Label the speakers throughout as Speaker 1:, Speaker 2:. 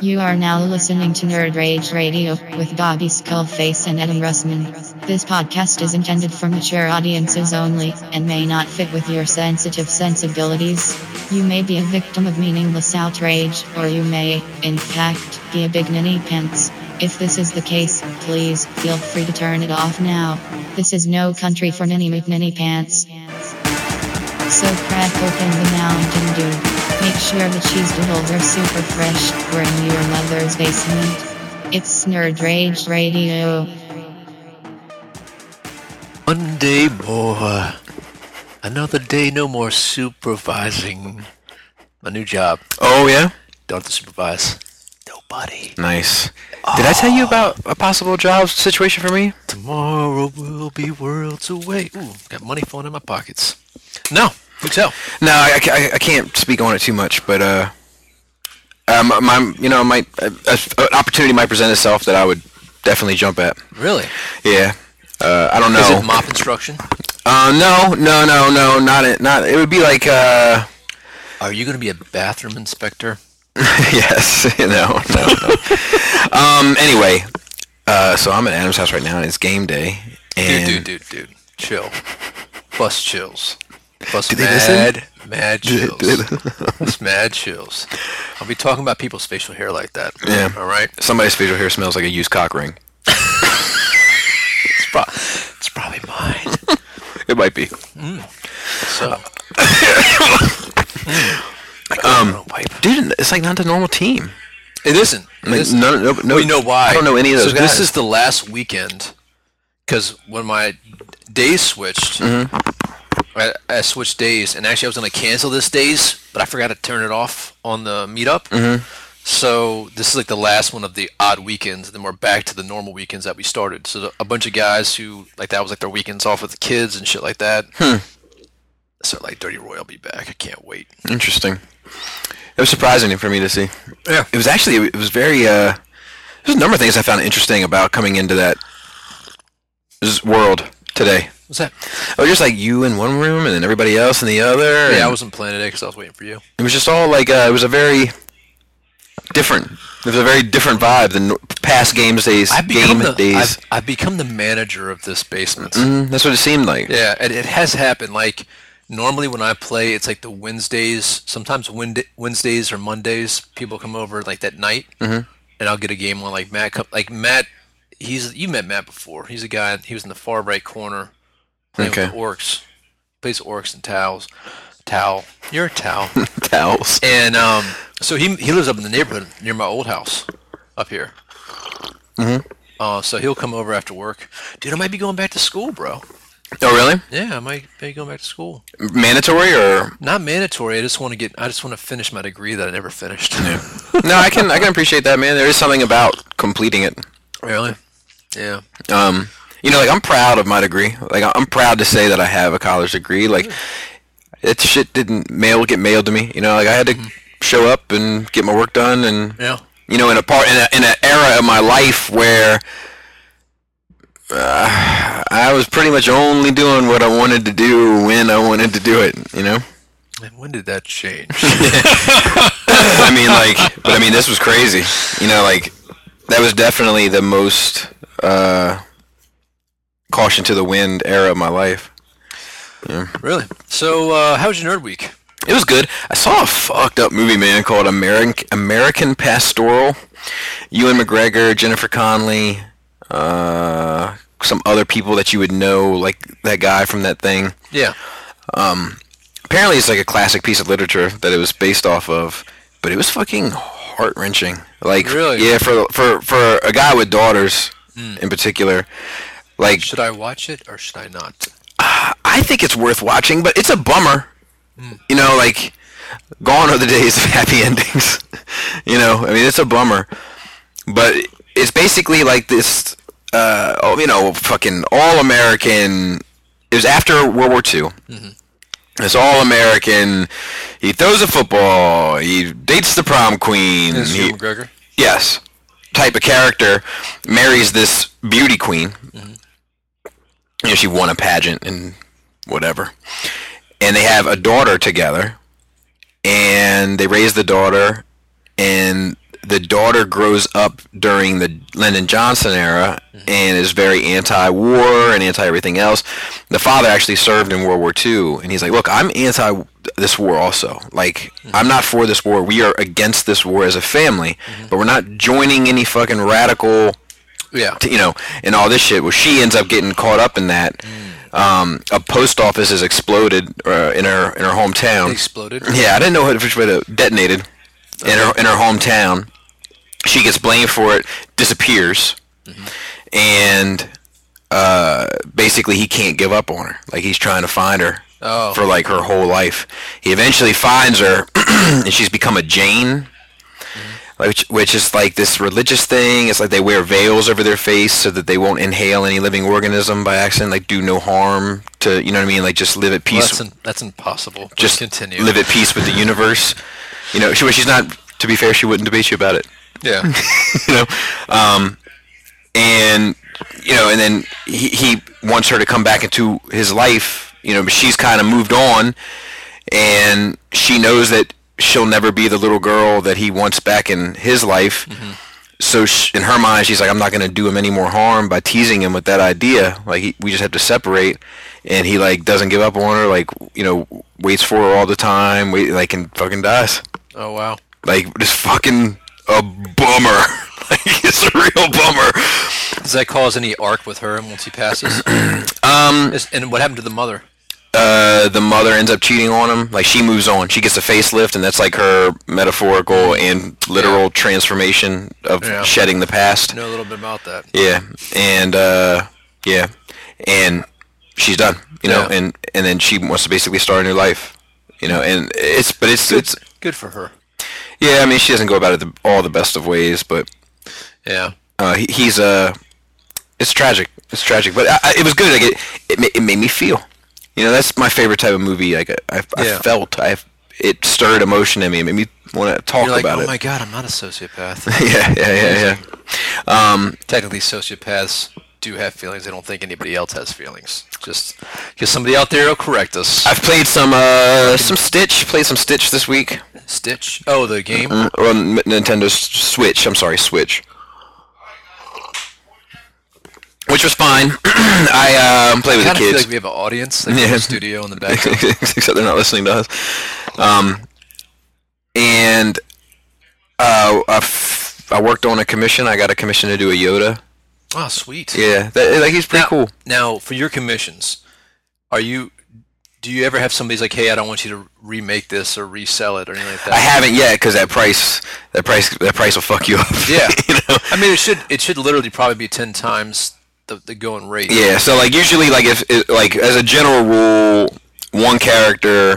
Speaker 1: You are now listening to Nerd Rage Radio with Bobby Skullface and Adam Russman. This podcast is intended for mature audiences only and may not fit with your sensitive sensibilities. You may be a victim of meaningless outrage, or you may, in fact, be a big ninny pants. If this is the case, please feel free to turn it off now. This is no country for ninny McNinny pants. So crack open the Mountain Dew. Make sure the cheese doodles are super fresh. We're in your mother's basement. It's Nerd Rage Radio.
Speaker 2: One day more. Another day, no more supervising. My new job.
Speaker 3: Oh yeah,
Speaker 2: Don't have to supervise nobody.
Speaker 3: nice. Did I tell you about a possible job situation for me?
Speaker 2: Tomorrow will be worlds away. Ooh, got money falling in my pockets. No, you tell.
Speaker 3: No, I, ca- I, I can't speak on it too much, but uh, um, my, you know, might uh, an opportunity might present itself that I would definitely jump at.
Speaker 2: Really?
Speaker 3: Yeah, uh, I don't know.
Speaker 2: Is it mop instruction?
Speaker 3: uh, no, no, no, no, not it. Not it would be like uh,
Speaker 2: Are you going to be a bathroom inspector?
Speaker 3: yes, no, no, no. um, anyway, uh, so I'm at Adam's house right now, and it's game day.
Speaker 2: Dude,
Speaker 3: And
Speaker 2: dude, dude, dude. Chill. Bus chills. Bus
Speaker 3: they
Speaker 2: mad, mad
Speaker 3: they-
Speaker 2: chills.
Speaker 3: do they
Speaker 2: It's mad chills. I'll be talking about people's facial hair like that.
Speaker 3: Yeah.
Speaker 2: All right.
Speaker 3: somebody's facial hair smells like a used cock ring.
Speaker 2: It's, pro- it's probably mine.
Speaker 3: It might be.
Speaker 2: So. um,
Speaker 3: Dude, it's like not the normal team.
Speaker 2: it isn't. It
Speaker 3: Like,
Speaker 2: isn't.
Speaker 3: no, no, no,
Speaker 2: we Oh, know why.
Speaker 3: I don't know any of
Speaker 2: So
Speaker 3: those
Speaker 2: this
Speaker 3: guys.
Speaker 2: is the last weekend because when my days switched,
Speaker 3: Mm-hmm.
Speaker 2: I, I switched days, and actually I was going to cancel this days, but I forgot to turn it off on the meetup.
Speaker 3: Mm-hmm.
Speaker 2: So this is like the last one of the odd weekends. Then we're back to the normal weekends that we started. So a bunch of guys who like that was like their weekends off with the kids and shit like that.
Speaker 3: Hmm.
Speaker 2: So like Dirty Roy will be back. I can't wait.
Speaker 3: Interesting. It was surprising for me to see.
Speaker 2: Yeah.
Speaker 3: It was actually it was very uh there's a number of things I found interesting about coming into that this world today.
Speaker 2: What's that?
Speaker 3: It was just like you in one room and then everybody else in the other.
Speaker 2: Yeah, I
Speaker 3: and
Speaker 2: wasn't playing today because I was waiting for you.
Speaker 3: it was just all like uh, it was a very different. It was a very different vibe than no- past games days.
Speaker 2: I've become
Speaker 3: game
Speaker 2: the
Speaker 3: days.
Speaker 2: I've, I've become the manager of this basement.
Speaker 3: Mhm, that's what it seemed like.
Speaker 2: Yeah, it, it has happened. Like normally when I play, it's like the Wednesdays. Sometimes Wed- Wednesdays or Mondays, people come over like that night,
Speaker 3: Mm-hmm.
Speaker 2: and I'll get a game on. Like Matt, co- like Matt, he's you met Matt before. He's a guy. He was in the far right corner playing with
Speaker 3: Okay.
Speaker 2: the orcs. Plays orcs and towels. Towel. You're a towel.
Speaker 3: Towels.
Speaker 2: And um, so he he lives up in the neighborhood near my old house up here. Mm-hmm. Uh, so he'll come over after work. Dude, I might be going back to school, bro.
Speaker 3: Oh really?
Speaker 2: Yeah, I might be going back to school.
Speaker 3: Mandatory or
Speaker 2: Not mandatory. I just want to get. I just want to finish my degree that I never finished.
Speaker 3: no? I can I can appreciate that, man. There is something about completing it.
Speaker 2: really? Yeah.
Speaker 3: um, you know, like I'm proud of my degree. Like I- I'm proud to say that I have a college degree. Like that shit didn't mail get mailed to me. You know, like I had to show up and get my work done, and
Speaker 2: Yeah.
Speaker 3: you know, in a part in, a, in an era of my life where uh, I was pretty much only doing what I wanted to do when I wanted to do it. You know,
Speaker 2: And when did that change?
Speaker 3: I mean, like, but I mean, this was crazy. You know, like that was definitely the most uh, caution to the wind era of my life.
Speaker 2: really? So, uh, how was your nerd week?
Speaker 3: It was good. I saw a fucked up movie, man, called American American Pastoral. Ewan McGregor, Jennifer Connelly, uh, some other people that you would know, like that guy from that thing.
Speaker 2: Yeah.
Speaker 3: Apparently, it's like a classic piece of literature that it was based off of, but it was fucking heart wrenching. Like,
Speaker 2: Really?
Speaker 3: yeah, for for for a guy with daughters in particular, like
Speaker 2: Should I watch it or should I not?
Speaker 3: I think it's worth watching, but it's a bummer. You know, like gone are the days of happy endings. you know, I mean, it's a bummer, but it's basically like this. Uh, oh, you know, fucking all American. It was after World War II. This all American. He throws a football. He dates the prom queen.
Speaker 2: Is
Speaker 3: he-
Speaker 2: Ewan McGregor?
Speaker 3: yes type of character marries this beauty queen you know she won a pageant and whatever and they have a daughter together and they raise the daughter and the daughter grows up during the Lyndon Johnson era and is very anti-war and anti-everything else. The father actually served in World War II, and he's like, "Look, I'm anti this war also. Like, I'm not for this war. We are against this war as a family, but we're not joining any fucking radical."
Speaker 2: Yeah.
Speaker 3: t- you know, and all this shit. Well, she ends up getting caught up in that. Um, a post office is exploded uh, in her in her hometown.
Speaker 2: Exploded.
Speaker 3: Yeah, I didn't know what- which way to detonated in her in her hometown. She gets blamed for it, disappears, and uh, basically he can't give up on her. Like he's trying to find her
Speaker 2: Oh.
Speaker 3: for like her whole life. He eventually finds her, and she's become a Jane.
Speaker 2: Mm-hmm.
Speaker 3: Which, which is like this religious thing. It's like they wear veils over their face so that they won't inhale any living organism by accident. Like do no harm to you know what I mean. Like just live at
Speaker 2: Well,
Speaker 3: peace
Speaker 2: that's, in, that's impossible. Please
Speaker 3: just
Speaker 2: continue.
Speaker 3: live at peace with the universe. You know, she, she's not. To be fair, she wouldn't debate you about it.
Speaker 2: Yeah.
Speaker 3: You know, um, and you know, and then he, he wants her to come back into his life. You know, but she's kind of moved on, and she knows that she'll never be the little girl that he wants back in his life. So sh in her mind, she's like, "I'm not going to do him any more harm by teasing him with that idea. Like, he, we just have to separate." And he like doesn't give up on her. Like, you know, waits for her all the time. Wait, like, and fucking dies.
Speaker 2: Oh wow.
Speaker 3: Like, just fucking a bummer. like, it's a real bummer.
Speaker 2: Does that cause any arc with her once he passes? um. and what happened to the mother?
Speaker 3: Uh, the mother ends up cheating on him. Like, she moves on. She gets a facelift, and that's like her metaphorical and literal
Speaker 2: Yeah.
Speaker 3: transformation of
Speaker 2: Yeah.
Speaker 3: shedding the past.
Speaker 2: Know a little bit about that.
Speaker 3: Yeah, and uh, yeah, and she's done. You know,
Speaker 2: Yeah.
Speaker 3: and and then she wants to basically start a new life. You know, and it's but it's it's
Speaker 2: Good for her.
Speaker 3: yeah. I mean, she doesn't go about it the, all the best of ways, but
Speaker 2: Yeah.
Speaker 3: uh, he, he's uh, it's tragic. It's tragic, but I, I, it was good. Like it, it, ma- it made me feel. You know, that's my favorite type of movie. Like I, I,
Speaker 2: Yeah.
Speaker 3: I felt I, it stirred emotion in me. It made me want to talk
Speaker 2: You're like,
Speaker 3: about
Speaker 2: oh
Speaker 3: it.
Speaker 2: my god, I'm not a sociopath.
Speaker 3: yeah, yeah, yeah, yeah. Um,
Speaker 2: Technically, sociopaths do have feelings. I don't think anybody else has feelings. Just because somebody out there will correct us.
Speaker 3: I've played some uh some Stitch. Played some Stitch this week
Speaker 2: Stitch. Oh, the game.
Speaker 3: Mm, on M- Nintendo S- Switch. I'm sorry, Switch. Which was fine. I um, play with the
Speaker 2: kind of feel like
Speaker 3: kids,
Speaker 2: we have an audience, like
Speaker 3: Yeah.
Speaker 2: in the studio in the back.
Speaker 3: except they're not listening to us. Um, and uh, I, f- I worked on a commission. I got a commission to do a Yoda.
Speaker 2: oh, sweet.
Speaker 3: Yeah, that, like he's pretty
Speaker 2: Now,
Speaker 3: cool.
Speaker 2: now, for your commissions, are you? Do you ever have somebody's like, "Hey, I don't want you to remake this or resell it or anything like that"?
Speaker 3: I haven't yet because that price, that price, that price will fuck you up.
Speaker 2: Yeah.
Speaker 3: you know?
Speaker 2: I mean, it should it should literally probably be ten times the, the going rate.
Speaker 3: Yeah, so like usually like if it, like as a general rule, one character,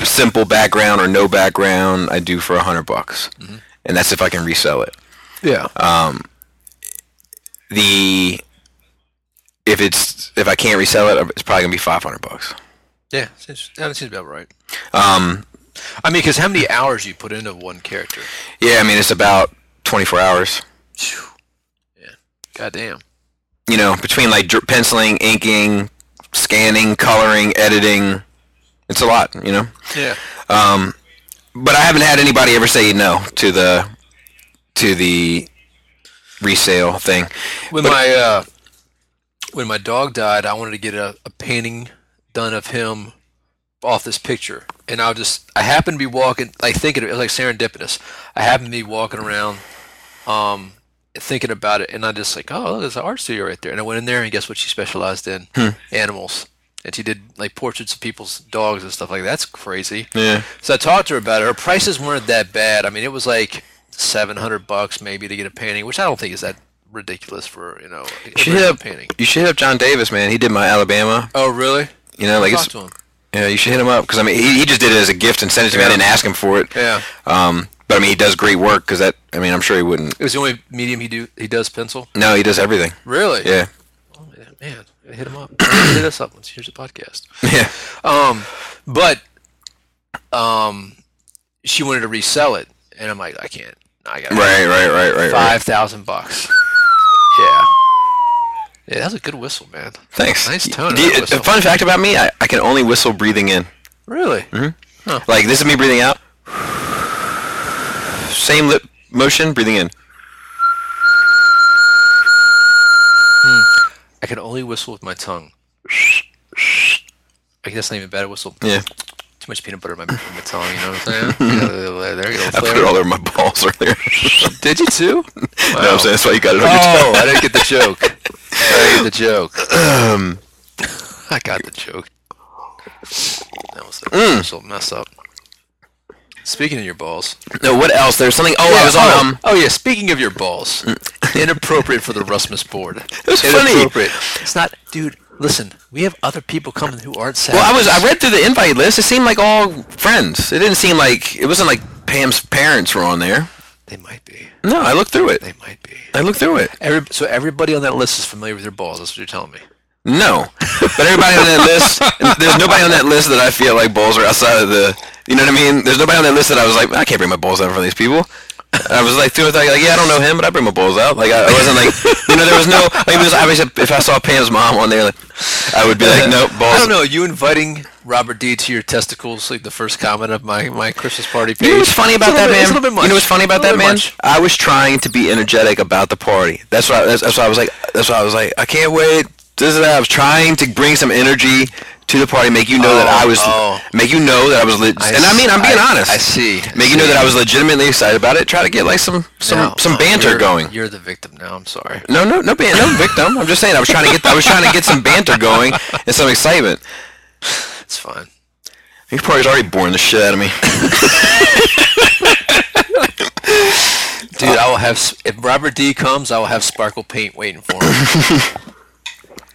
Speaker 3: simple background or no background, I do for a hundred bucks,
Speaker 2: Mm-hmm.
Speaker 3: and that's if I can resell it.
Speaker 2: yeah.
Speaker 3: Um, The if it's if I can't resell it, it's probably gonna be five hundred bucks.
Speaker 2: yeah, seems, that seems about right.
Speaker 3: Um,
Speaker 2: I mean, because how many hours you put into one character?
Speaker 3: yeah, I mean it's about twenty four hours.
Speaker 2: Phew. Yeah, goddamn.
Speaker 3: You know, between like dr- penciling, inking, scanning, coloring, editing, it's a lot. You know.
Speaker 2: Yeah,
Speaker 3: Um, but I haven't had anybody ever say no to the to the resale thing.
Speaker 2: when my uh, when my dog died, I wanted to get a, a painting done of him off this picture, and I just I happened to be walking, like thinking it was like serendipitous. I happened to be walking around, um, thinking about it, and I just like, oh, look, there's an art studio right there, and I went in there, and guess what? She specialized in animals, and she did like portraits of people's dogs and stuff like that. That's crazy.
Speaker 3: Yeah.
Speaker 2: So I talked to her about it. Her prices weren't that bad. I mean, it was like seven hundred bucks maybe to get a painting, which I don't think is that ridiculous for you know a
Speaker 3: You should hit
Speaker 2: original
Speaker 3: up
Speaker 2: painting.
Speaker 3: you should hit up John Davis, man. He did my Alabama.
Speaker 2: Oh, really?
Speaker 3: You know, like
Speaker 2: Talk
Speaker 3: it's,
Speaker 2: to him.
Speaker 3: yeah, you should hit him up because I mean he, he just did it as a gift and sent it to me. I
Speaker 2: Yeah.
Speaker 3: didn't ask him for it.
Speaker 2: Yeah,
Speaker 3: Um, but I mean he does great work because that I mean I'm sure he wouldn't.
Speaker 2: it was the only medium he do he does pencil.
Speaker 3: No, he does everything.
Speaker 2: Really?
Speaker 3: Yeah.
Speaker 2: Oh, man, I hit him up. hit us up once. Here's a podcast.
Speaker 3: Yeah.
Speaker 2: Um, but um, she wanted to resell it, and I'm like, I can't. I got
Speaker 3: Right. Right. Right. Right. Right.
Speaker 2: five thousand bucks. Yeah. Yeah, that was a good whistle, man.
Speaker 3: Thanks.
Speaker 2: Nice tone.
Speaker 3: Do
Speaker 2: on
Speaker 3: you-
Speaker 2: that whistle.
Speaker 3: fun fact about me: I, I can only whistle breathing in.
Speaker 2: Really?
Speaker 3: Like this is me breathing out. Same lip motion, breathing in.
Speaker 2: I can only whistle with my tongue. I guess that's not even a bad whistle.
Speaker 3: Yeah.
Speaker 2: Too much peanut butter in my, in my tongue, you know what I'm saying? You know, there you go.
Speaker 3: I put
Speaker 2: flavor.
Speaker 3: it all over my balls earlier.
Speaker 2: Did you too?
Speaker 3: No, I'm saying that's why you got it on your
Speaker 2: Oh, I didn't get the joke. I didn't get the joke.
Speaker 3: Um,
Speaker 2: I got the joke. That was the
Speaker 3: Mm.
Speaker 2: whistle mess up. Speaking of your balls.
Speaker 3: No, what else? There's something. Oh, I was
Speaker 2: oh,
Speaker 3: on. Um,
Speaker 2: oh, yeah, speaking of your balls. inappropriate for the Rusmus board. It
Speaker 3: was funny.
Speaker 2: inappropriate. It's not, dude, listen, we have other people coming who aren't sad.
Speaker 3: well, I was. I read through the invite list. It seemed like all friends. It didn't seem like it wasn't like Pam's parents were on there.
Speaker 2: They might be.
Speaker 3: No, I looked through it.
Speaker 2: They might be.
Speaker 3: I looked through it.
Speaker 2: Every, so everybody on that list is familiar with their balls. That's what you're telling me.
Speaker 3: No, but everybody on that list. There's nobody on that list that I feel like balls are outside of the. You know what I mean? There's nobody on that list that I was like, I can't bring my balls out for these people. I was like, through it, like, yeah, I don't know him, but I bring my balls out. Like, I, I wasn't like, you know, there was no. Like, it was obviously, if I saw Pam's mom on there, like, I would be like, nope, balls.
Speaker 2: I don't know. Are you inviting Robert D to your testicles? Like the first comment of my, my Christmas party page.
Speaker 3: You know what's funny about
Speaker 2: It's a
Speaker 3: that
Speaker 2: little bit- It's a little
Speaker 3: man?
Speaker 2: bit much.
Speaker 3: You know what's funny about
Speaker 2: It's a
Speaker 3: that
Speaker 2: little
Speaker 3: man?
Speaker 2: bit much.
Speaker 3: I was trying to be energetic about the party. That's why. That's, that's why I was like. That's why I was like. I can't wait. This is that. I was trying to bring some energy to the party, make you know that
Speaker 2: Oh,
Speaker 3: I was,
Speaker 2: oh.
Speaker 3: make you know that I was, leg- and I mean I'm being
Speaker 2: I-
Speaker 3: honest.
Speaker 2: I see. I
Speaker 3: Make you know
Speaker 2: see.
Speaker 3: that I was legitimately excited about it. Try to get like some some
Speaker 2: Now,
Speaker 3: some
Speaker 2: uh,
Speaker 3: banter
Speaker 2: you're-
Speaker 3: going.
Speaker 2: You're the victim now. I'm sorry.
Speaker 3: No, no, no, ban- no victim. I'm just saying I was trying to get I was trying to get some banter going and some excitement.
Speaker 2: It's fine.
Speaker 3: Your party's already boring the shit out of me.
Speaker 2: Dude, I will have s- if Robert D comes, I will have sparkle paint waiting for him.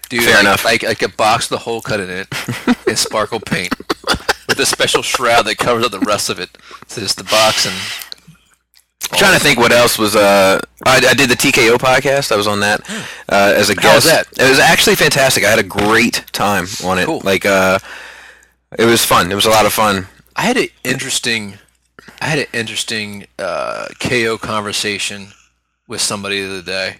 Speaker 2: Dude,
Speaker 3: Fair
Speaker 2: like,
Speaker 3: enough.
Speaker 2: Like, like a box with a hole cut in it, and sparkle paint with a special shroud that covers up the rest of it. So just the box and
Speaker 3: trying to think what else was. Uh, I, I did the TKO podcast. I was on that
Speaker 2: Hmm.
Speaker 3: uh, as a guest.
Speaker 2: How was
Speaker 3: It was actually fantastic. I had a great time on it.
Speaker 2: Cool.
Speaker 3: Like, uh, it was fun. It was a lot of fun.
Speaker 2: I had an interesting, I had an interesting uh, KO conversation with somebody the other day,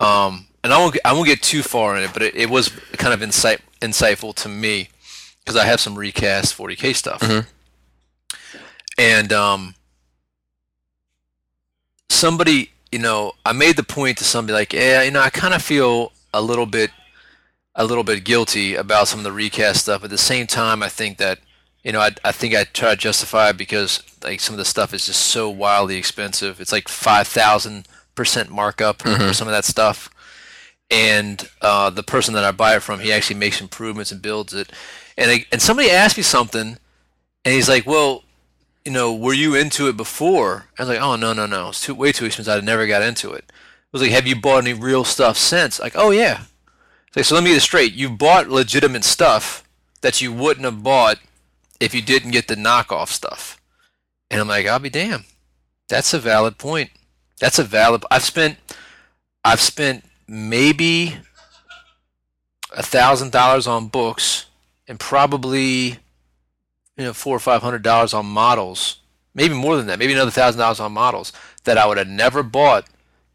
Speaker 2: um, and I won't, I won't get too far in it, but it, it was kind of insight, insightful to me because I have some recast 40k stuff, and um, somebody, you know, I made the point to somebody like, yeah, you know, I kind of feel a little bit a little bit guilty about some of the recast stuff. At the same time, I think that you know I, I think I try to justify it because like some of the stuff is just so wildly expensive. It's like five thousand percent markup for some of that stuff. And uh, the person that I buy it from, he actually makes improvements and builds it. And I, and somebody asked me something, and he's like, "Well, you know, were you into it before? I was like, oh no, no, no, it's too way too expensive. I never got into it. I was like, have you bought any real stuff since? Like, oh yeah. It's like, so let me get this straight. You bought legitimate stuff that you wouldn't have bought if you didn't get the knockoff stuff. And I'm like, I'll be damned. That's a valid point. That's a valid. I've spent, I've spent maybe a thousand dollars on books and probably you know four or five hundred dollars on models, maybe more than that, maybe another thousand dollars on models that I would have never bought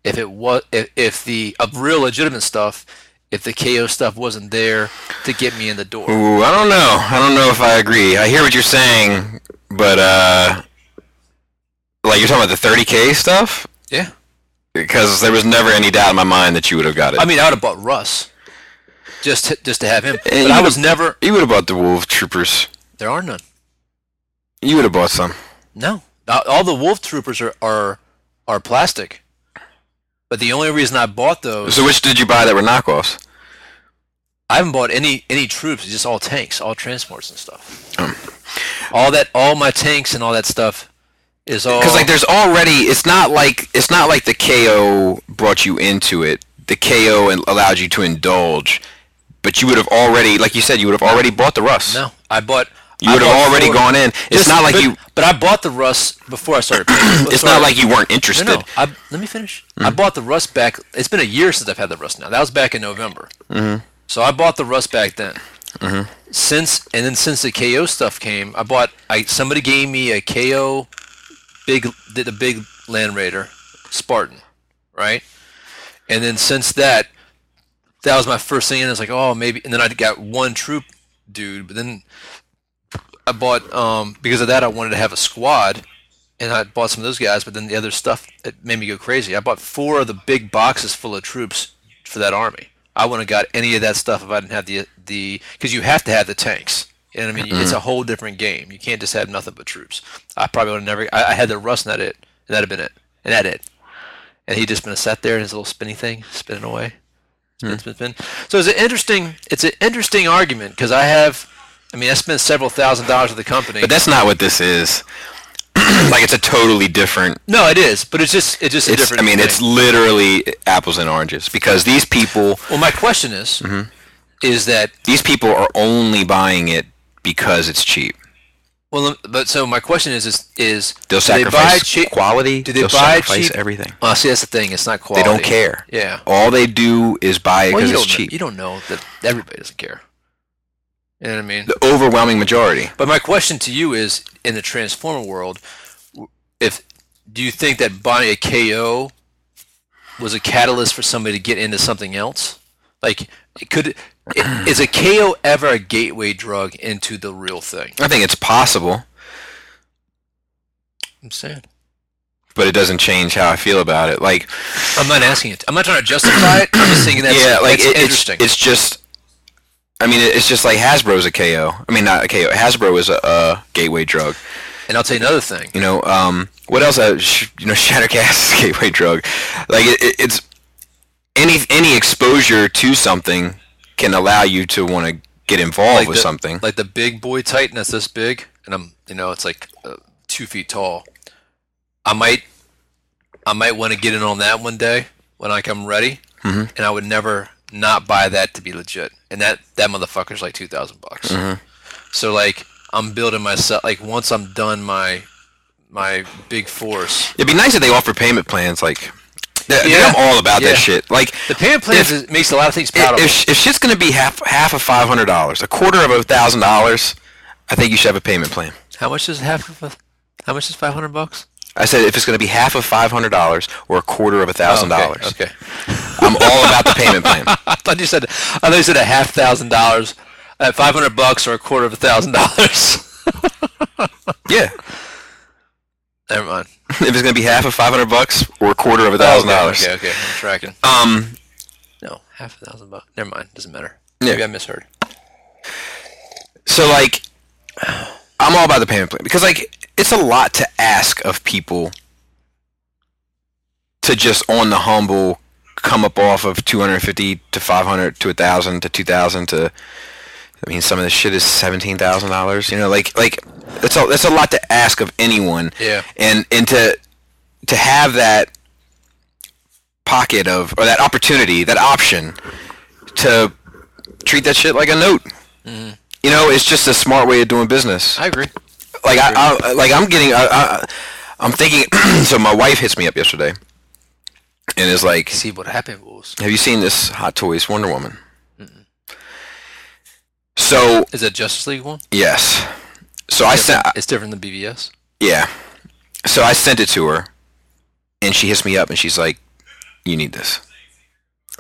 Speaker 2: if it was if, if the of real legitimate stuff, if the KO stuff wasn't there to get me in the door.
Speaker 3: Ooh, I don't know. I don't know if I agree. I hear what you're saying, but uh, like you're talking about the 30k stuff,
Speaker 2: Yeah,
Speaker 3: because there was never any doubt in my mind that you would have got it.
Speaker 2: I mean I would have bought Russ just to, just to have him,
Speaker 3: And
Speaker 2: but
Speaker 3: Eh, you
Speaker 2: I
Speaker 3: would've-
Speaker 2: was never.
Speaker 3: you would have bought the Wolf Troopers.
Speaker 2: There are none.
Speaker 3: You would have bought some.
Speaker 2: No, Not- all the Wolf Troopers are are are plastic. But the only reason I bought those,
Speaker 3: So which did you buy that were knockoffs?
Speaker 2: I haven't bought any any troops. It's just all tanks, all transports and stuff.
Speaker 3: Um.
Speaker 2: all that, all my tanks and all that stuff is all.
Speaker 3: because like there's already it's not like it's not like the KO brought you into it. The KO and allowed you to indulge, but you would have already, like you said, you would have already bought the Russ.
Speaker 2: no, I bought.
Speaker 3: you
Speaker 2: I
Speaker 3: would have
Speaker 2: bought
Speaker 3: already
Speaker 2: four.
Speaker 3: gone in. It's
Speaker 2: Just-
Speaker 3: not like
Speaker 2: but-
Speaker 3: you.
Speaker 2: But I bought the Rust before I started.
Speaker 3: It's not like you weren't interested.
Speaker 2: No, no. I, let me finish. I bought the Rust back. It's been a year since I've had the Rust now. That was back in November. Mm-hmm. So I bought the Rust back then. Mm-hmm. Since and then since the KO stuff came, I bought. I somebody gave me a KO big did a big Land Raider Spartan, right? And then since that, that was my first thing, and I was like, oh, maybe. And then I got one troop dude, but then I bought um because of that I wanted to have a squad and I bought some of those guys, but then the other stuff it made me go crazy. I bought four of the big boxes full of troops for that army. I wouldn't have got any of that stuff if I didn't have the the because you have to have the tanks. And I mean,
Speaker 3: Mm-hmm.
Speaker 2: it's a whole different game. You can't just have nothing but troops. I probably would have never. I, I had the Rust, and that it, and that'd have been it, and that it. And he'd just been sat there in his little spinny thing, spinning away.
Speaker 3: Hmm.
Speaker 2: Spin, spin, spin. So it's an interesting. It's an interesting argument because I have. I mean, I spent several thousand dollars with the company.
Speaker 3: But that's not what this is. like it's a totally different.
Speaker 2: No, it is, but it's just it's just a
Speaker 3: It's,
Speaker 2: different.
Speaker 3: I mean,
Speaker 2: thing.
Speaker 3: it's literally apples and oranges because these people,
Speaker 2: well. My question is,
Speaker 3: Mm-hmm.
Speaker 2: is that
Speaker 3: these people are only buying it because it's cheap.
Speaker 2: well? lem- But so my question is, is is
Speaker 3: They'll
Speaker 2: do they buy
Speaker 3: sacrifice
Speaker 2: chea-
Speaker 3: quality.
Speaker 2: Do they
Speaker 3: will
Speaker 2: buy
Speaker 3: sacrifice
Speaker 2: cheap?
Speaker 3: everything.
Speaker 2: Well, see, that's the thing. It's not
Speaker 3: They
Speaker 2: quality.
Speaker 3: don't care.
Speaker 2: Yeah.
Speaker 3: All they do is buy it
Speaker 2: Well,
Speaker 3: because
Speaker 2: you don't.
Speaker 3: it's cheap.
Speaker 2: Know, you don't know that everybody doesn't care. You know what I mean?
Speaker 3: the overwhelming majority.
Speaker 2: But my question to you is, in the Transformer world, w- if do you think that buying a KO was a catalyst for somebody to get into something else? Like, it could i- is a KO ever a gateway drug into the real thing?
Speaker 3: I think it's possible,
Speaker 2: I'm saying.
Speaker 3: but it doesn't change how I feel about it. Like,
Speaker 2: I'm not asking it. I'm not trying to justify it. I'm just thinking that's,
Speaker 3: yeah, like
Speaker 2: that's
Speaker 3: it,
Speaker 2: interesting.
Speaker 3: It's, it's just. I mean, it- it's just like Hasbro's a KO. I mean, not a KO. Hasbro is a, a gateway drug.
Speaker 2: and I'll tell you another thing.
Speaker 3: You know, um, what else? Uh, sh- you know, Shattercast is a gateway drug. Like it, it, it's any any exposure to something can allow you to want to get involved with
Speaker 2: the,
Speaker 3: something.
Speaker 2: Like the big boy Titan that's this big, and I'm, you know, it's like uh, two feet tall. I might, I might want to get in on that one day when I come ready, and I would never not buy that to be legit. And that that motherfucker's like two thousand bucks. So like I'm building myself. Like once I'm done my my big force,
Speaker 3: It'd be nice if they offer payment plans. Like, yeah.
Speaker 2: Yeah.
Speaker 3: I'm all about
Speaker 2: Yeah.
Speaker 3: that shit. Like,
Speaker 2: the payment plan
Speaker 3: If-
Speaker 2: is makes a lot of things
Speaker 3: i-
Speaker 2: palatable.
Speaker 3: if, sh- if shit's gonna be half half of five hundred dollars, a quarter of a thousand dollars, I think you should have a payment plan.
Speaker 2: how much is half of? a- How much is five hundred bucks?
Speaker 3: I said if it's gonna be half of five hundred dollars or a quarter of a
Speaker 2: Oh,
Speaker 3: thousand
Speaker 2: okay,
Speaker 3: dollars,
Speaker 2: Okay.
Speaker 3: I'm all about the payment plan.
Speaker 2: I thought you said I thought you said a half thousand dollars, at five hundred bucks or a quarter of a thousand dollars.
Speaker 3: Yeah,
Speaker 2: Never mind.
Speaker 3: if it's gonna be half of five hundred bucks or a quarter of a thousand dollars,
Speaker 2: Okay, okay, I'm tracking.
Speaker 3: um,
Speaker 2: No, half a thousand bucks. Never mind. Doesn't matter.
Speaker 3: Yeah.
Speaker 2: Maybe I misheard.
Speaker 3: so like, I'm all about the payment plan because like it's a lot to ask of people to just on the humble come up off of 250 to 500 to 1000 to 2000 to I mean some of this shit is $17,000 you know like like that's a that's a lot to ask of anyone
Speaker 2: Yeah.
Speaker 3: and and to to have that pocket of or that opportunity that option to treat that shit like a note you know it's just a smart way of doing business
Speaker 2: Mm-hmm. I agree.
Speaker 3: like I, I like I'm getting I, I I'm thinking so my wife hits me up yesterday and is like
Speaker 2: See what happened was
Speaker 3: have you seen this Hot Toys Wonder Woman
Speaker 2: Mm-hmm.
Speaker 3: so
Speaker 2: is that Justice League one?
Speaker 3: yes so I sent
Speaker 2: It's different than BBS.
Speaker 3: yeah so I sent it to her and she hits me up and she's like you need this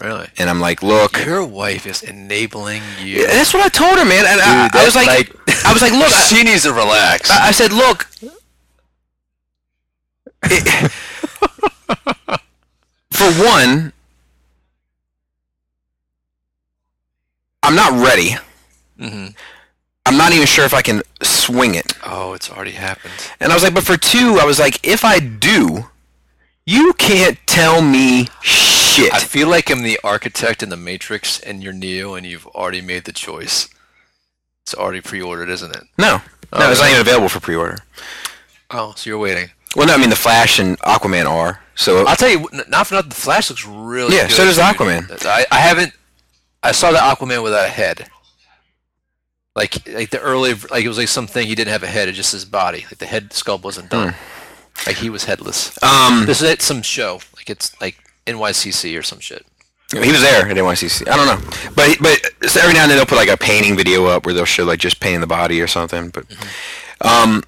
Speaker 2: Really?
Speaker 3: and I'm like look
Speaker 2: Your wife is enabling you.
Speaker 3: Yeah, that's what I told her man and I,
Speaker 2: Dude,
Speaker 3: I was
Speaker 2: that's
Speaker 3: like, I was like look I-
Speaker 2: she needs to relax.
Speaker 3: I, I said, look. it- for one, I'm not ready.
Speaker 2: hmm
Speaker 3: I'm not even sure if I can swing it.
Speaker 2: Oh, it's already happened.
Speaker 3: And I was like, but for two, I was like, if I do, you can't tell me shit.
Speaker 2: I feel like I'm the architect in the Matrix, and you're Neo, and you've already made the choice. It's already pre-ordered, isn't it?
Speaker 3: no, no, it's not even available for pre-order.
Speaker 2: Oh, so you're waiting.
Speaker 3: Well, no, I mean the Flash and Aquaman are. So
Speaker 2: I'll tell you, n- not for nothing. The Flash looks really
Speaker 3: Yeah,
Speaker 2: good,
Speaker 3: so does
Speaker 2: dude.
Speaker 3: Aquaman.
Speaker 2: I, I haven't. I saw the Aquaman without a head. Like like the early like it was like something he didn't have a head. It just his body. Like the head sculpt wasn't done. Like he was headless.
Speaker 3: um,
Speaker 2: This is at some show. Like it's like NYCC or some shit.
Speaker 3: He was there at NYCC. I don't know, but but so every now and then they'll put like a painting video up where they'll show like just painting the body or something. But um,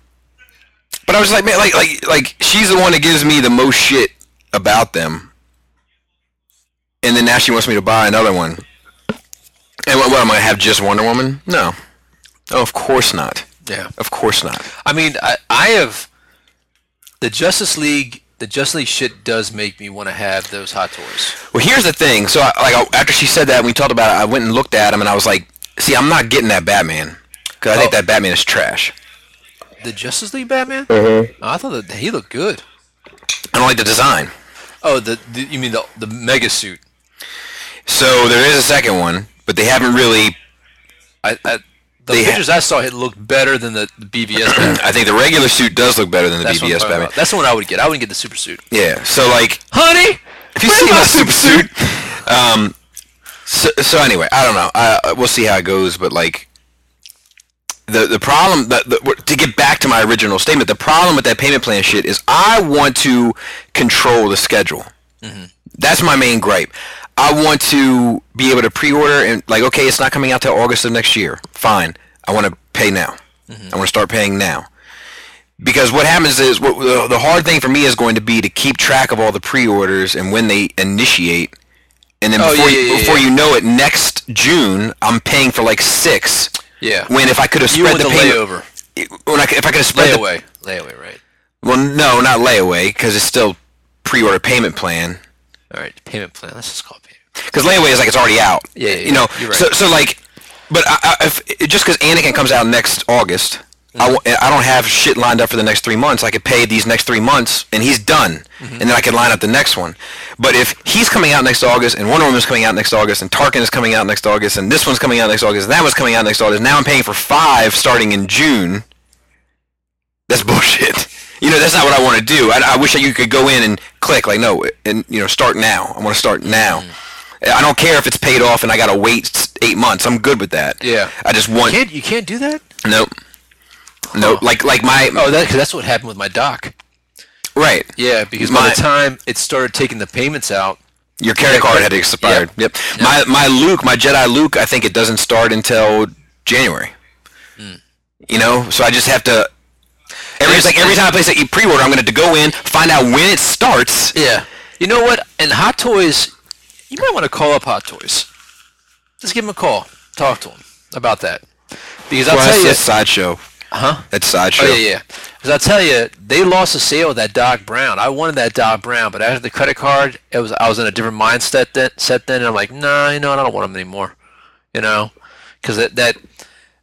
Speaker 3: but I was like, man, like like like she's the one that gives me the most shit about them, and then now she wants me to buy another one. And what, what am I gonna have just Wonder Woman? No, oh of course not,
Speaker 2: Yeah.
Speaker 3: of course not.
Speaker 2: I mean, I, I have the Justice League, the Justice League shit does make me want to have those hot toys.
Speaker 3: Well, here's the thing. So, I, like, I- after she said that, and we talked about it. I went and looked at him, and I was like, "See, I'm not getting that Batman because I think
Speaker 2: Oh.
Speaker 3: that Batman is trash.
Speaker 2: The Justice League Batman? Mm-hmm. I thought that he looked good.
Speaker 3: I don't like the design."
Speaker 2: Oh, the, the you mean the the mega suit?
Speaker 3: So there is a second one, but they haven't really.
Speaker 2: I, I the
Speaker 3: They ha-
Speaker 2: pictures I saw it looked better than the, the BVS Batman.
Speaker 3: I think the regular suit does look better than the
Speaker 2: That's what I'm
Speaker 3: BBS
Speaker 2: talking
Speaker 3: Batman.
Speaker 2: about. That's the one I would get. I wouldn't get the super suit.
Speaker 3: Yeah. So like,
Speaker 2: Honey,
Speaker 3: if you see my super suit, um, so, so anyway, I don't know. I, I- we'll see how it goes, but like, the the problem that the, what- to get back to my original statement, the problem with that payment plan shit is I want to control the schedule.
Speaker 2: Mm-hmm.
Speaker 3: That's my main gripe. I want to be able to pre-order and like, okay, it's not coming out till August of next year. Fine. I want to pay now.
Speaker 2: Mm-hmm.
Speaker 3: I want to start paying now. Because what happens is what, the, the hard thing for me is going to be to keep track of all the pre-orders and when they initiate. And then
Speaker 2: Oh,
Speaker 3: before,
Speaker 2: yeah,
Speaker 3: you,
Speaker 2: yeah, yeah,
Speaker 3: before
Speaker 2: yeah.
Speaker 3: you know it, next June I'm paying for like six.
Speaker 2: Yeah.
Speaker 3: When if I could have
Speaker 2: you
Speaker 3: spread
Speaker 2: want
Speaker 3: the,
Speaker 2: the,
Speaker 3: payment,
Speaker 2: layover,
Speaker 3: when I, could- if I could have spread the
Speaker 2: layaway, layaway, right?
Speaker 3: well, no, not layaway because it's still pre-order payment plan.
Speaker 2: All right, payment plan. Let's just call it payment.
Speaker 3: because layaway is like it's already out.
Speaker 2: Yeah, yeah,
Speaker 3: you know.
Speaker 2: you're right.
Speaker 3: So, so like, but I, I, if, just because Anakin comes out next August, I
Speaker 2: Mm-hmm.
Speaker 3: w- I don't have shit lined up for the next three months. I could pay these next three months, and he's done, and
Speaker 2: Mm-hmm.
Speaker 3: then I could line up the next one. But if he's coming out next August, and Wonder Woman's coming out next August, and Tarkin is coming out next August, and this one's coming out next August, and that one's coming out next August, now I'm paying for five starting in June. That's bullshit. You know, that's not what I want to do. I, I wish that you could go in and click, like, no, and, you know, start now. I want to start now.
Speaker 2: Mm-hmm.
Speaker 3: I don't care if it's paid off and I got to wait s- eight months. I'm good with that.
Speaker 2: Yeah.
Speaker 3: I just want,
Speaker 2: Can't you can't do that?
Speaker 3: nope. Nope. Like, like my,
Speaker 2: Oh, that 'cause that's what happened with my doc.
Speaker 3: right.
Speaker 2: Yeah, because by
Speaker 3: My-
Speaker 2: the time it started taking the payments out,
Speaker 3: Your carry
Speaker 2: Yeah,
Speaker 3: card
Speaker 2: correct.
Speaker 3: had expired. Yep. My, my Luke, my Jedi Luke, I think it doesn't start until January.
Speaker 2: Mm.
Speaker 3: You know, so I just have to, every,
Speaker 2: It's-
Speaker 3: like every time I place a pre-order, I'm going to go in, find out when it starts.
Speaker 2: Yeah. You know what? And Hot Toys, you might want to call up Hot Toys. Just give them a call. Talk to them about that. Because I'll
Speaker 3: Well,
Speaker 2: tell
Speaker 3: that's
Speaker 2: you,
Speaker 3: that's sideshow.
Speaker 2: huh?
Speaker 3: That's sideshow.
Speaker 2: Oh yeah, yeah. Because I'll tell you, they lost a sale with that Doc Brown. I wanted that Doc Brown, but after the credit card, it was I was in a different mindset then. Set then, and I'm like, nah, you know, I don't want them anymore. You know, because that that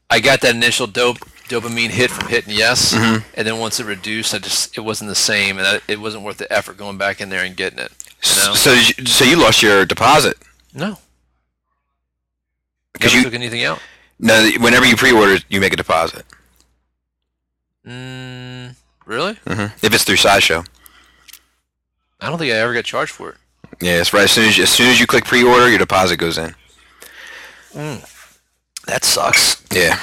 Speaker 2: I got that initial dope dopamine hit from hitting yes, and then once it reduced, I just it wasn't the same, and I, it wasn't worth the effort going back in there and getting it. You know?
Speaker 3: S- So, did you- so you lost your deposit
Speaker 2: No.
Speaker 3: because
Speaker 2: Never
Speaker 3: you
Speaker 2: took anything out.
Speaker 3: no. Whenever you pre-order, you make a deposit.
Speaker 2: Mm, really?
Speaker 3: hmm If it's through sideshow,
Speaker 2: I don't think I ever got charged for it.
Speaker 3: yeah, that's right. As soon as as soon as you click pre-order, your deposit goes in.
Speaker 2: That sucks.
Speaker 3: Yeah,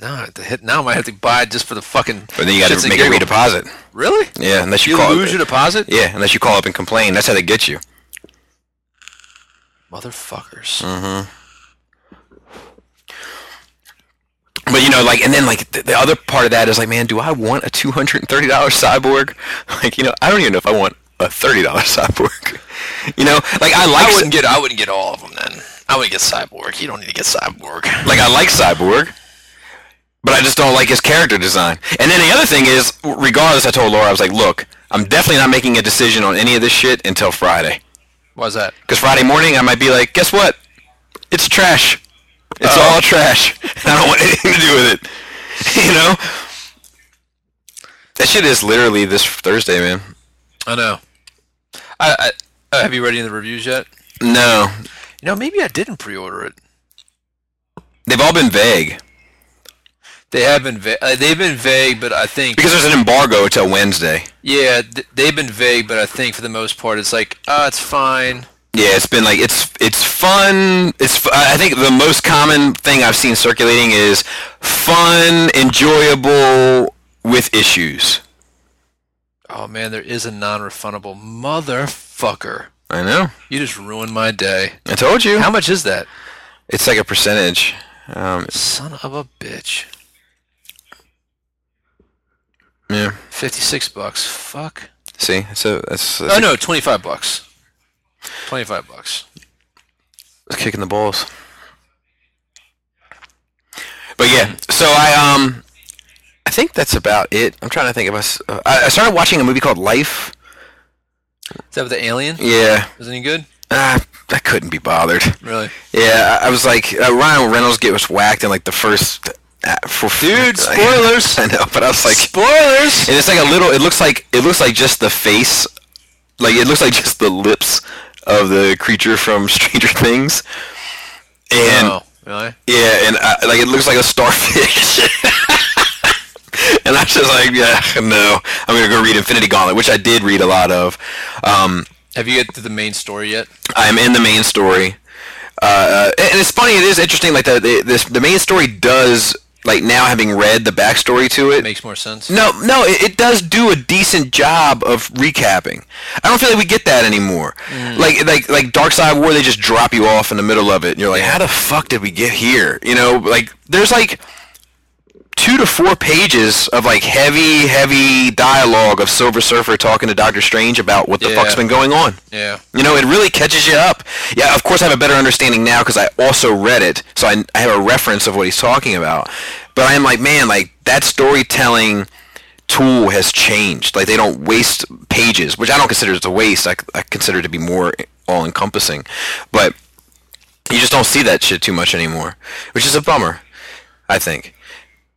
Speaker 2: No, I have to hit now. I might have to buy it just for the fucking.
Speaker 3: but then you got
Speaker 2: shits
Speaker 3: to
Speaker 2: and
Speaker 3: make a
Speaker 2: giggles.
Speaker 3: redeposit.
Speaker 2: Really?
Speaker 3: Yeah, unless you,
Speaker 2: You
Speaker 3: call.
Speaker 2: lose your deposit?
Speaker 3: yeah, unless you call up and complain. That's how they get you.
Speaker 2: Motherfuckers.
Speaker 3: Mm. But you know, like, and then like the, the other part of that is like, man, do I want a two hundred and thirty dollars cyborg? Like, you know, I don't even know if I want a thirty dollars cyborg. you know, like I like
Speaker 2: I wouldn't get. I wouldn't get all of them then. I would get Cyborg. You don't need to get Cyborg.
Speaker 3: Like I like Cyborg, but I just don't like his character design. And then the other thing is, regardless, I told Laura I was like, look, I'm definitely not making a decision on any of this shit until Friday,
Speaker 2: Why's that?
Speaker 3: because Friday morning I might be like, guess what? It's trash. It's all trash. And I don't want anything to do with it. you know. That shit is literally this Thursday, man.
Speaker 2: I know. I, I uh, have you read any of the reviews yet?
Speaker 3: No,
Speaker 2: You know, maybe I didn't pre-order it.
Speaker 3: they've all been vague
Speaker 2: They have been. Va- uh, they've been vague, but I think
Speaker 3: because there's an embargo till Wednesday.
Speaker 2: yeah, th- they've been vague, but I think for the most part, it's like, ah, it's fine.
Speaker 3: Yeah, it's been like it's it's fun. It's fu- I think the most common thing I've seen circulating is fun, enjoyable with issues.
Speaker 2: Oh man, there is a non-refundable motherfucker.
Speaker 3: I know.
Speaker 2: You just ruined my day.
Speaker 3: I told you.
Speaker 2: How much is that?
Speaker 3: It's like a percentage. Um,
Speaker 2: Son of a bitch.
Speaker 3: yeah.
Speaker 2: Fifty-six bucks. Fuck.
Speaker 3: See, so that's, that's
Speaker 2: Oh no, twenty-five bucks. Twenty-five bucks.
Speaker 3: It's kicking the balls. But yeah, so I um, I think that's about it. I'm trying to think of us. Uh, I, I started watching a movie called Life.
Speaker 2: Is that with the alien?
Speaker 3: Yeah,
Speaker 2: Isn't he good?
Speaker 3: uh, I couldn't be bothered.
Speaker 2: Really?
Speaker 3: Yeah, I, I was like uh, Ryan Reynolds get was whacked in like the first. Uh, for
Speaker 2: Dude, spoilers.
Speaker 3: I know, but I was like,
Speaker 2: Spoilers.
Speaker 3: and it's like a little. It looks like it looks like just the face, like it looks like just the lips of the creature from Stranger Things. And
Speaker 2: oh, really?
Speaker 3: yeah, and I, like it looks like a starfish. and I was just like, yeah, no, I'm gonna go read Infinity Gauntlet, which I did read a lot of. Um,
Speaker 2: Have you get to the main story yet?
Speaker 3: I'm in the main story. Uh, and and it's funny. It is interesting. Like the, the this the main story does like now having read the backstory to it.
Speaker 2: Makes more sense.
Speaker 3: No, no, it, it does do a decent job of recapping. I don't feel like we get that anymore. Like like like Dark Side War, they just drop you off in the middle of it, and you're like, how the fuck did we get here? You know, like there's like two to four pages of like heavy heavy dialogue of Silver Surfer talking to Doctor Strange about what the
Speaker 2: Yeah.
Speaker 3: fuck's been going on.
Speaker 2: Yeah.
Speaker 3: You know, it really catches you up. Yeah, of course, I have a better understanding now because I also read it, so I, I have a reference of what he's talking about. But I'm like, man, like that storytelling tool has changed. Like they don't waste pages, which I don't consider it a waste. I, I consider it to be more all encompassing. But you just don't see that shit too much anymore, which is a bummer, I think.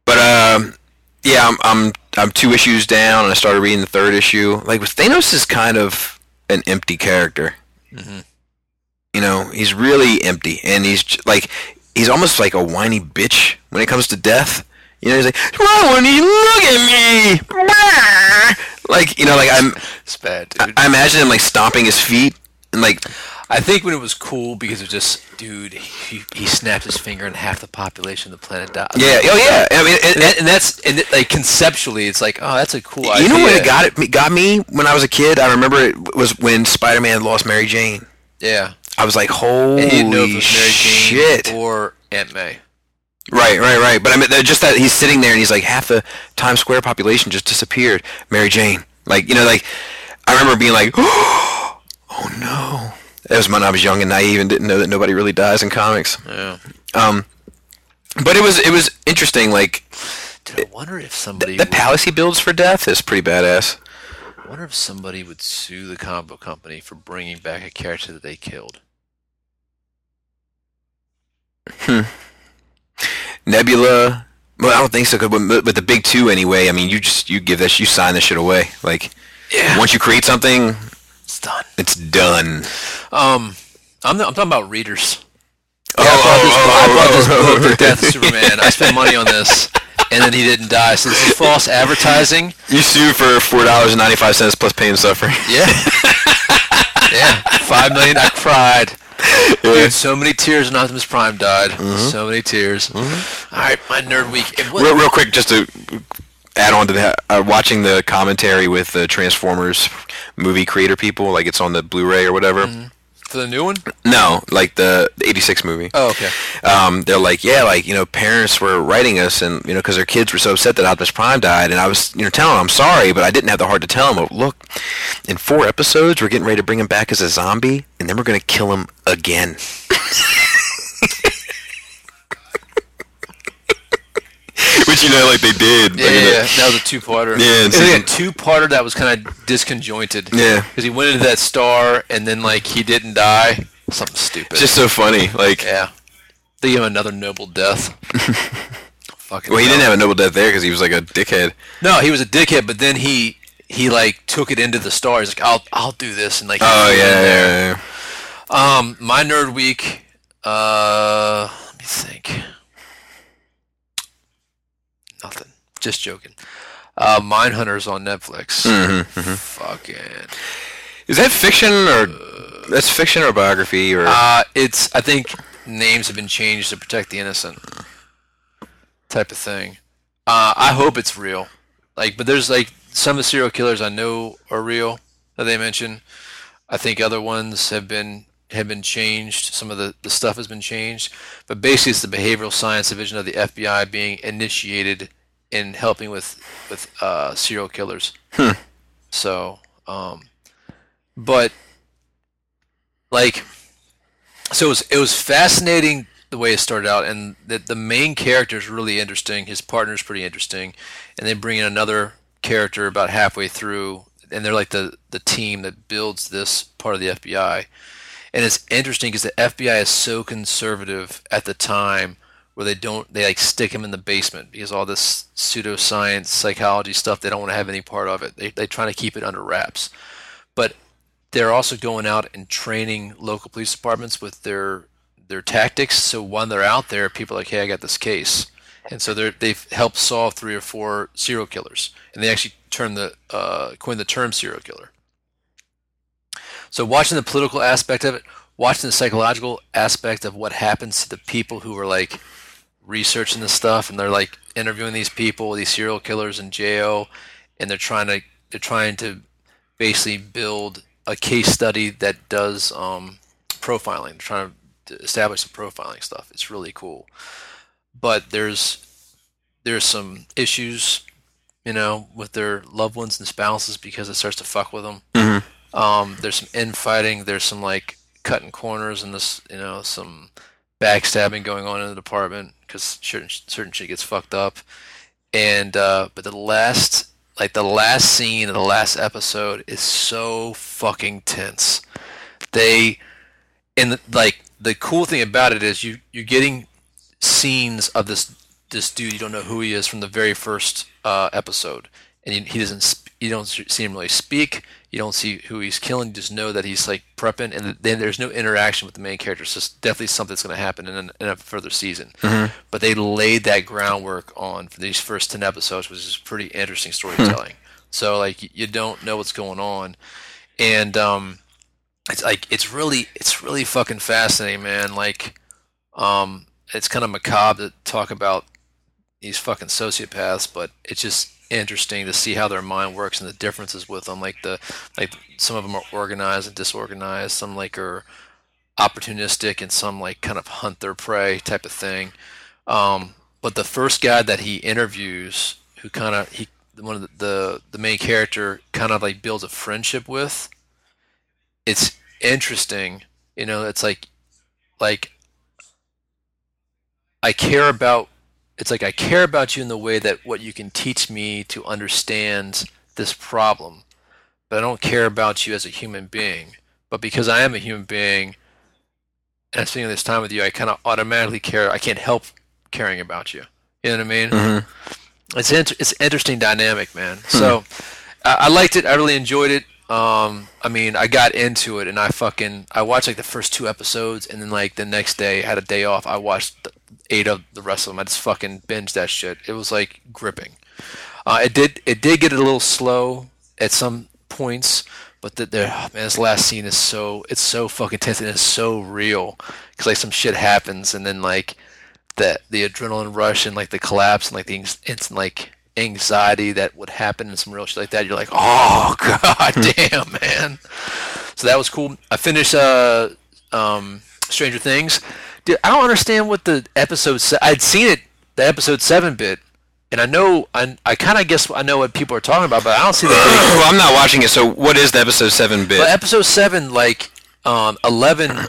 Speaker 3: But um, yeah, I'm I'm I'm two issues down, and I started reading the third issue. Like Thanos is kind of an empty character. You know, he's really empty, and he's j- like he's almost like a whiny bitch when it comes to death. You know, he's like, "Why won't you look at me?" Blah." Like you know, like I'm
Speaker 2: It's bad, dude.
Speaker 3: I imagine him like stomping his feet and like
Speaker 2: I think when it was cool because it was just, dude, he, he snapped his finger and half the population of the planet died.
Speaker 3: yeah, oh yeah. I mean, and-
Speaker 2: And, that, and that's and it, like conceptually, it's like, oh, that's a cool idea.
Speaker 3: You know what it got it got me when I was a kid. I remember it was when Spider Man lost Mary Jane.
Speaker 2: Yeah,
Speaker 3: I was like, holy
Speaker 2: and he didn't know if it was Mary Jane
Speaker 3: shit!
Speaker 2: or Aunt May.
Speaker 3: Right, right, right. But I mean, that- just that he's sitting there and he's like, half the Times Square population just disappeared. Mary Jane, like you know, like I remember being like, oh no. That was when I was young and naive and didn't know that nobody really dies in comics.
Speaker 2: Yeah.
Speaker 3: Um, but it was it was interesting. Like
Speaker 2: Dude, I wonder if somebody.
Speaker 3: the
Speaker 2: would,
Speaker 3: palace he builds for death is pretty badass.
Speaker 2: I wonder if somebody would sue the combo company for bringing back a character that they killed.
Speaker 3: Nebula. Well, I don't think so. 'cause- But, but the big two anyway. I mean, you just you give this, you sign this shit away. Like
Speaker 2: Yeah,
Speaker 3: once you create something,
Speaker 2: it's done.
Speaker 3: it's done.
Speaker 2: Um, I'm I'm talking about readers.
Speaker 3: Oh,
Speaker 2: I bought this, I bought this
Speaker 3: oh,
Speaker 2: book, The Death of Superman. I spent money on this, and then he didn't die. So this is false advertising.
Speaker 3: You sue for four dollars and ninety five cents plus pain and suffering.
Speaker 2: Yeah. yeah. Five million. I cried. Dude, so many tears when Optimus Prime died.
Speaker 3: Mm-hmm.
Speaker 2: So many tears. All right, my nerd week. It was,
Speaker 3: real, real quick, just to add on to that, uh, watching the commentary with the Transformers movie creator people, like it's on the Blu-ray or whatever.
Speaker 2: Mm-hmm. for the new one?
Speaker 3: No, like the the '86 movie.
Speaker 2: Oh, okay.
Speaker 3: um, they're like, yeah, like you know, parents were writing us, and you know, because their kids were so upset that Optimus Prime died, and I was, you know, telling them I'm sorry, but I didn't have the heart to tell them. oh, Look, in four episodes, we're getting ready to bring him back as a zombie, and then we're gonna kill him again. Which you know, like they did.
Speaker 2: Yeah, yeah, yeah. that was a two-parter.
Speaker 3: Yeah,
Speaker 2: it
Speaker 3: it's
Speaker 2: was like a
Speaker 3: season-
Speaker 2: two-parter that was kind of disconjointed.
Speaker 3: Yeah.
Speaker 2: because he went into that star and then like he didn't die. Something stupid.
Speaker 3: Just so funny. Like,
Speaker 2: yeah, they give him another noble death. Fucking.
Speaker 3: well, he
Speaker 2: hell.
Speaker 3: didn't have a noble death there because he was like a dickhead.
Speaker 2: No, he was a dickhead, but then he he like took it into the stars. Like I'll I'll do this and like.
Speaker 3: Oh
Speaker 2: he went
Speaker 3: yeah,
Speaker 2: there.
Speaker 3: yeah, yeah.
Speaker 2: Um, my nerd week. Uh, let me think. Nothing. Just joking. Uh, Mindhunter's on Netflix. Fucking.
Speaker 3: Is that fiction or that's fiction or biography or?
Speaker 2: Uh, it's. I think names have been changed to protect the innocent. Type of thing. Uh, I hope it's real. Like, but there's like some of the serial killers I know are real that they mention. I think other ones have been have been changed. Some of the, the stuff has been changed. But basically, it's the behavioral science division of the FBI being initiated in helping with with uh, serial killers. So, um, but like so it was, it was fascinating the way it started out, and that the main character is really interesting. His partner's pretty interesting, and they bring in another character about halfway through, and they're like the the team that builds this part of the FBI. And it's interesting because the FBI is so conservative at the time, where they don't they like stick him in the basement because all this pseudoscience psychology stuff they don't want to have any part of it. They they trying to keep it under wraps, but they're also going out and training local police departments with their their tactics. So when they're out there, people are like, "Hey, I got this case," and so they they've helped solve three or four serial killers, and they actually turn the uh, coin the term serial killer. So watching the political aspect of it, watching the psychological aspect of what happens to the people who are like researching this stuff, and they're like interviewing these people, these serial killers in jail, and they're trying to they're trying to basically build a case study that does um, profiling, trying to establish some profiling stuff. It's really cool, but there's there's some issues, you know, with their loved ones and spouses because it starts to fuck with them. Mm-hmm. Um, there's some infighting. There's some like cutting corners and this, you know, some backstabbing going on in the department because certain certain shit gets fucked up. And uh, but the last like the last scene of the last episode is so fucking tense. They and the, like the cool thing about it is you you're getting scenes of this this dude you don't know who he is from the very first uh, episode, and he, he doesn't sp- you don't see him really speak. You don't see who he's killing. You just know that he's like prepping, and then there's no interaction with the main character. So it's definitely something that's going to happen in, an, in a further season. Mm-hmm. But they laid that groundwork on for these first ten episodes, which is pretty interesting storytelling. so like you don't know what's going on, and um, it's like it's really it's really fucking fascinating, man. Like, um, it's kind of macabre to talk about these fucking sociopaths, but it's just interesting to see how their mind works and the differences with them. Like the like some of them are organized and disorganized. Some like are opportunistic and some like kind of hunt their prey type of thing. Um, but the first guy that he interviews, who kind of he one of the, the the main character kind of like builds a friendship with. It's interesting, you know. It's like like I care about it's like I care about you in the way that what you can teach me to understand this problem, but I don't care about you as a human being. But because I am a human being and I'm spending this time with you, I kind of automatically care. I can't help caring about you. You know what I mean? Mm-hmm. It's inter- it's interesting dynamic, man. Hmm. So I-, I liked it. I really enjoyed it. Um, I mean, I got into it and I fucking I watched like the first two episodes and then like the next day I had a day off. I watched the, eight of the rest of them. I just fucking binged that shit. It was like gripping. Uh, it did it did get a little slow at some points, but the, the oh, man, this last scene is so it's so fucking tense and it's so real because like some shit happens and then like the the adrenaline rush and like the collapse and like the instant like anxiety that would happen and some real shit like that, you're like, oh god damn man. So that was cool. I finished uh, um, Stranger Things. Dude, I don't understand what the episode. Se- I'd seen it, the episode seven bit, and I know I, I kind of guess I know what people are talking about, but I don't see the.
Speaker 3: well, I'm not watching it, so what is the episode seven bit?
Speaker 2: But episode seven, like um, eleven,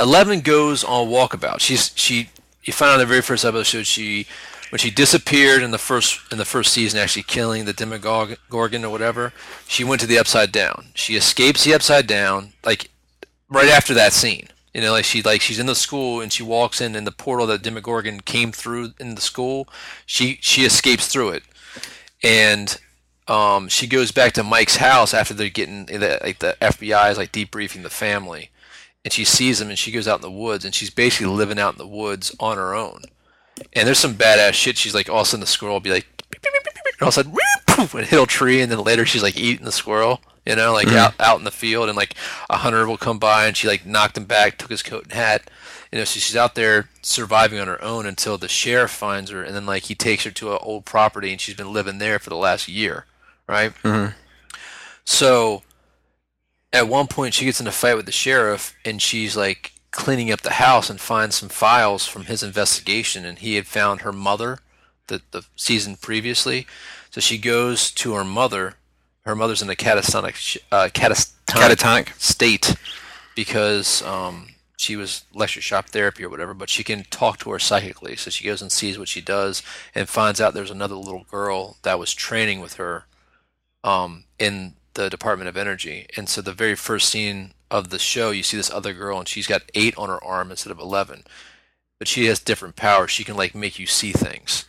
Speaker 2: eleven goes on walkabout. She's she. You find out in the very first episode she when she disappeared in the first in the first season, actually killing the Demogorgon or whatever, she went to the Upside Down. She escapes the Upside Down like right after that scene. You know, like she like she's in the school and she walks in and the portal that Demogorgon came through in the school, she she escapes through it, and um, she goes back to Mike's house after they're getting like the FBI is like debriefing the family. And she sees him, and she goes out in the woods, and she's basically living out in the woods on her own. And there's some badass shit. She's like, all of a sudden the squirrel will be like, beep, beep, beep, and all of a sudden, poof, and hit a tree. And then later she's like eating the squirrel, you know, like out, out in the field. And like a hunter will come by and she like knocked him back, took his coat and hat. You know, so she's out there surviving on her own until the sheriff finds her. And then like he takes her to an old property and she's been living there for the last year, right? Mm-hmm. So at one point she gets in a fight with the sheriff and she's like, cleaning up the house and finds some files from his investigation and he had found her mother the, the season previously so she goes to her mother her mother's in a catatonic uh, catatonic,
Speaker 3: catatonic.
Speaker 2: state because um, she was lecture shop therapy or whatever, but she can talk to her psychically. So she goes and sees what she does and finds out there's another little girl that was training with her um, in the Department of Energy. And so the very first scene of the show, you see this other girl and she's got eight on her arm instead of 11. But she has different powers. She can like make you see things.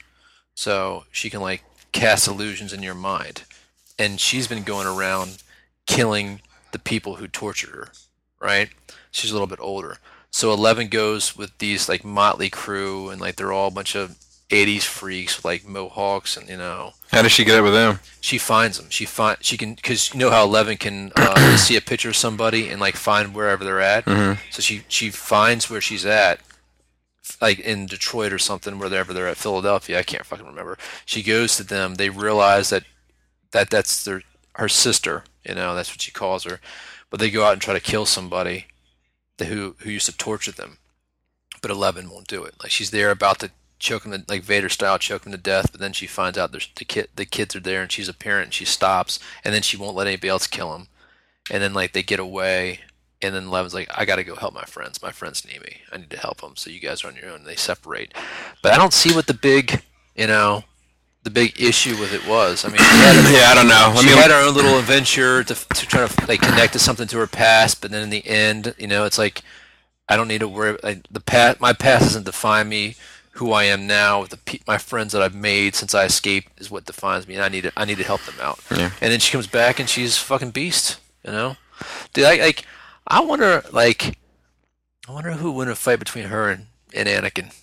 Speaker 2: So she can like cast illusions in your mind. And she's been going around killing the people who tortured her, right? She's a little bit older. So Eleven goes with these like motley crew and like they're all a bunch of 80s freaks with like mohawks and you know
Speaker 3: How does she get up with them?
Speaker 2: she finds them. She find she can because you know how Eleven can uh, see a picture of somebody and like find wherever they're at. So she she finds where she's at, like in Detroit or something, wherever they're at, Philadelphia. I can't fucking remember. She goes to them. They realize that that that's their her sister. You know that's what she calls her. But they go out and try to kill somebody that- who who used to torture them. But Eleven won't do it. Like she's there about to choke him, to, like Vader style, choke him to death. But then she finds out there's the kid, the kids are there, and she's a parent. And she stops, and then she won't let anybody else kill him. And then like they get away, and then Eleven's like, I gotta go help my friends. My friends need me. I need to help them. So you guys are on your own. And they separate. But I don't see what the big, you know, the big issue with it was. I mean. she had a-
Speaker 3: Yeah, I don't know. I
Speaker 2: she
Speaker 3: mean,
Speaker 2: had her own little adventure to, to try to like connect to something to her past, but then in the end, you know, it's like I don't need to worry. Like, the past, my past doesn't define me. Who I am now, the pe- my friends that I've made since I escaped, is what defines me, and I need to I need to help them out. And then she comes back, and she's fucking beast, you know. Dude, I like I wonder like I wonder who would win a fight between her and, and Anakin.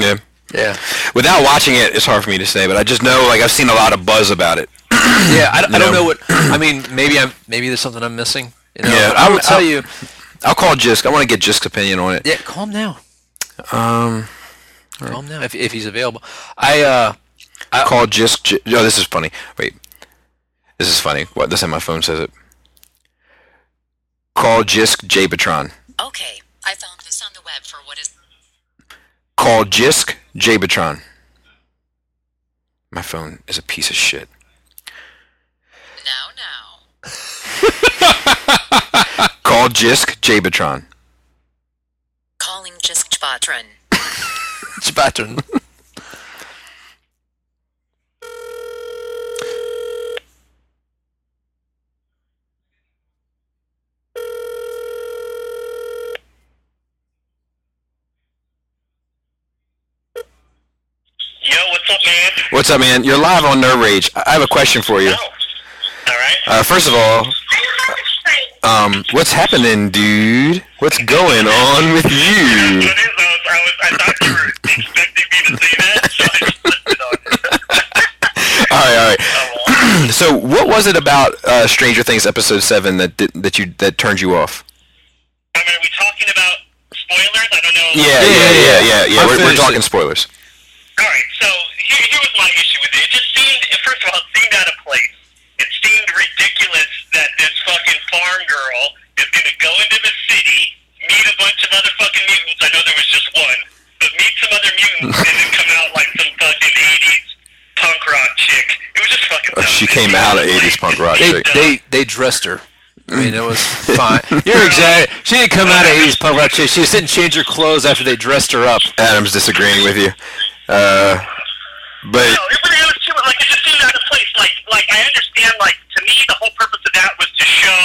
Speaker 3: yeah.
Speaker 2: Yeah,
Speaker 3: Without watching it, it's hard for me to say, but I just know like I've seen a lot of buzz about it.
Speaker 2: yeah. I, I
Speaker 3: You know.
Speaker 2: don't know what I mean. Maybe I'm maybe there's something I'm missing. You know,
Speaker 3: Yeah,
Speaker 2: but I
Speaker 3: I'm-
Speaker 2: will tell
Speaker 3: I'm-
Speaker 2: you.
Speaker 3: I'll call Jisk. I want to get Jisk's opinion on it.
Speaker 2: Yeah, call him now.
Speaker 3: Um,
Speaker 2: Call him now if, if he's available. I uh
Speaker 3: call Jisk. J- oh, this is funny. Wait, this is funny. What? This time my phone says it. Call Jisk J Patron.
Speaker 4: Okay, I found this on the web for what is.
Speaker 3: Call Jisk J Patron. My phone is a piece of shit.
Speaker 4: Now, now.
Speaker 3: Call Jisk J Patron.
Speaker 4: Calling Jisk Chbatran.
Speaker 2: Spartan.
Speaker 5: Yo, what's up, man?
Speaker 3: What's up, man? You're live on Nerve Rage. I I have a question for you.
Speaker 5: Oh. All right.
Speaker 3: Uh, first of all, um, what's happening, dude? What's going on with
Speaker 5: That's
Speaker 3: you?
Speaker 5: what it is. I, was, I, was, I thought you were expecting me to say that. So I just,
Speaker 3: All right,
Speaker 5: Oh,
Speaker 3: all right. so, what was it about uh, Stranger Things episode seven that did, that you that turned you off?
Speaker 5: I mean, are we talking about spoilers? I don't know.
Speaker 3: Yeah, yeah, yeah, yeah, yeah.
Speaker 2: I
Speaker 3: We're, we're
Speaker 2: finished
Speaker 3: talking
Speaker 2: it.
Speaker 3: spoilers.
Speaker 5: All right. So here, here was my issue with it. It just seemed, first of all, it seemed out of place. It seemed ridiculous that this fucking farm girl is gonna go into the city, meet a bunch of other fucking mutants. I know there was just one, but meet some other mutants and then come out like some fucking eighties punk rock chick. It was just fucking.
Speaker 3: Oh,
Speaker 5: dumb.
Speaker 3: she came out of '80s punk rock.
Speaker 2: They,
Speaker 3: Chick.
Speaker 2: they they dressed her. I mean, it was fine. You're exact. She didn't come out of 80s punk rock. She, she just didn't change her clothes after they dressed her up.
Speaker 3: Adam's disagreeing with you, uh, but
Speaker 5: No, it, but it was too, like it just seemed out of place. Like, like I understand. Like to me, the whole purpose of that was to show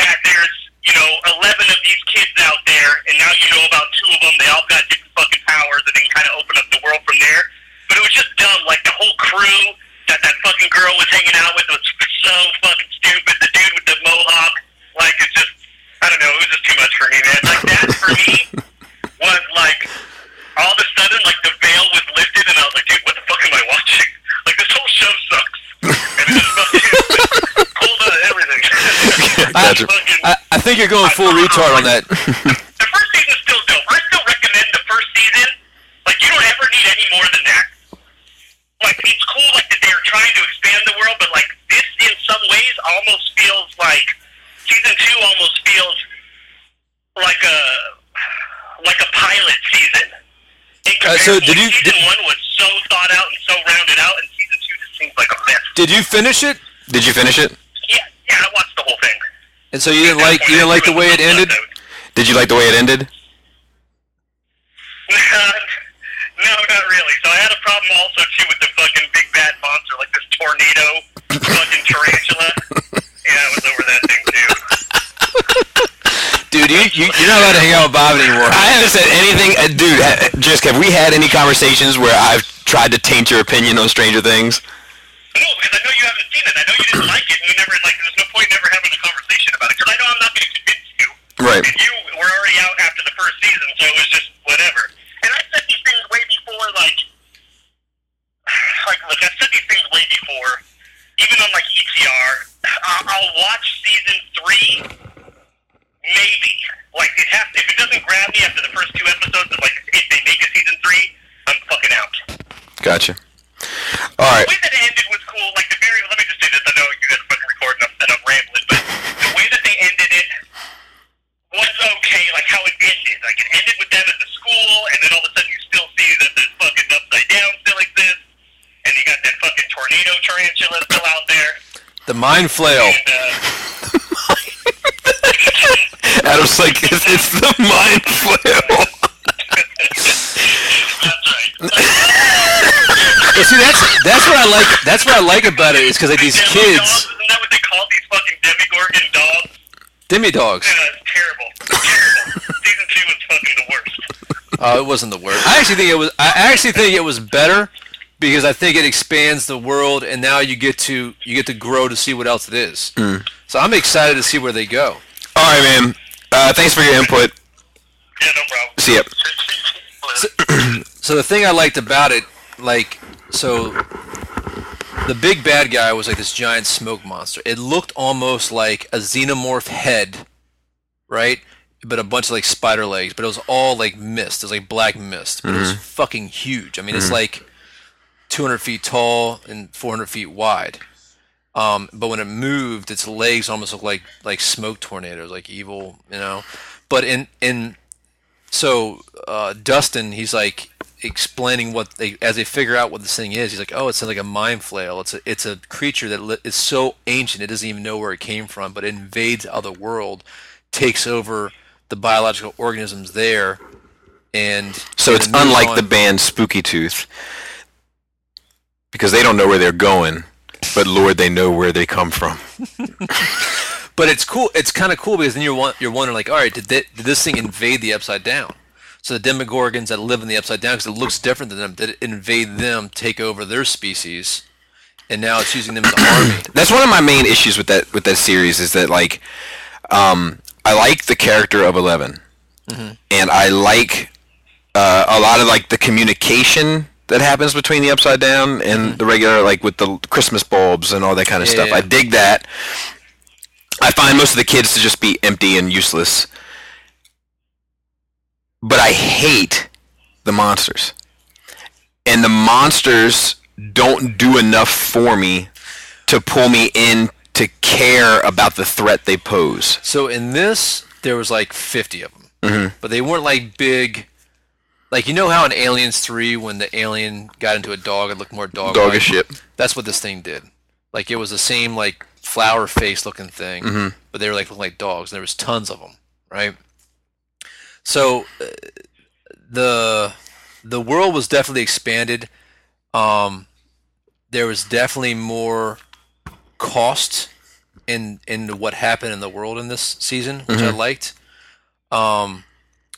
Speaker 5: that there's you know eleven of these kids out there, and now you know about two of them. They all got different fucking powers, and then kind of open up the world from there. But it was just dumb. Like the whole crew that that fucking girl was hanging out with was so fucking stupid. The dude with the mohawk, like it's just I don't know. It was just too much for me, man. Like that for me was like all of a sudden like the veil was lifted and I was like, dude, what the fuck am I watching? Like this whole show sucks. And it's just fucking pulled out of everything.
Speaker 3: That's-
Speaker 5: Fucking-
Speaker 2: I, I think you're going full retard on that.
Speaker 5: the first season's still dope. I still recommend the first season. Like you don't ever need any more than that. Like it's cool like that they're trying to expand the world, but like this in some ways almost feels like season two almost feels like a like a pilot season. In
Speaker 2: Uh, so
Speaker 5: comparison,
Speaker 2: did you-
Speaker 5: season
Speaker 2: did-
Speaker 5: one was so thought out and so rounded out, and season two just seems like a mess.
Speaker 2: Did you finish it?
Speaker 3: did you finish it?
Speaker 5: Yeah, yeah, I watched the whole thing.
Speaker 2: And so you didn't like you didn't like the way it ended.
Speaker 5: I was-
Speaker 3: Did you like the way it ended?
Speaker 5: no, not really. So I had a problem also too with the fucking big bad monster, like this tornado, fucking tarantula. yeah, I was over that thing too.
Speaker 3: Dude, you, you,
Speaker 2: You're not allowed to hang out with Bob anymore.
Speaker 3: I haven't said anything. Uh, dude, uh, Just have we had any conversations where I've tried to taint your opinion on Stranger Things?
Speaker 5: No, because I know you haven't seen it. I know you didn't like it, and we never like. There's no point in ever having a conversation about it because I know I'm not going to convince you.
Speaker 3: Right.
Speaker 5: And you were already out after the first season, so it was just whatever. And I said these things way before, like, like look, I said these things way before, even on like ETR. I- I'll watch season three, maybe. Like it has to, if it doesn't grab me after the first two episodes, of, like if they make a season three, I'm fucking out.
Speaker 3: Gotcha. All right.
Speaker 5: The way that it ended was cool. Like the very let me just say this. I know you guys are fucking recording up and I'm rambling, but the way that they ended it was okay. Like how it ended. Like it ended with them at the school, and then all of a sudden you still see that this fucking upside down still exists, and you got that fucking tornado tarantula still out there,
Speaker 2: The mind flail.
Speaker 5: and uh,
Speaker 3: Adam's like, it's, it's the mind flail.
Speaker 5: that's right.
Speaker 2: But see, that's that's what I like. That's what I like about it is because like these
Speaker 5: Demi dogs,
Speaker 2: kids,
Speaker 5: isn't that what they call these fucking demigorgon dogs?
Speaker 2: demi dogs.
Speaker 5: Yeah, it's terrible. Terrible. Season two was fucking the worst.
Speaker 2: Oh, it wasn't the worst. I actually think it was. I actually think it was better because I think it expands the world, and now you get to you get to grow to see what else it is. So I'm excited to see where they go.
Speaker 3: All right, man. Uh, thanks for your input.
Speaker 5: Yeah, no problem.
Speaker 3: See ya.
Speaker 2: So the thing I liked about it, like, so the big bad guy was like this giant smoke monster. It looked almost like a xenomorph head, right? But a bunch of like spider legs, but it was all like mist. It was like black mist. But It was fucking huge. I mean, it's like 200 feet tall and 400 feet wide. Um, but when it moved, its legs almost looked like like smoke tornadoes, like evil, you know. But in in so uh, Dustin, he's like explaining what they as they figure out what this thing is. He's like, "Oh, it's like a mind flail. It's a it's a creature that li- is so ancient it doesn't even know where it came from, but it invades other world, takes over the biological organisms there, and
Speaker 3: So
Speaker 2: and
Speaker 3: it's
Speaker 2: it moves
Speaker 3: unlike
Speaker 2: on.
Speaker 3: the band Spooky Tooth because they don't know where they're going, but Lord, they know where they come from.
Speaker 2: But it's cool. It's kind of cool because then you're won- you're wondering like, all right, did, thi- did this thing invade the upside down? So the Demogorgons that live in the upside down, because it looks different than them, did it invade them, take over their species, and now it's using them as an army?
Speaker 3: That's one of my main issues with that with that series is that like, um, I like the character of 11
Speaker 2: Mm-hmm.
Speaker 3: and I like uh, a lot of like the communication that happens between the upside down and the regular like with the Christmas bulbs and all that kind of stuff.
Speaker 2: Mm-hmm. yeah.
Speaker 3: I dig that. I find most of the kids to just be empty and useless. But I hate the monsters. And the monsters don't do enough for me to pull me in to care about the threat they pose.
Speaker 2: So in this, there was like 50 of them, but they weren't like big. Like you know how in Aliens 3, when the alien got into a dog, it looked more dog.
Speaker 3: Dog as shit.
Speaker 2: That's what this thing did. Like it was the same like flower face looking thing,
Speaker 3: Mm-hmm.
Speaker 2: but they were like looking like dogs. And there was tons of them, right? So uh, the the world was definitely expanded. Um, there was definitely more cost in in what happened in the world in this season, which
Speaker 3: Mm-hmm.
Speaker 2: I liked. Um,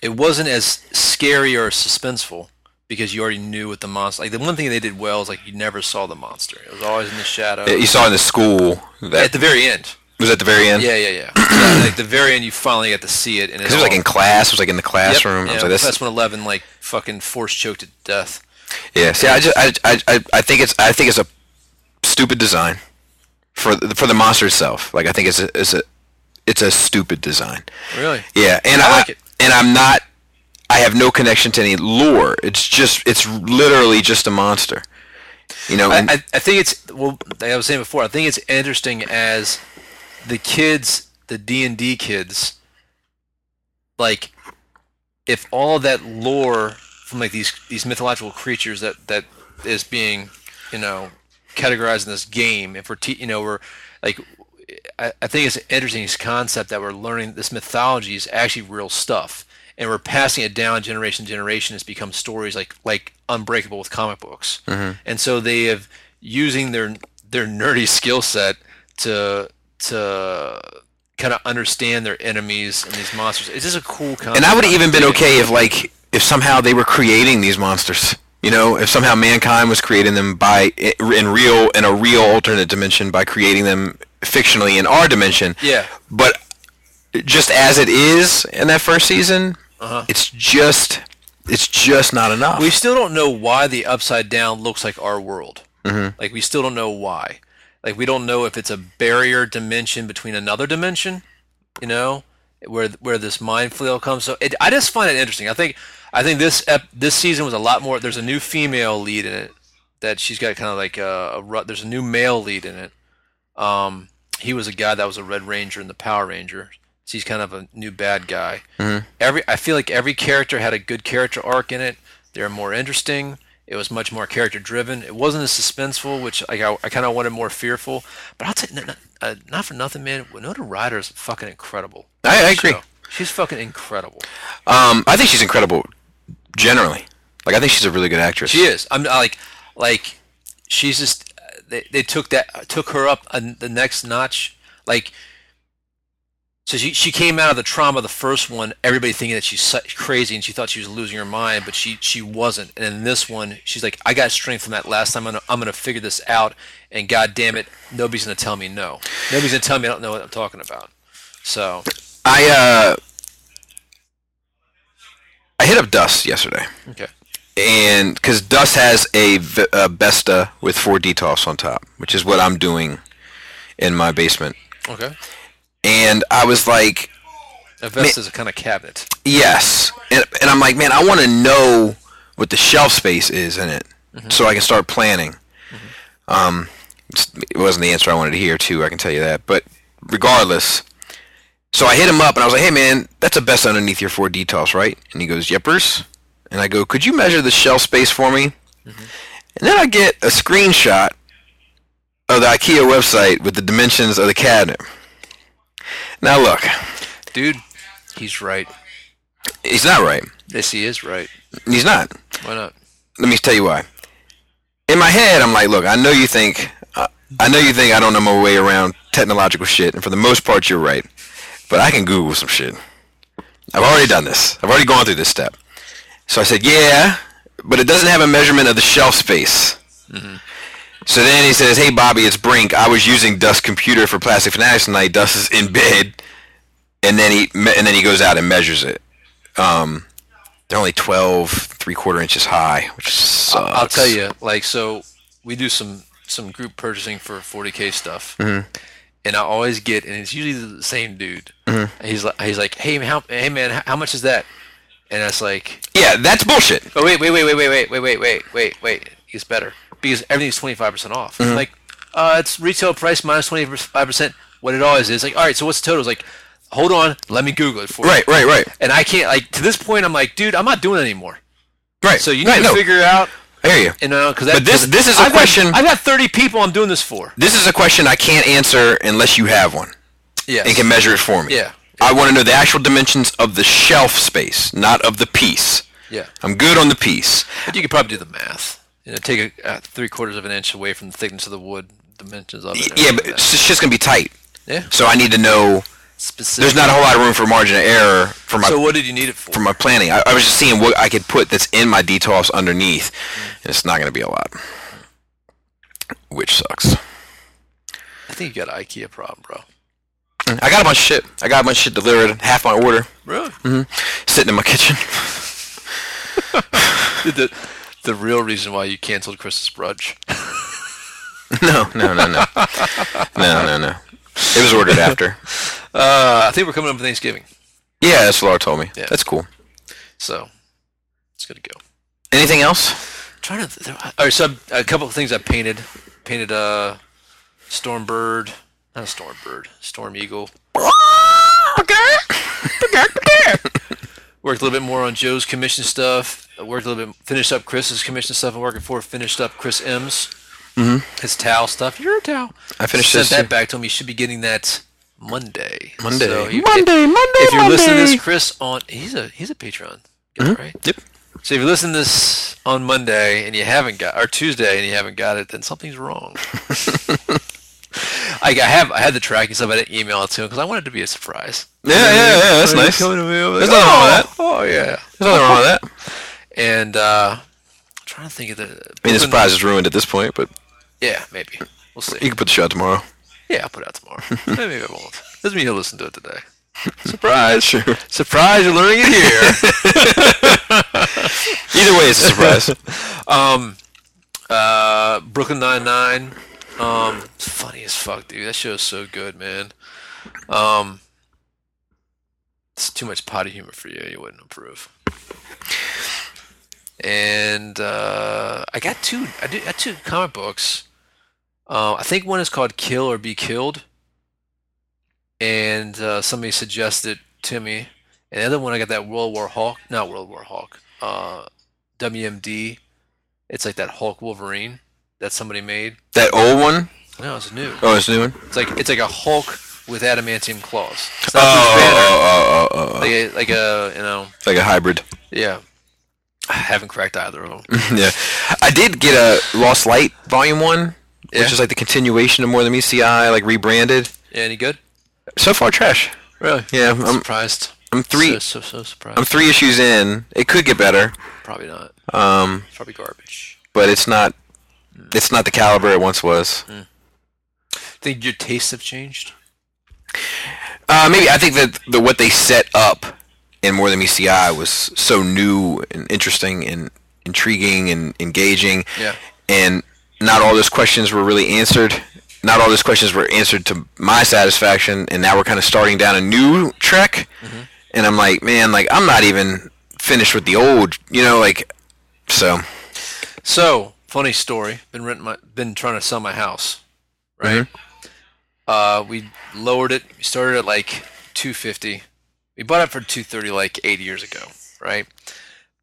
Speaker 2: it wasn't as scary or suspenseful because you already knew what the monster. Like the one thing they did well is like you never saw the monster; it was always in the shadow.
Speaker 3: You saw in the school
Speaker 2: At
Speaker 3: that
Speaker 2: the very end,
Speaker 3: was at the very end.
Speaker 2: yeah, yeah, yeah. yeah like the very end, you finally got to see it, and
Speaker 3: Because it was like in class, it was like in the classroom. I was
Speaker 2: yeah,
Speaker 3: like, this,
Speaker 2: that's when Eleven like fucking force choked to death.
Speaker 3: yeah. See, I just, I, I, I- I think it's, I think it's a stupid design for the, for the monster itself. Like, I think it's a, it's a, it's a stupid design.
Speaker 2: Really?
Speaker 3: Yeah, and
Speaker 2: I
Speaker 3: I,
Speaker 2: like it.
Speaker 3: and I'm not, I have no connection to any lore. It's just, it's literally just a monster. You know, and,
Speaker 2: I, I- I think it's well. Like I was saying before, I think it's interesting as the kids, the D and D kids, like if all of that lore from like these these mythological creatures that that is being you know categorized in this game, if we're te- you know we're like I, I think it's an interesting concept that we're learning this mythology is actually real stuff. and we're passing it down generation to generation. It's become stories like like Unbreakable with comic books,
Speaker 3: Mm-hmm.
Speaker 2: and so they have using their their nerdy skill set to to kind of understand their enemies and these monsters. It's just a cool concept.
Speaker 3: And I would have even been
Speaker 2: Yeah.
Speaker 3: okay if like if somehow they were creating these monsters. You know, if somehow mankind was creating them by in real in a real alternate dimension by creating them fictionally in our dimension.
Speaker 2: Yeah.
Speaker 3: But just as it is in that first season, it's just it's just not enough.
Speaker 2: Uh-huh. We still don't know why the upside down looks like our world. Like we still don't know why. Like we don't know if it's a barrier dimension between another dimension, you know, where where this mind flail comes. So it, I just find it interesting. I think I think this ep, this season was a lot more. There's a new female lead in it that she's got kind of like a, a rut. There's a new male lead in it. Um, he was a guy that was a Red Ranger in the Power Ranger. So he's kind of a new bad guy. Every I feel like every character had a good character arc in it. They're more interesting. It was much more character driven. It wasn't as suspenseful, which like, I I kind of wanted more fearful. But I'll tell you, not, uh, not for nothing, man. Winona Ryder is fucking incredible.
Speaker 3: I- I agree.
Speaker 2: So, she's fucking incredible.
Speaker 3: um, I think she's incredible generally. Like I think she's a really good actress.
Speaker 2: She is. I'm I like, like, she's just. They, they took that took her up a, the next notch. Like, so she she came out of the trauma of the first one. Everybody thinking that she's su- crazy and she thought she was losing her mind, but she she wasn't. And in this one, she's like, I got strength from that last time. I'm gonna, I'm gonna figure this out. And god damn it, nobody's gonna tell me no. Nobody's gonna tell me I don't know what I'm talking about. So
Speaker 3: I uh I hit up Dust yesterday.
Speaker 2: okay,
Speaker 3: and because Dust has a, v- a Besta with four DTOFs on top, which is what I'm doing in my basement.
Speaker 2: okay.
Speaker 3: And I was like,
Speaker 2: A vest is a kind of cabinet.
Speaker 3: yes, and, and I'm like, man, I want to know what the shelf space is in it, so I can start planning. Um, it's- it wasn't the answer I wanted to hear, too. I can tell you that, but regardless. So I hit him up and I was like, "Hey man, that's a Besta underneath your four DTOFs, right?" And he goes, "Yepers." And I go, "Could you measure the shelf space for me?" And then I get a screenshot of the IKEA website with the dimensions of the cabinet. Now look,
Speaker 2: Dude, he's right.
Speaker 3: he's not right.
Speaker 2: Yes, he is right.
Speaker 3: He's not.
Speaker 2: Why not?
Speaker 3: Let me tell you why. In my head, I'm like, look, I know you think, uh, I know you think I don't know my way around technological shit, and for the most part, you're right. But I can Google some shit. I've already done this. I've already gone through this step. So I said, yeah, but it doesn't have a measurement of the shelf space.
Speaker 2: Mm-hmm.
Speaker 3: So then he says, hey, Bobby, it's Brink. I was using Dust's computer for Plastic Fanatics tonight. Dust is in bed. And then he, me- and then he goes out and measures it. Um, they're only 12, three quarter inches high, which sucks.
Speaker 2: I'll tell you, like, so we do some some group purchasing for 40k stuff,
Speaker 3: Mm-hmm.
Speaker 2: and I always get, and it's usually the same dude.
Speaker 3: Mm-hmm.
Speaker 2: And he's like, he's like, hey, how, hey man, how, how much is that? And it's like,
Speaker 3: Yeah, that's bullshit.
Speaker 2: oh wait, wait, wait, wait, wait, wait, wait, wait, wait, wait, wait, it's better because everything's 25% off.
Speaker 3: Mm-hmm.
Speaker 2: Like, uh, it's retail price minus 25%, what it always is. Like, all right, so what's the total? It's like, hold on, let me Google it for you.
Speaker 3: Right, right, right,
Speaker 2: And I can't, like, to this point, I'm like, dude, I'm not doing it anymore.
Speaker 3: right.
Speaker 2: So you need
Speaker 3: right,
Speaker 2: to
Speaker 3: no,
Speaker 2: figure out
Speaker 3: I hear you.
Speaker 2: you know, because
Speaker 3: But this- this is a
Speaker 2: I've
Speaker 3: question-
Speaker 2: Got, I've got 30 people I'm doing this for.
Speaker 3: This is a question I can't answer unless you have one
Speaker 2: Yes.
Speaker 3: and can measure it for me.
Speaker 2: Yeah.
Speaker 3: I want to know the actual dimensions of the shelf space, not of the piece.
Speaker 2: yeah.
Speaker 3: I'm good on the piece.
Speaker 2: But you could probably do the math. You know, take a, uh, three quarters of an inch away from the thickness of the wood, dimensions of it. and
Speaker 3: Yeah,
Speaker 2: everything
Speaker 3: but
Speaker 2: like
Speaker 3: it's just going to be tight.
Speaker 2: that. yeah.
Speaker 3: So I need to know.
Speaker 2: Specific.
Speaker 3: There's not a whole lot of room for margin of error for my
Speaker 2: so what did you need it for?
Speaker 3: for my planning. I, I was just seeing what I could put that's in my DTOFs underneath, and it's not going to be a lot, which sucks.
Speaker 2: I think you got an IKEA problem, bro.
Speaker 3: I got a bunch of shit. I got a bunch of shit delivered. Half my order
Speaker 2: Really?
Speaker 3: Mm-hmm. sitting in my kitchen.
Speaker 2: the the real reason why you canceled Chris's brunch.
Speaker 3: No, no, no, no. no, no, no. It was ordered after.
Speaker 2: Uh, I think we're coming up for Thanksgiving,
Speaker 3: Yeah, that's what Laura told me.
Speaker 2: Yeah.
Speaker 3: That's cool.
Speaker 2: so it's gonna go.
Speaker 3: Anything else?
Speaker 2: trying to. Th- all right, so a couple of things I painted. Painted a stormbird, not a stormbird, storm eagle. Worked a little bit more on Joe's commission stuff. I worked a little bit, finished up Chris's commission stuff. I'm working for finished up Chris M's, his towel stuff. Your towel.
Speaker 3: I Mm-hmm. finished
Speaker 2: Sent
Speaker 3: this,
Speaker 2: that
Speaker 3: too.
Speaker 2: back to him. You should be getting that Monday.
Speaker 3: Monday.
Speaker 2: So you-
Speaker 3: Monday, Monday,
Speaker 2: If you're
Speaker 3: Monday.
Speaker 2: listening to this, Chris, on he's a he's a patron, guy, right?
Speaker 3: Mm-hmm. Yep.
Speaker 2: So if you're listening to this on Monday and you haven't got or Tuesday and you haven't got it, then something's wrong. I, I have I had the tracking stuff. I didn't email it to him because I wanted it to be a surprise.
Speaker 3: Yeah, yeah, yeah. That's nice.
Speaker 2: Coming
Speaker 3: There's
Speaker 2: to me, I'm like,
Speaker 3: There's nothing wrong with
Speaker 2: "Oh, Oh yeah.
Speaker 3: nothing wrong with that. I
Speaker 2: And uh, I'm trying to think of the. I
Speaker 3: mean, the surprise is ruined at this point, but
Speaker 2: Yeah, maybe we'll see.
Speaker 3: you can put the show out tomorrow.
Speaker 2: Yeah, I'll put it out tomorrow. maybe I won't. Doesn't mean you'll listen to it today.
Speaker 3: Surprise, sure.
Speaker 2: Surprise! You're learning it here.
Speaker 3: Either way, it's a surprise.
Speaker 2: Um, Uh, Brooklyn Nine Nine. Um, it's funny as fuck, dude. That show's so good, man. Um, it's too much potty humor for you. You wouldn't approve. And uh, I got two. I did. I got two comic books. Uh, I think one is called "Kill or Be Killed," and uh, somebody suggested to me. And the other one, I got that World War Hulk. Not World War Hulk. Uh, WMD it's like that Hulk Wolverine that somebody made.
Speaker 3: that old one?
Speaker 2: No, it's new.
Speaker 3: Oh, it's a new one?
Speaker 2: It's like it's like a Hulk with adamantium claws. It's
Speaker 3: Oh,
Speaker 2: not Bruce Banner.
Speaker 3: oh, oh, oh, oh, oh.
Speaker 2: Like a, like a you know
Speaker 3: Like a hybrid.
Speaker 2: yeah. I haven't cracked either of them.
Speaker 3: yeah. I did get a Lost Light Volume 1,
Speaker 2: Yeah.
Speaker 3: which is like the continuation of More Than Meets the Eye, like rebranded.
Speaker 2: Yeah, any good?
Speaker 3: So far, trash.
Speaker 2: Really?
Speaker 3: Yeah, I'm, I'm,
Speaker 2: surprised.
Speaker 3: I'm three.
Speaker 2: So so, so surprised.
Speaker 3: I'm three issues in. It could get better,
Speaker 2: probably not.
Speaker 3: um,
Speaker 2: It's probably garbage.
Speaker 3: but it's not. It's not the caliber it once was.
Speaker 2: Think your tastes have changed?
Speaker 3: Uh, maybe I think that the what they set up in More Than Meets the Eye was so new and interesting and intriguing and engaging.
Speaker 2: Yeah.
Speaker 3: And not all those questions were really answered. Not all those questions were answered to my satisfaction. And now we're kind of starting down a new trek.
Speaker 2: Mm-hmm.
Speaker 3: And I'm like, man, like I'm not even finished with the old, you know, like. So
Speaker 2: So funny story. Been renting my, been trying to sell my house, right? Uh, we lowered it. We started at like two fifty. We bought it for two thirty like eight years ago, right?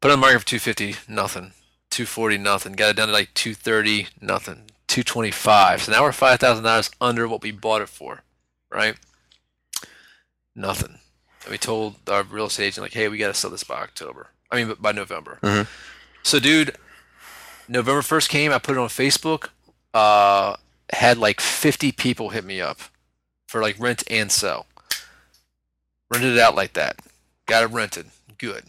Speaker 2: Put it on the market for two fifty, nothing. Two forty, nothing. Got it down to like two thirty, nothing. Two twenty five. So now we're five thousand dollars under what we bought it for, right? Nothing. And we told our real estate agent like, hey, we got to sell this by October. I mean, by November. So, dude, November 1st came, I put it on Facebook. Uh, had like 50 people hit me up for like rent and sell. Rented it out like that. Got it rented. Good.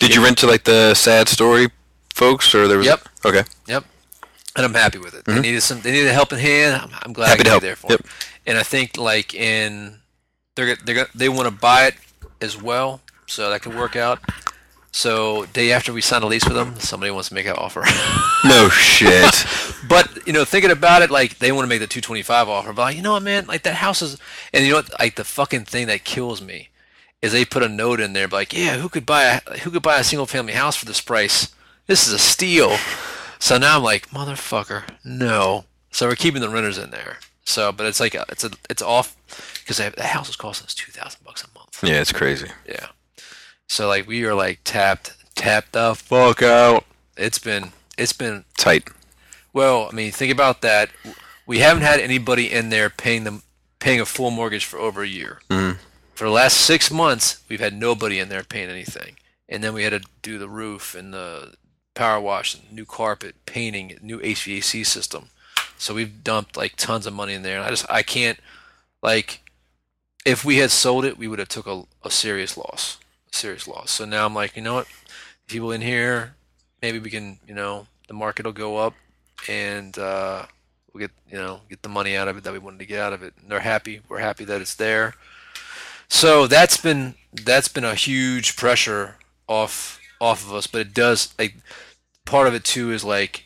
Speaker 3: did you rent to like the sad story folks or there was?
Speaker 2: Yep.
Speaker 3: Okay.
Speaker 2: Yep. And I'm happy with it. They needed some. They needed a helping hand. I'm, I'm glad
Speaker 3: Mm-hmm. Happy
Speaker 2: I
Speaker 3: to
Speaker 2: could
Speaker 3: help.
Speaker 2: be there for
Speaker 3: Yep.
Speaker 2: them. And I think like in they're go- they're go- they want to buy it as well, so that could work out. So day after we signed a lease with them, somebody wants to make an offer.
Speaker 3: No shit.
Speaker 2: But you know, thinking about it, like they want to make the 225 offer, but like, you know what, man, like that house is, and you know what, like the fucking thing that kills me is they put a note in there, like, yeah, who could buy a who could buy a single family house for this price? This is a steal. So now I'm like, motherfucker, no. So we're keeping the renters in there. So, but it's like a, it's a it's off because the house is costing us two thousand bucks a month.
Speaker 3: yeah, it's crazy.
Speaker 2: Yeah. So like we are like tapped tapped the fuck out. It's been it's been
Speaker 3: Tight.
Speaker 2: well, I mean, think about that. We haven't had anybody in there paying them paying a full mortgage for over a year. Mm. For the last six months, we've had nobody in there paying anything, and then we had to do the roof and the power wash, and new carpet, painting, new HVAC system. So we've dumped like tons of money in there, and I just I can't like if we had sold it, we would have took a, a serious loss, a serious loss. So now I'm like, you know what? People in here, maybe we can, you know, the market will go up, and uh, we'll get, you know, get the money out of it that we wanted to get out of it. And they're happy. We're happy that it's there. So that's been that's been a huge pressure off off of us, but it does like part of it too is like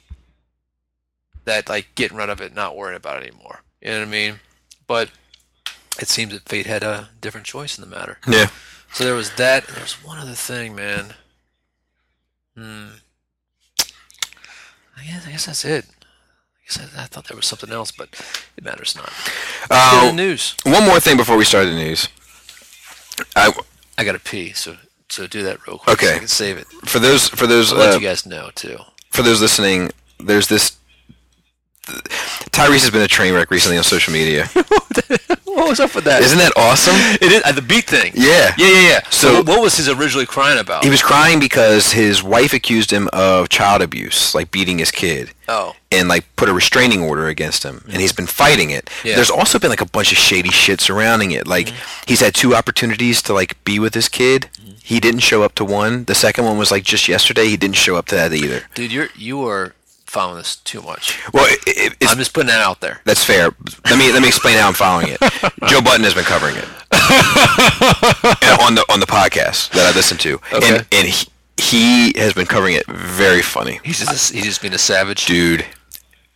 Speaker 2: that like getting rid of it, not worrying about it anymore. You know what I mean? But it seems that fate had a different choice in the matter.
Speaker 3: Yeah.
Speaker 2: So there was that. and There was one other thing, man. Hmm. I guess I guess that's it. I guess I, I thought there was something else, but it matters not. Let's get to
Speaker 3: Uh,
Speaker 2: the news.
Speaker 3: one more thing before we start the news. I,
Speaker 2: I gotta pee, so so do that real quick.
Speaker 3: Okay.
Speaker 2: so I can save it.
Speaker 3: for those for those
Speaker 2: I'll let
Speaker 3: uh,
Speaker 2: you guys know too.
Speaker 3: for those listening, there's this Tyrese has been a train wreck recently on social media.
Speaker 2: what was up with that?
Speaker 3: Isn't that awesome?
Speaker 2: it is, uh, the beat thing.
Speaker 3: Yeah.
Speaker 2: Yeah, yeah, yeah.
Speaker 3: So-
Speaker 2: So, what, what was his originally crying about?
Speaker 3: He was crying because his wife accused him of child abuse, like beating his kid.
Speaker 2: oh.
Speaker 3: and like put a restraining order against him and he's been fighting it
Speaker 2: Yeah. Mm-hmm.
Speaker 3: there's also been like a bunch of shady shit surrounding it like he's had two opportunities to like be with his kid he didn't show up to one the second one was like just yesterday he didn't show up to that either
Speaker 2: Dude, you're you are following this too much.
Speaker 3: well it, it, it's,
Speaker 2: I'm just putting that out there.
Speaker 3: that's fair let me let me explain how i'm following it joe button has been covering it And on the on the podcast that i listen to and
Speaker 2: Okay.
Speaker 3: and he, he has been covering it very funny
Speaker 2: He's just he's just being a savage.
Speaker 3: dude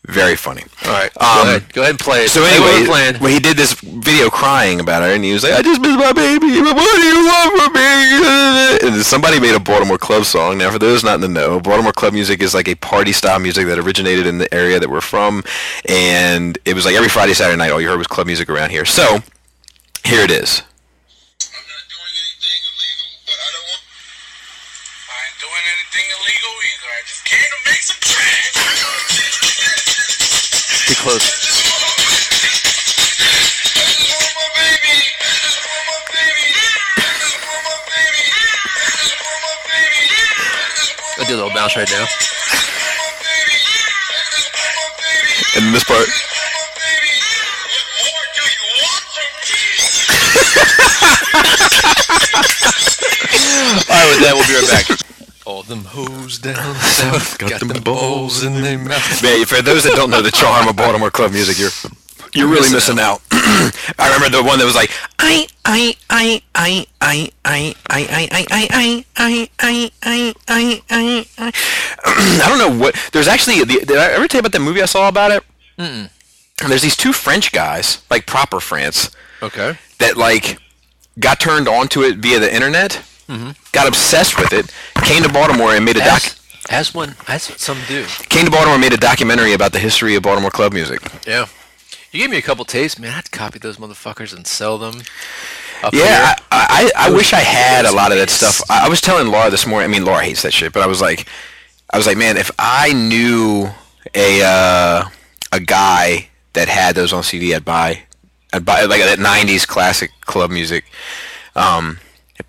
Speaker 3: very funny
Speaker 2: All right,
Speaker 3: Um,
Speaker 2: go, ahead. go ahead and play it.
Speaker 3: So
Speaker 2: Play what
Speaker 3: anyway,
Speaker 2: we're playing.
Speaker 3: when he did this video crying about her, and he was like, "I just miss my baby. But What do you want from me?" And then somebody made a Baltimore club song. Now, for those not in the know, Baltimore club music is like a party style music that originated in the area that we're from, and it was like every Friday, Saturday night, all you heard was club music around here. So here it is.
Speaker 6: I'm not doing anything illegal, but I don't want. I ain't doing anything illegal either. I just came to make some cash.
Speaker 2: Too close.
Speaker 6: Just want my baby. I just want my baby. I just want my baby. I just want my baby. I just want my baby. I just
Speaker 2: I
Speaker 6: want
Speaker 2: do a little bounce right now.
Speaker 6: my baby. I just want my baby.
Speaker 3: And then this part.
Speaker 6: I just want my baby. What more do you want from me?
Speaker 2: All right, with that, we'll be right back. All them hoes down south got, them, balls in their mouth.
Speaker 3: Man, for those that don't know the charm of Baltimore club music, you're you're really missing out. I remember the one that was like, I I I I I I I I I I I I I I I I don't know what. There's actually. The, did I ever tell you about that movie I saw about it? Mm. There's these two French guys, like proper France,
Speaker 2: Okay.
Speaker 3: that like got turned onto it via the internet, got obsessed with it, came to Baltimore and made a doc.
Speaker 2: As, as one, as some do.
Speaker 3: Came to Baltimore, and made a documentary about the history of Baltimore club music.
Speaker 2: Yeah. You gave me a couple tapes, man. I'd copy those motherfuckers and sell them. up
Speaker 3: Yeah,
Speaker 2: here.
Speaker 3: I, I, I wish I had a lot of that
Speaker 2: Yes.
Speaker 3: stuff. I, I was telling Laura this morning. I mean, Laura hates that shit, but I was like, I was like, man, if I knew a uh, a guy that had those on CD, I'd buy, I'd buy like that '90s classic club music. Um,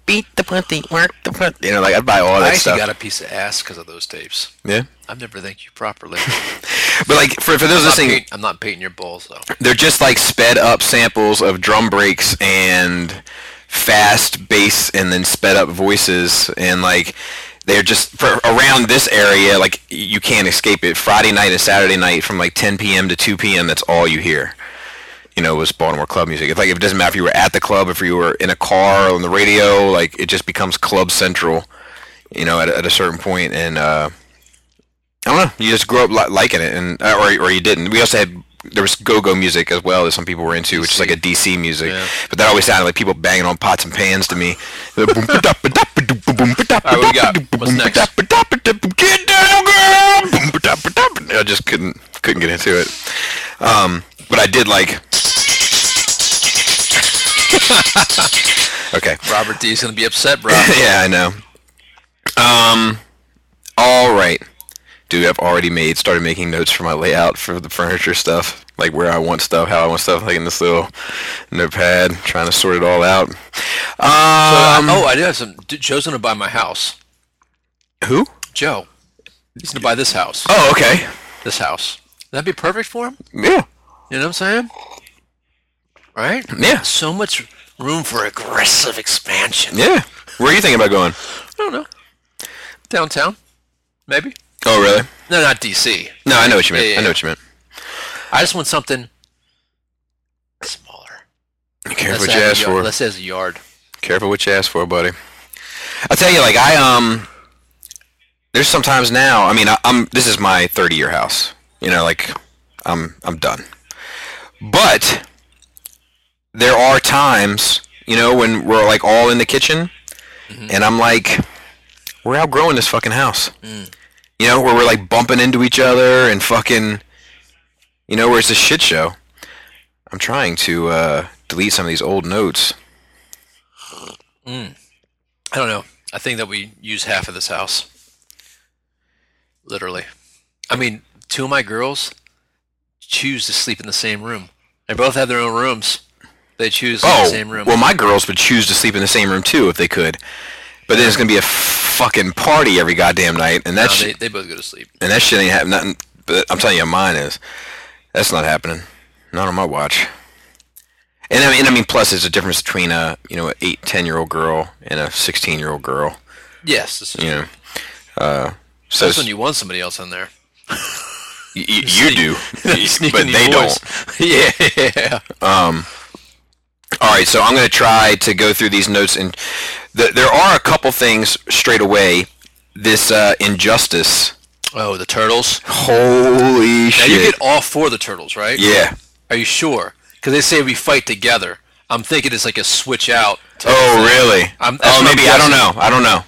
Speaker 3: beat the punty, work the punty. You know, like I'd buy all
Speaker 2: I
Speaker 3: that
Speaker 2: actually
Speaker 3: stuff.
Speaker 2: got a piece of ass because of those tapes.
Speaker 3: yeah,
Speaker 2: I've never thanked you properly.
Speaker 3: but like for for
Speaker 2: I'm,
Speaker 3: those
Speaker 2: not
Speaker 3: listening,
Speaker 2: painting, I'm not painting your balls though.
Speaker 3: they're just like sped up samples of drum breaks and fast bass and then sped up voices and like they're just for around this area like you can't escape it friday night and saturday night from like 10 p.m to 2 p.m that's all you hear you know was baltimore club music it's like it doesn't matter if you were at the club if you were in a car on the radio like it just becomes club central you know at, a- at a certain point and uh I don't know. You just grew up li- liking it, and uh, or or you didn't. We also had there was go-go music as well that some people were into, which is like a DC music,
Speaker 2: Yeah.
Speaker 3: but that always sounded like people banging on pots and pans to me. All right, what
Speaker 2: we got? What's next?
Speaker 3: Get down, girl. I just couldn't couldn't get into it. Um, but I did like. okay.
Speaker 2: Robert D's gonna be upset, bro. Uh,
Speaker 3: yeah, I know. Um, all right, dude. I've already made started making notes for my layout for the furniture stuff, like where I want stuff, how I want stuff, like in this little notepad, trying to sort it all out. Um,
Speaker 2: oh, I do have some. D- Joe's gonna buy my house. oh.
Speaker 3: who?
Speaker 2: Joe, he's gonna buy this house.
Speaker 3: Oh, okay.
Speaker 2: This house. That'd be perfect for him.
Speaker 3: Yeah,
Speaker 2: You know what I'm saying? Right?
Speaker 3: yeah,
Speaker 2: So much room for aggressive expansion.
Speaker 3: yeah. Where are you thinking about going?
Speaker 2: I don't know. Downtown, maybe.
Speaker 3: Oh, really?
Speaker 2: No, not DC.
Speaker 3: No, I know what you meant.
Speaker 2: Yeah, yeah,
Speaker 3: I know
Speaker 2: yeah.
Speaker 3: what you meant.
Speaker 2: I just want something smaller.
Speaker 3: Careful
Speaker 2: Let's
Speaker 3: what you
Speaker 2: have a
Speaker 3: ask
Speaker 2: yard-
Speaker 3: for.
Speaker 2: Let's say it's a yard.
Speaker 3: Careful what you ask for, buddy. I tell you, like I um, there's sometimes now. I mean, I, I'm this is my 30 year house. You know, like I'm I'm done. But there are times, you know, when we're like all in the kitchen, and I'm like, we're outgrowing this fucking house. You know, where we're like bumping into each other and fucking, you know, where it's a shit show. I'm trying to uh, delete some of these old notes.
Speaker 2: I don't know. I think that we use half of this house. Literally. I mean, two of my girls, choose to sleep in the same room. They both have their own rooms. They choose
Speaker 3: Oh,
Speaker 2: the same room.
Speaker 3: well, my girls would choose to sleep in the same room too if they could. But then it's gonna be a fucking party every goddamn night, and
Speaker 2: No,
Speaker 3: that
Speaker 2: they,
Speaker 3: shit,
Speaker 2: they both go to sleep.
Speaker 3: and that shit ain't happening. Nothing. But I'm telling you, mine is. That's not happening. Not on my watch. And I mean, and I mean, plus there's a difference between a you know an eight, ten year old girl and a sixteen year old girl.
Speaker 2: Yes, this is
Speaker 3: You
Speaker 2: true.
Speaker 3: know, uh, so
Speaker 2: That's
Speaker 3: it's-
Speaker 2: when you want somebody else in there.
Speaker 3: Y- y- you do,
Speaker 2: Sneak
Speaker 3: but
Speaker 2: in
Speaker 3: they
Speaker 2: your voice.
Speaker 3: don't. yeah. Um. All right, so I'm going to try to go through these notes, and th- there are a couple things straight away. This uh, injustice.
Speaker 2: Oh, the turtles.
Speaker 3: Holy
Speaker 2: Now
Speaker 3: shit!
Speaker 2: you get all four of the turtles, right?
Speaker 3: yeah.
Speaker 2: Are you sure? Because they say we fight together. I'm thinking it's like a switch out. type
Speaker 3: Oh,
Speaker 2: thing.
Speaker 3: really?
Speaker 2: I'm- that's
Speaker 3: oh,
Speaker 2: what I'm
Speaker 3: maybe I don't know.
Speaker 2: guessing.
Speaker 3: I don't know.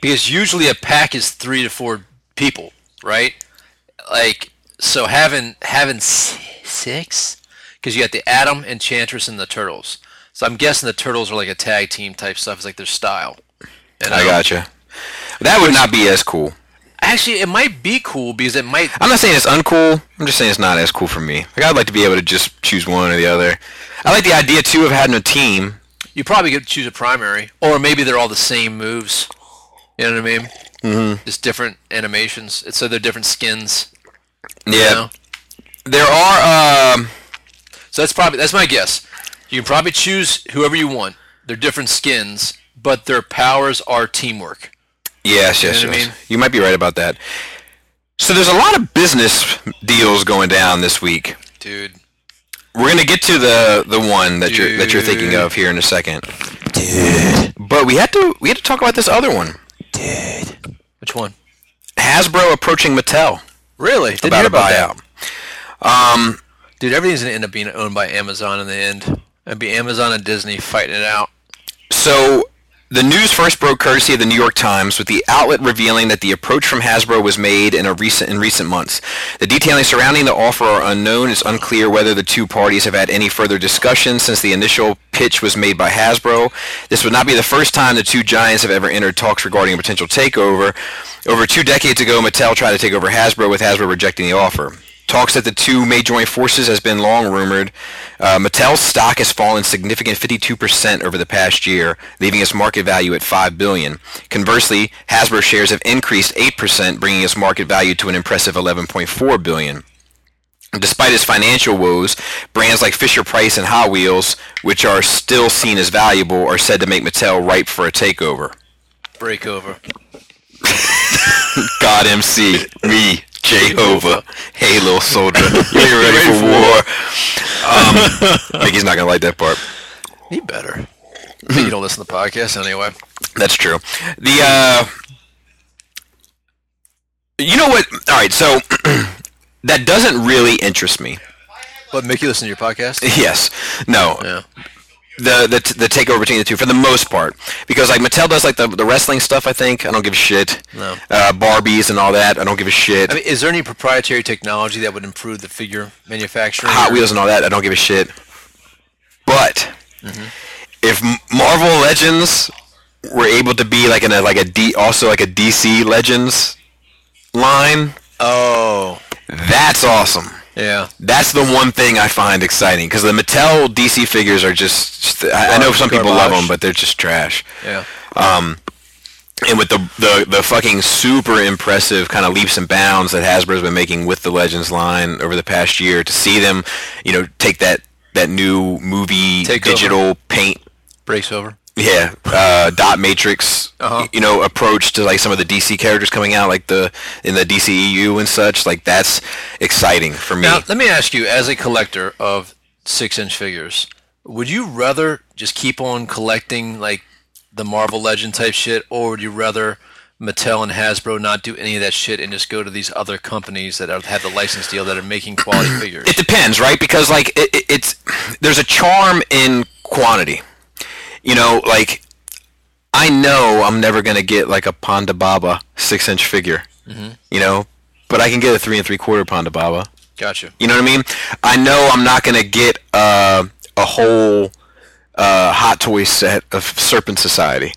Speaker 2: Because usually a pack is three to four people, right? Like so, having having s- six, because you got the Atom, Enchantress, and the Turtles. So I'm guessing the Turtles are like a tag team type stuff. It's like their style. And
Speaker 3: I
Speaker 2: um,
Speaker 3: gotcha. That would not be as cool.
Speaker 2: Actually, it might be cool because it might.
Speaker 3: I'm not saying it's uncool. I'm just saying it's not as cool for me. Like I'd like to be able to just choose one or the other. I like the idea too of having a team
Speaker 2: You probably could choose a primary, or maybe they're all the same moves. You know what I mean? Mm-hmm. It's different animations, It's- so they're different skins.
Speaker 3: Yeah.
Speaker 2: You know?
Speaker 3: There are um
Speaker 2: So that's probably that's my guess. You can probably choose whoever you want. They're different skins, but their powers are teamwork.
Speaker 3: yes, yes,
Speaker 2: You know what I
Speaker 3: yes.
Speaker 2: mean?
Speaker 3: You might be right about that. So there's a lot of business deals going down this week.
Speaker 2: Dude.
Speaker 3: We're gonna get to the the one that you're that you're thinking of here in a second. But we had to we had to talk about this other one.
Speaker 2: Which one?
Speaker 3: Hasbro approaching Mattel
Speaker 2: Really? Didn't
Speaker 3: about
Speaker 2: hear
Speaker 3: a
Speaker 2: about that.
Speaker 3: buyout.
Speaker 2: Dude, everything's gonna end up being owned by Amazon in the end. It'd be Amazon and Disney fighting it out.
Speaker 3: So the news first broke courtesy of the New York Times, with the outlet revealing that the approach from Hasbro was made in a recent in recent months. The detailing surrounding the offer are unknown. It's unclear whether the two parties have had any further discussion since the initial pitch was made by Hasbro. This would not be the first time the two giants have ever entered talks regarding a potential takeover. Over two decades ago, Mattel tried to take over Hasbro, with Hasbro rejecting the offer. Talks that the two may join forces has been long rumored. Uh, Mattel's stock has fallen significant 52% over the past year, leaving its market value at $5 billion. Conversely, Hasbro shares have increased 8%, bringing its market value to an impressive $11.4 billion. Despite its financial woes, brands like Fisher-Price and Hot Wheels, which are still seen as valuable, are said to make Mattel ripe for a takeover.
Speaker 2: Break over.
Speaker 3: God MC, me, Jehovah, hey little soldier, you ain't ready for war. Um, Mickey's not gonna like that part.
Speaker 2: He better. I think you don't listen to the podcast anyway.
Speaker 3: That's true. The uh, you know what? All right, so that doesn't really interest me.
Speaker 2: But Mickey listen to your podcast?
Speaker 3: Yes, no,
Speaker 2: Yeah.
Speaker 3: the the, t- the takeover between the two for the most part because like Mattel does like the, the wrestling stuff. I think I don't give a shit.
Speaker 2: No.
Speaker 3: Uh, Barbies and all that. I don't give a shit.
Speaker 2: I mean, is there any proprietary technology that would improve the figure manufacturing?
Speaker 3: Hot
Speaker 2: or-
Speaker 3: Wheels and all that. I don't give a shit. But if M- Marvel Legends were able to be like in a like a D also like a DC Legends line, uh,
Speaker 2: Oh.
Speaker 3: that's awesome.
Speaker 2: Yeah.
Speaker 3: That's the one thing I find exciting because the Mattel DC figures are just. I, I know some people love
Speaker 2: Garbage.
Speaker 3: them, but they're just trash.
Speaker 2: Yeah.
Speaker 3: And with the, the the fucking super impressive kind of leaps and bounds that Hasbro's been making with the Legends line over the past year, to see them, you know, take that that new movie
Speaker 2: Take
Speaker 3: digital paint,
Speaker 2: Breaks over.
Speaker 3: yeah, uh, dot matrix,
Speaker 2: Uh-huh.
Speaker 3: you know, approach to like some of the DC characters coming out, like the in the DCEU and such. Like that's exciting for me.
Speaker 2: Now, let me ask you, as a collector of six-inch figures, would you rather just keep on collecting like the Marvel Legend type shit, or would you rather Mattel and Hasbro not do any of that shit and just go to these other companies that are, have the license deal that are making quality figures?
Speaker 3: it depends, right? Because like it, it, it's there's a charm in quantity. You know, like I know I'm never gonna get like a Ponda Baba six inch figure. You know, but I can get a three and three quarter Ponda Baba.
Speaker 2: Gotcha.
Speaker 3: You know what I mean? I know I'm not gonna get uh, a whole uh, Hot Toy set of Serpent Society,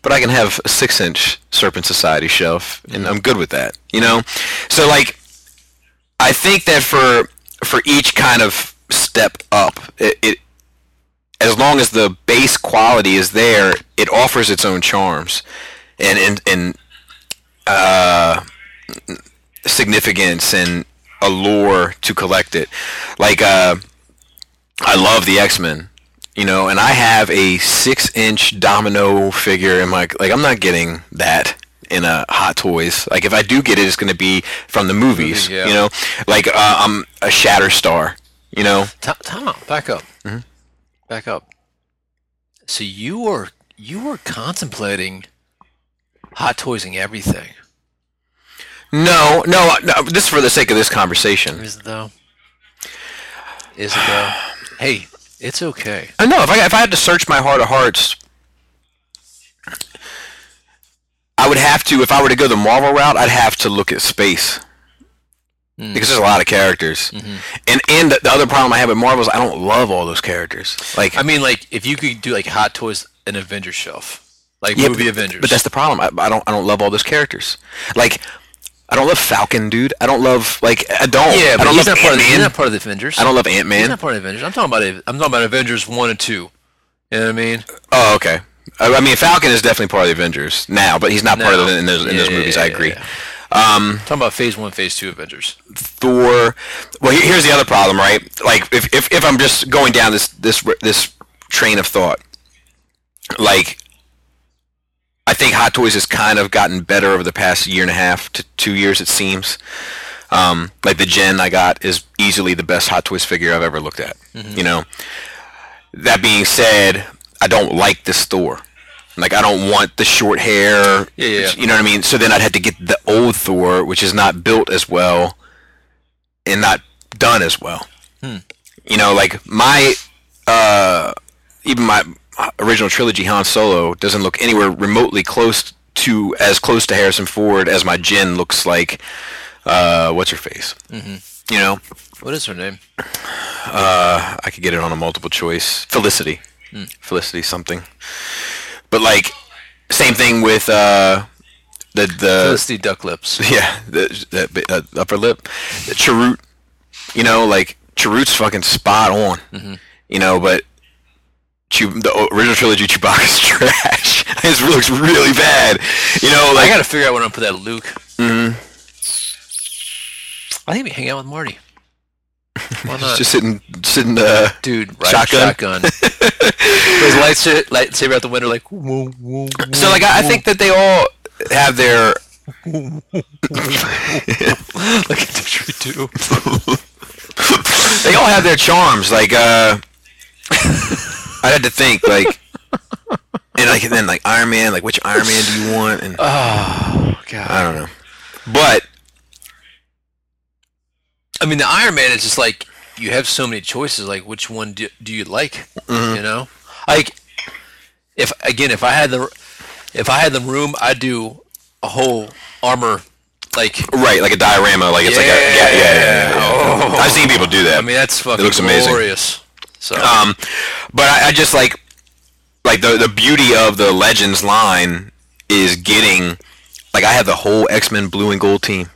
Speaker 3: but I can have a six-inch Serpent Society shelf, and I'm good with that. You know, so like, I think that for for each kind of step up. It, it as long as the base quality is there, it offers its own charms and and, and uh, significance and allure to collect it. Like uh, I love the X Men. You know, and I have a six-inch domino figure in my like. I'm not getting that in a Hot Toys. Like, if I do get it, it's going to be from the movies.
Speaker 2: Movie, yeah.
Speaker 3: You know, like uh, I'm a Shatter Star. You know,
Speaker 2: Tom, time out. Back up.
Speaker 3: Mm-hmm.
Speaker 2: Back up. So you were you were contemplating hot toysing everything,
Speaker 3: No, no, no. This is for the sake of this conversation.
Speaker 2: is it though? Is it though? hey, it's okay.
Speaker 3: Uh, No, if I if I had to search my heart of hearts, I would have to. If I were to go the Marvel route, I'd have to look at space
Speaker 2: Hmm.
Speaker 3: because there's a lot of characters,
Speaker 2: Mm-hmm.
Speaker 3: and and the, the other problem I have with Marvel is I don't love all those characters. Like
Speaker 2: I mean, like if you could do like hot toys an Avengers shelf, like
Speaker 3: Yeah,
Speaker 2: movie
Speaker 3: but,
Speaker 2: Avengers.
Speaker 3: But that's the problem. I, I don't I don't love all those characters. Like. I don't love Falcon, dude. I don't love like I don't.
Speaker 2: yeah,
Speaker 3: I
Speaker 2: but
Speaker 3: don't
Speaker 2: he's
Speaker 3: love
Speaker 2: not part of the, he's
Speaker 3: Ant-Man.
Speaker 2: not part of the Avengers.
Speaker 3: I don't love Ant
Speaker 2: He's
Speaker 3: Man.
Speaker 2: not part of the Avengers. I'm talking about I'm talking about Avengers one and two. You know what I mean?
Speaker 3: Oh, okay. I, I mean, Falcon is definitely part of the Avengers now, but he's not part of
Speaker 2: Now.
Speaker 3: it in those in
Speaker 2: Yeah,
Speaker 3: those
Speaker 2: yeah,
Speaker 3: movies.
Speaker 2: yeah,
Speaker 3: I
Speaker 2: yeah,
Speaker 3: agree.
Speaker 2: yeah. talking about Phase one, Phase two Avengers.
Speaker 3: Thor. Well, he- here's the other problem, right? Like, if, if if I'm just going down this this this train of thought, like, I think Hot Toys has kind of gotten better over the past year and a half to two years, it seems. Um, like the Gen I got is easily the best Hot Toys figure I've ever looked at.
Speaker 2: Mm-hmm.
Speaker 3: You know. That being said, I don't like this Thor. Like I don't want the short hair.
Speaker 2: Yeah, yeah, yeah.
Speaker 3: You know what I mean. So then I'd have to get the old Thor, which is not built as well and not done as well.
Speaker 2: Hmm.
Speaker 3: You know, like my uh, even my original trilogy Han Solo doesn't look anywhere remotely close to as close to Harrison Ford as my Jin looks like. Uh, what's her face? Mm-hmm. You know,
Speaker 2: What is her name?
Speaker 3: I could get it on a multiple choice. Felicity, Felicity something. But like, same thing with uh, the the
Speaker 2: Felicity Ducklips.
Speaker 3: yeah, the, the, uh, upper lip, the Chirrut. You know, like Chirrut's fucking spot on.
Speaker 2: Mm-hmm.
Speaker 3: You know, but Chew- the o- original trilogy Chewbacca's trash. His looks really bad. You know,
Speaker 2: I
Speaker 3: like
Speaker 2: gotta figure out when I put that Luke. Mm-hmm. I think we hang out with Marty. Why not?
Speaker 3: just sitting sitting uh,
Speaker 2: Dude, right
Speaker 3: Shotgun.
Speaker 2: shotgun. His lightsaber, lightsaber out the window, like. Woo, woo, woo,
Speaker 3: So like I, I think that they all have their
Speaker 2: like a didgeridoo.
Speaker 3: they all have their charms. Like uh, I had to think like. And like and then like Iron Man, like which Iron Man do you want? And
Speaker 2: Oh, God.
Speaker 3: I don't know, but
Speaker 2: I mean, the Iron Man is just like you have so many choices. Like, which one do, do you like?
Speaker 3: Mm-hmm.
Speaker 2: You know, like if again, if I had the if I had the room, I'd do a whole armor. Like,
Speaker 3: Right, like a diorama, like it's like a yeah, yeah, yeah. yeah, yeah. I've seen people do that.
Speaker 2: I mean, that's fucking
Speaker 3: looks amazing.
Speaker 2: glorious. So,
Speaker 3: um, but I, I just like like the the beauty of the Legends line is getting like I have the whole X Men Blue and Gold team.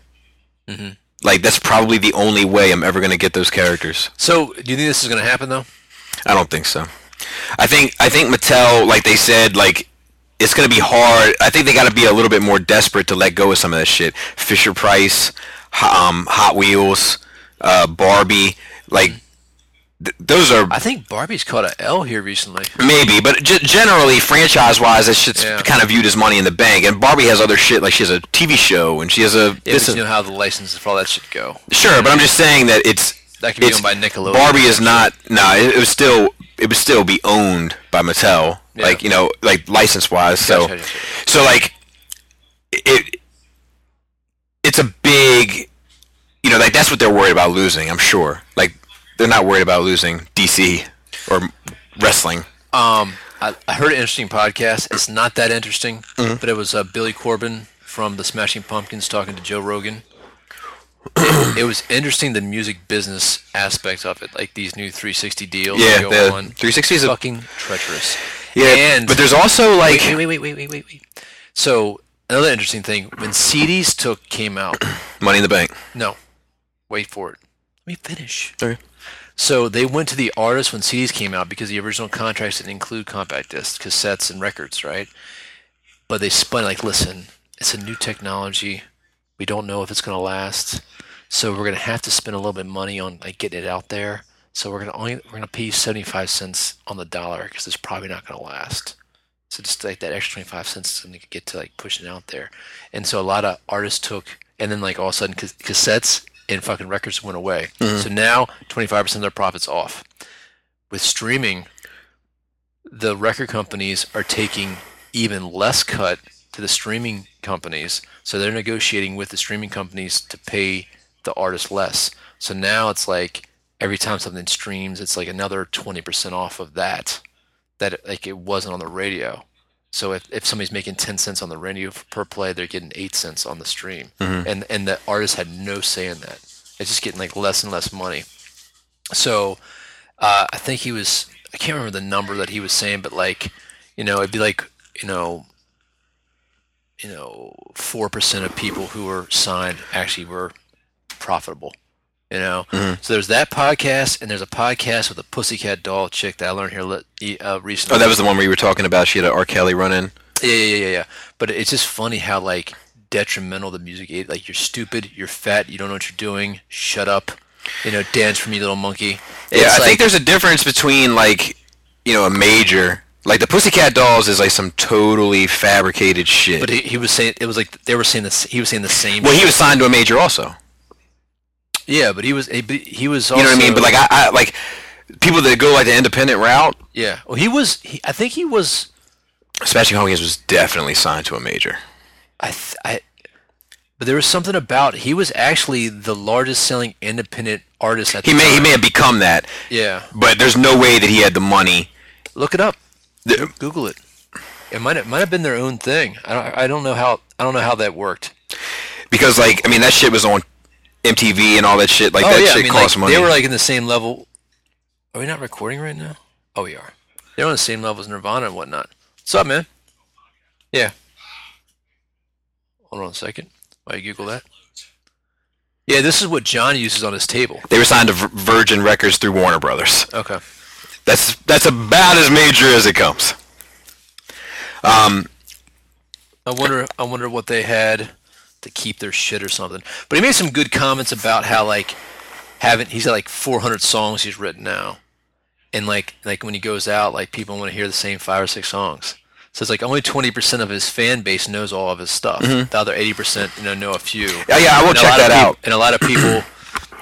Speaker 2: Mm-hmm.
Speaker 3: Like that's probably the only way I'm ever gonna get those characters.
Speaker 2: so do you think this is gonna happen though?
Speaker 3: I don't think so. I think I think Mattel, like they said, like it's gonna be hard. I think they got to be a little bit more desperate to let go of some of that shit. Fisher Price, Ho- um, Hot Wheels, uh, Barbie, like th- those are
Speaker 2: I think Barbie's caught a L here recently.
Speaker 3: maybe, but g- generally franchise-wise, that shit's
Speaker 2: Yeah.
Speaker 3: kind of viewed as money in the bank. And Barbie has other shit, like she has a TV show and she has a
Speaker 2: Yeah,
Speaker 3: this
Speaker 2: but
Speaker 3: is,
Speaker 2: you know how the licenses for all that should go.
Speaker 3: sure, but I'm just saying that it's
Speaker 2: That could be
Speaker 3: it's-
Speaker 2: owned by Nickelodeon.
Speaker 3: Barbie is not. No, it, it was still. It would still be owned by Mattel.
Speaker 2: Yeah.
Speaker 3: Like you know, like license wise. So,
Speaker 2: Gotcha, gotcha.
Speaker 3: so like it. It's a big, you know, like that's what they're worried about losing. I'm sure. Like they're not worried about losing DC or wrestling.
Speaker 2: Um, I, I heard an interesting podcast. It's not that interesting, but it was uh, Billy Corbin from the Smashing Pumpkins talking to Joe Rogan. it, it was interesting the music business aspect of it, like these new 360 deals
Speaker 3: Yeah,
Speaker 2: that go
Speaker 3: the
Speaker 2: on.
Speaker 3: 360 is a-
Speaker 2: fucking treacherous.
Speaker 3: Yeah,
Speaker 2: and
Speaker 3: but there's also like
Speaker 2: wait, wait, wait, wait, wait, wait, wait. So another interesting thing when CDs took came out.
Speaker 3: Money in the Bank.
Speaker 2: No, wait for it. Let me finish.
Speaker 3: Okay.
Speaker 2: So they went to the artists when CDs came out because the original contracts didn't include compact discs, cassettes, and records, right? But they spun like, listen, it's a new technology. We don't know if it's going to last, so we're going to have to spend a little bit of money on like getting it out there. So we're going to only we're going to pay you seventy five cents on the dollar because it's probably not going to last. So just like that extra twenty five cents, something to get to like pushing it out there. And so a lot of artists took, and then like all of a sudden cas- cassettes and fucking records went away. So now twenty five percent of their profits off. With streaming, the record companies are taking even less cut to the streaming companies. So they're negotiating with the streaming companies to pay the artist less. So now it's like every time something streams, it's like another 20% off of that, that like it wasn't on the radio. So if, if somebody's making 10 cents on the radio f- per play, they're getting 8 cents on the stream.
Speaker 3: Mm-hmm.
Speaker 2: And, and the artist had no say in that. It's just getting like less and less money. So uh, I think he was I can't remember the number that he was saying, but like you know it'd be like you know you know four percent of people who were signed actually were profitable. You know,
Speaker 3: Mm-hmm.
Speaker 2: so there's that podcast, and there's a podcast with a pussycat doll chick that I learned here le- e- uh, recently.
Speaker 3: Oh, that was the one where you were talking about she had an R. Kelly run in.
Speaker 2: Yeah, yeah, yeah, yeah. But it's just funny how like detrimental the music is. Like you're stupid, you're fat, you don't know what you're doing. Shut up. You know, dance for me, little monkey.
Speaker 3: Yeah,
Speaker 2: It's
Speaker 3: I think
Speaker 2: like-
Speaker 3: there's a difference between like you know a major like the Pussycat Dolls is like some totally fabricated shit.
Speaker 2: But he, he was saying it was like they were saying this. He was saying the same.
Speaker 3: well, he was signed to a major also.
Speaker 2: yeah, but he was he, but he was. Also,
Speaker 3: You know what I mean? But like I, I like people that go like the independent route,
Speaker 2: yeah, well, he was. He, I think he was.
Speaker 3: Sebastian Hawkins was definitely signed to a major.
Speaker 2: I, th- I. But there was something about he was actually the largest selling independent artist at
Speaker 3: He
Speaker 2: the
Speaker 3: may he
Speaker 2: time.
Speaker 3: may have become that,
Speaker 2: yeah,
Speaker 3: but there's no way that he had the money.
Speaker 2: look it up.
Speaker 3: The-
Speaker 2: Google it. It might have, might have been their own thing. I don't, I don't know how I don't know how that worked.
Speaker 3: because like I mean that shit was on MTV and all that shit. Like
Speaker 2: oh
Speaker 3: that
Speaker 2: yeah,
Speaker 3: shit
Speaker 2: I mean,
Speaker 3: cost
Speaker 2: like,
Speaker 3: money.
Speaker 2: they were like in the same level. Are we not recording right now? Oh, we are. They're on the same level as Nirvana and whatnot. What's up, man? Yeah. Hold on a second. While you Google that. Yeah, this is what John uses on his table.
Speaker 3: they were signed to Vir- Virgin Records through Warner Brothers.
Speaker 2: Okay.
Speaker 3: That's that's about as major as it comes. Um,
Speaker 2: I wonder. I wonder what they had to keep their shit or something. But he made some good comments about how like having he's got like 400 songs he's written now, and like like when he goes out, like people want to hear the same five or six songs. So it's like only 20% of his fan base knows all of his stuff. The other 80% you know know a few.
Speaker 3: Yeah, yeah, I will
Speaker 2: And a
Speaker 3: check
Speaker 2: lot of
Speaker 3: that
Speaker 2: peop-
Speaker 3: out.
Speaker 2: And a lot of people,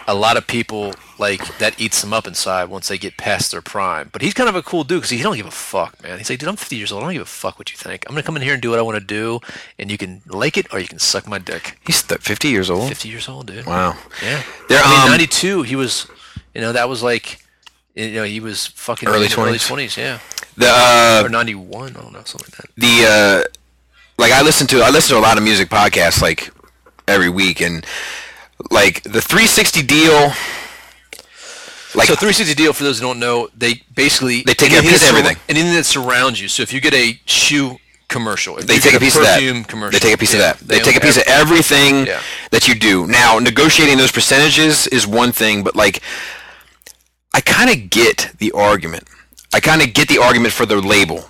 Speaker 2: a lot of people like that eats them up inside once they get past their prime. But he's kind of a cool dude because he don't give a fuck, man. He's like, dude, I'm 50 years old. I don't give a fuck what you think. I'm gonna come in here and do what I want to do, and you can like it or you can suck my dick.
Speaker 3: He's th- 50 years old.
Speaker 2: 50 years old, dude.
Speaker 3: Wow.
Speaker 2: Yeah.
Speaker 3: They're,
Speaker 2: I mean,
Speaker 3: um,
Speaker 2: 92. He was, you know, that was like, you know, he was fucking in
Speaker 3: Early
Speaker 2: his early
Speaker 3: 20s.
Speaker 2: 20s, yeah,
Speaker 3: The uh,
Speaker 2: or 91. I don't know, something like that.
Speaker 3: the uh, like I listen to I listen to a lot of music podcasts like every week and like the 360 deal. Like
Speaker 2: So 360 deal, for those who don't know, they basically
Speaker 3: They take a
Speaker 2: anything
Speaker 3: piece of
Speaker 2: that sur-
Speaker 3: everything.
Speaker 2: anything that surrounds you. So if you get a shoe commercial, if
Speaker 3: they
Speaker 2: you
Speaker 3: take
Speaker 2: get
Speaker 3: a piece of that.
Speaker 2: perfume commercial,
Speaker 3: They take a piece
Speaker 2: yeah,
Speaker 3: of that. They, take a
Speaker 2: own
Speaker 3: piece of everything
Speaker 2: Yeah.
Speaker 3: that you do. Now, negotiating those percentages is one thing, but like, I kind of get the argument. I kind of get the argument for the label.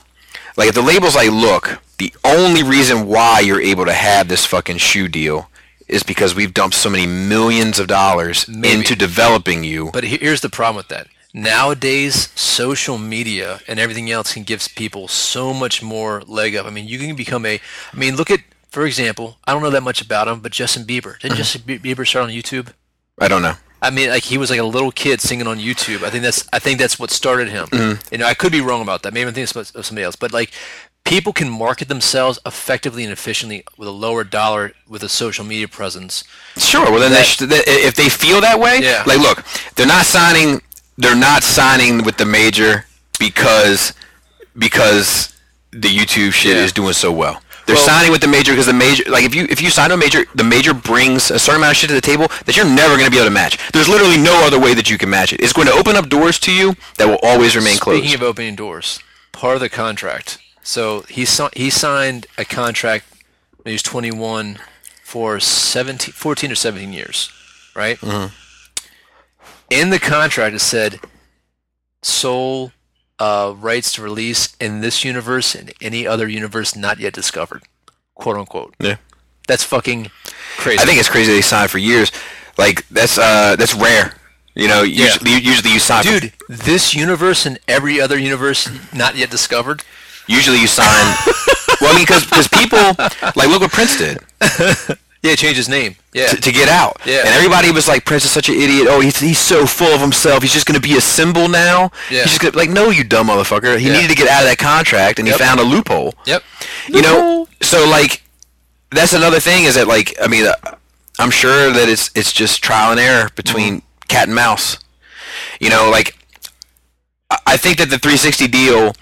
Speaker 3: Like, if the label's like, look, the only reason why you're able to have this fucking shoe deal is because we've dumped so many millions of dollars into developing you.
Speaker 2: But he- here's the problem with that. Nowadays, social media and everything else can give people so much more leg up. I mean, you can become a. I mean, look at, for example, I don't know that much about him, but Justin Bieber.
Speaker 3: Mm-hmm.
Speaker 2: Didn't Justin Bie- Bieber start on YouTube?
Speaker 3: I don't know.
Speaker 2: I mean, like he was like a little kid singing on YouTube. I think that's I think that's what started him. You know, I could be wrong about that. Maybe I'm thinking of somebody else, but like people can market themselves effectively and efficiently with a lower dollar with a social media presence.
Speaker 3: Sure. Well, then they
Speaker 2: That-
Speaker 3: sh- th- if they feel that way,
Speaker 2: Yeah.
Speaker 3: like look, they're not signing. They're not signing with the major because because the YouTube shit
Speaker 2: Yeah.
Speaker 3: is doing so well. They're
Speaker 2: Well-
Speaker 3: signing with the major because the major, like if you if you sign to a major, the major brings a certain amount of shit to the table that you're never going to be able to match. There's literally no other way that you can match it. It's going to open up doors to you that will always remain
Speaker 2: Speaking
Speaker 3: closed.
Speaker 2: of opening doors, part of the contract. So he si- he signed a contract when he was 21 for 17, 14 or 17 years, right? in the contract it said sole uh, rights to release in this universe and any other universe not yet discovered, quote unquote.
Speaker 3: Yeah.
Speaker 2: That's fucking crazy.
Speaker 3: I think it's crazy they signed for years. Like that's uh that's rare. You know, usually, usually you sign.
Speaker 2: dude, this universe and every other universe not yet discovered.
Speaker 3: usually you sign. well, I mean, because people like look what Prince did
Speaker 2: Yeah, it changed his name. Yeah,
Speaker 3: to, to get out,
Speaker 2: Yeah.
Speaker 3: and everybody was like, Prince is such an idiot. Oh, he's he's so full of himself. He's just gonna be a symbol now.
Speaker 2: Yeah.
Speaker 3: He's just gonna like, no, you dumb motherfucker. He
Speaker 2: Yeah.
Speaker 3: needed to get out of that contract, and
Speaker 2: Yep.
Speaker 3: he found a loophole.
Speaker 2: yep.
Speaker 3: you know so like that's another thing is that like i mean uh, i'm sure that it's it's just trial and error between cat and mouse you know like I- i think that the 360 deal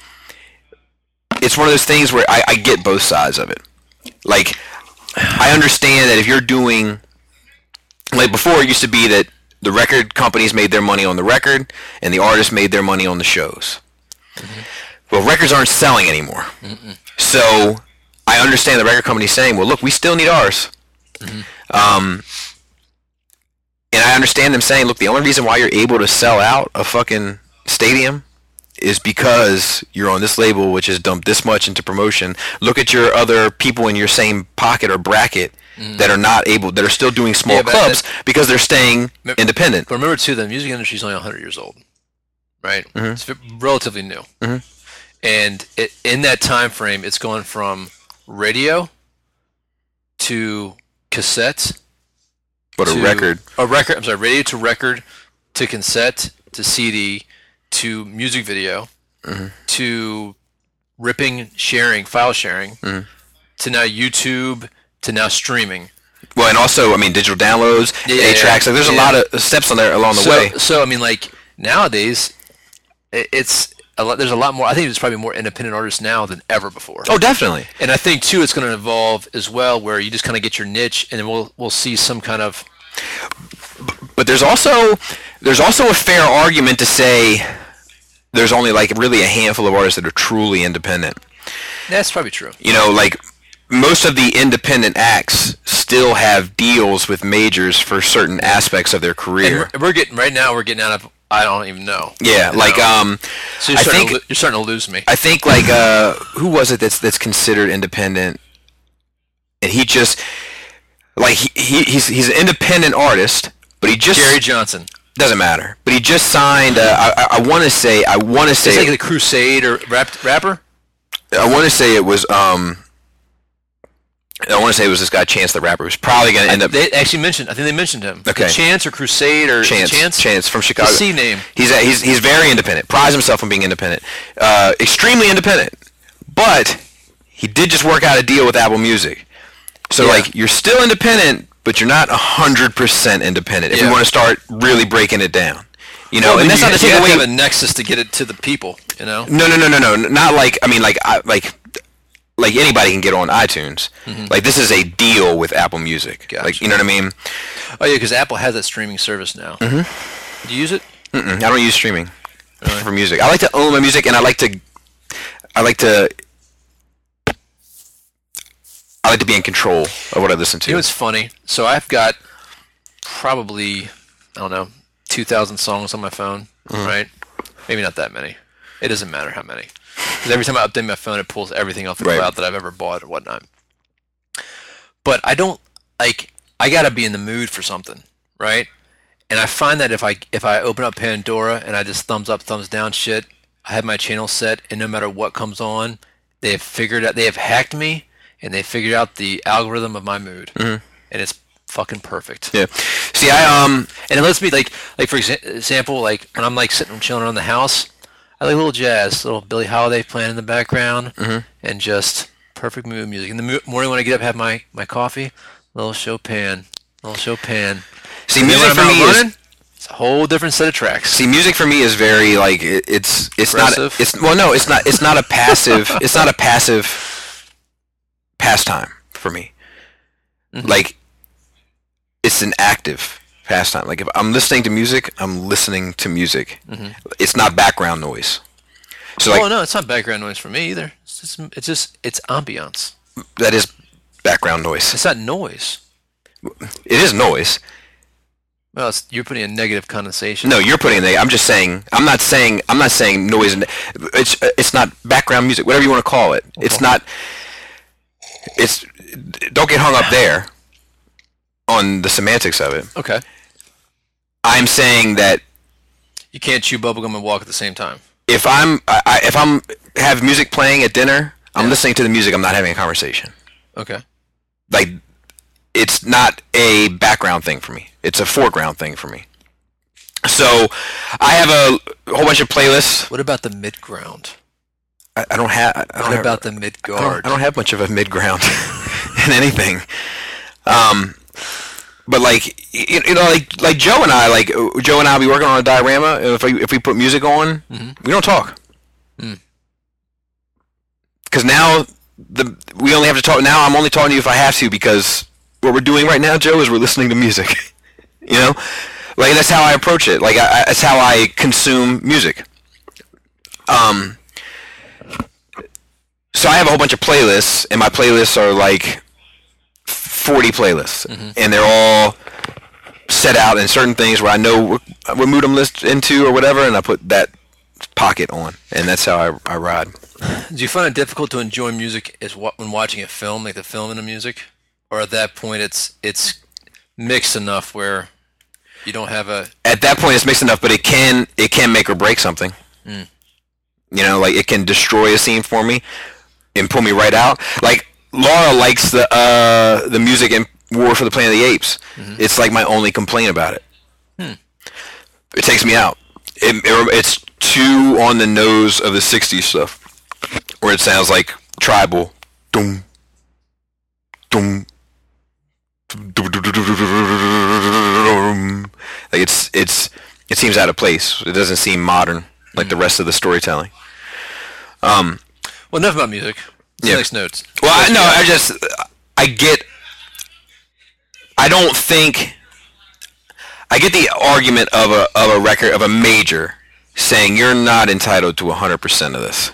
Speaker 3: it's one of those things where i, I get both sides of it like i understand that if you're doing like before it used to be that the record companies made their money on the record and the artists made their money on the shows well records aren't selling anymore so I understand the record company saying, "Well, look, we still need ours."
Speaker 2: Mm-hmm.
Speaker 3: Um, and I understand them saying, "Look, the only reason why you're able to sell out a fucking stadium is because you're on this label, which has dumped this much into promotion. Look at your other people in your same pocket or bracket that are not able, that are still doing small
Speaker 2: Mm. Yeah, but
Speaker 3: clubs because they're staying
Speaker 2: Mem-
Speaker 3: independent."
Speaker 2: But remember too, the music industry is only 100 years old, right?
Speaker 3: Mm-hmm.
Speaker 2: It's ve- relatively new,
Speaker 3: Mhm.
Speaker 2: and it, in that time frame, it's gone from radio to cassette
Speaker 3: But a
Speaker 2: to-
Speaker 3: record,
Speaker 2: a record. I'm sorry, radio to record to cassette to CD to music video
Speaker 3: Mm-hmm.
Speaker 2: to ripping, sharing, file sharing
Speaker 3: Mm-hmm.
Speaker 2: to now YouTube to now streaming.
Speaker 3: well, and also, I mean, digital downloads,
Speaker 2: Yeah, yeah,
Speaker 3: eight tracks. Like, there's
Speaker 2: yeah.
Speaker 3: a lot of steps on there along the
Speaker 2: so,
Speaker 3: way.
Speaker 2: So I mean, like nowadays, i it's a lot. There's a lot more. I think there's probably more independent artists now than ever before.
Speaker 3: Oh, definitely.
Speaker 2: And I think too, it's going to evolve as well, where you just kind of get your niche, and then we'll we'll see some kind of
Speaker 3: but there's also there's also a fair argument to say there's only like really a handful of artists that are truly independent.
Speaker 2: that's probably true.
Speaker 3: You know, like most of the independent acts still have deals with majors for certain aspects of their
Speaker 2: And
Speaker 3: career.
Speaker 2: we're, we're getting right now. We're getting out of. I don't even know.
Speaker 3: Yeah,
Speaker 2: You
Speaker 3: like
Speaker 2: know?
Speaker 3: um,
Speaker 2: So you're
Speaker 3: I
Speaker 2: starting,
Speaker 3: think-
Speaker 2: to, lo- you're starting to lose me.
Speaker 3: I think like uh, who was it that's that's considered independent? And he just like he, he he's he's an independent artist, but he just
Speaker 2: Gary Johnson.
Speaker 3: doesn't matter. But he just signed. Uh, I I want to say I want to
Speaker 2: It's
Speaker 3: say
Speaker 2: like the Crusade or rap, rapper.
Speaker 3: I want to say it was um. I want to say it was this guy Chance the Rapper who's probably going to end up
Speaker 2: They actually mentioned. I think they mentioned him.
Speaker 3: Okay.
Speaker 2: Chance or Crusade or
Speaker 3: Chance,
Speaker 2: Chance.
Speaker 3: from Chicago.
Speaker 2: C name.
Speaker 3: He's a, he's he's very independent. Prides himself on being independent. Uh, extremely independent. But he did just work out a deal with Apple Music. So
Speaker 2: Yeah.
Speaker 3: like you're still independent, but you're not hundred percent independent. If
Speaker 2: Yeah.
Speaker 3: you want to start really breaking it down, you know.
Speaker 2: Well,
Speaker 3: and
Speaker 2: but
Speaker 3: that's
Speaker 2: you,
Speaker 3: not to
Speaker 2: you
Speaker 3: take
Speaker 2: have
Speaker 3: away.
Speaker 2: to have a nexus to get it to the people. You know.
Speaker 3: No, no, no, no, no. n- Not like I mean, like I, like like anybody can get on iTunes.
Speaker 2: Mm-hmm.
Speaker 3: Like this is a deal with Apple Music. Like you know what I mean?
Speaker 2: Oh yeah, because Apple has that streaming service now. Do you use it?
Speaker 3: Mm-mm, Mm-hmm. I don't use streaming for music. I like to own my music, and I like to I like to I like to be in control of what I listen to.
Speaker 2: You know what's funny? So I've got probably I don't know two thousand songs on my phone, right? Maybe not that many. It doesn't matter how many, because every time I update my phone, it pulls everything off the
Speaker 3: Right.
Speaker 2: cloud that I've ever bought or whatnot. But I don't like. I gotta be in the mood for something, right? And I find that if I if I open up Pandora and I just thumbs up, thumbs down shit, I have my channel set, and no matter what comes on, they have figured out they have hacked me, and they figured out the algorithm of my mood, and it's fucking perfect.
Speaker 3: yeah. See, I um
Speaker 2: And it lets me like like for exa- example, like when I'm like sitting and chilling around the house, I like a little jazz, little Billie Holiday playing in the background, and just perfect mood music. In the mo- morning when I get up, have my my coffee, little Chopin, little Chopin.
Speaker 3: see
Speaker 2: And then
Speaker 3: music
Speaker 2: when
Speaker 3: for
Speaker 2: I'm out
Speaker 3: me
Speaker 2: running,
Speaker 3: is
Speaker 2: it's a whole different set of tracks.
Speaker 3: see music for me is very like it, it's it's
Speaker 2: Aggressive?
Speaker 3: not it's well no it's not it's not a passive it's not a passive pastime for me. Like it's an active pastime. Like if I'm listening to music, I'm listening to music. It's not background noise. So like
Speaker 2: oh no, it's not background noise for me either. It's just it's just it's ambiance.
Speaker 3: that is background noise.
Speaker 2: It's not noise.
Speaker 3: It is noise.
Speaker 2: Well, it's, you're putting a negative condensation.
Speaker 3: No, you're putting the. I'm just saying. I'm not saying. I'm not saying noise. and- It's it's not background music. Whatever you want to call it. It's not. It's don't get hung up there on the semantics of it.
Speaker 2: Okay.
Speaker 3: I'm saying that
Speaker 2: You can't chew bubblegum and walk at the same time.
Speaker 3: if I'm I, I- if I'm have music playing at dinner, I'm listening to the music. I'm not having a conversation.
Speaker 2: Okay.
Speaker 3: Like it's not a background thing for me. It's a foreground thing for me. So I have a whole bunch of playlists.
Speaker 2: What about the mid ground?
Speaker 3: I, I don't have. I don't
Speaker 2: What
Speaker 3: have-
Speaker 2: about the mid
Speaker 3: I don't-
Speaker 2: guard?
Speaker 3: I don't have much of a mid ground in anything. Um, but like you, you know, like like Joe and I, like uh, Joe and I, will be working on a diorama. and If I, if we put music on, we don't talk. Because now the we only have to talk. Now I'm only talking to you if I have to. Because what we're doing right now, Joe, is we're listening to music. you know, like that's how I approach it. Like I, I- that's how I consume music. Um so I have a whole bunch of playlists, and my playlists are like 40 playlists, and they're all set out in certain things where I know what, what mood I'm list into or whatever, and I put that pocket on, and that's how I, I ride.
Speaker 2: Do you find it difficult to enjoy music as wa- when watching a film, like the film and the music, or at that point it's it's mixed enough where you don't have a
Speaker 3: At that point, it's mixed enough, but it can it can make or break something. You know, like it can destroy a scene for me and pull me right out. Like Laura likes the uh, the music in War for the Planet of the Apes. It's like my only complaint about it. It takes me out. It, it, it's too on the nose of the '60s stuff, where it sounds like tribal. Doom, doom. Like it's it's it seems out of place. It doesn't seem modern like the rest of the storytelling.
Speaker 2: well. Enough about music. It's
Speaker 3: Yeah.
Speaker 2: The next notes.
Speaker 3: Well, I, no, I just I get. I don't think. I get the argument of a of a record of a major saying you're not entitled to 100% of this,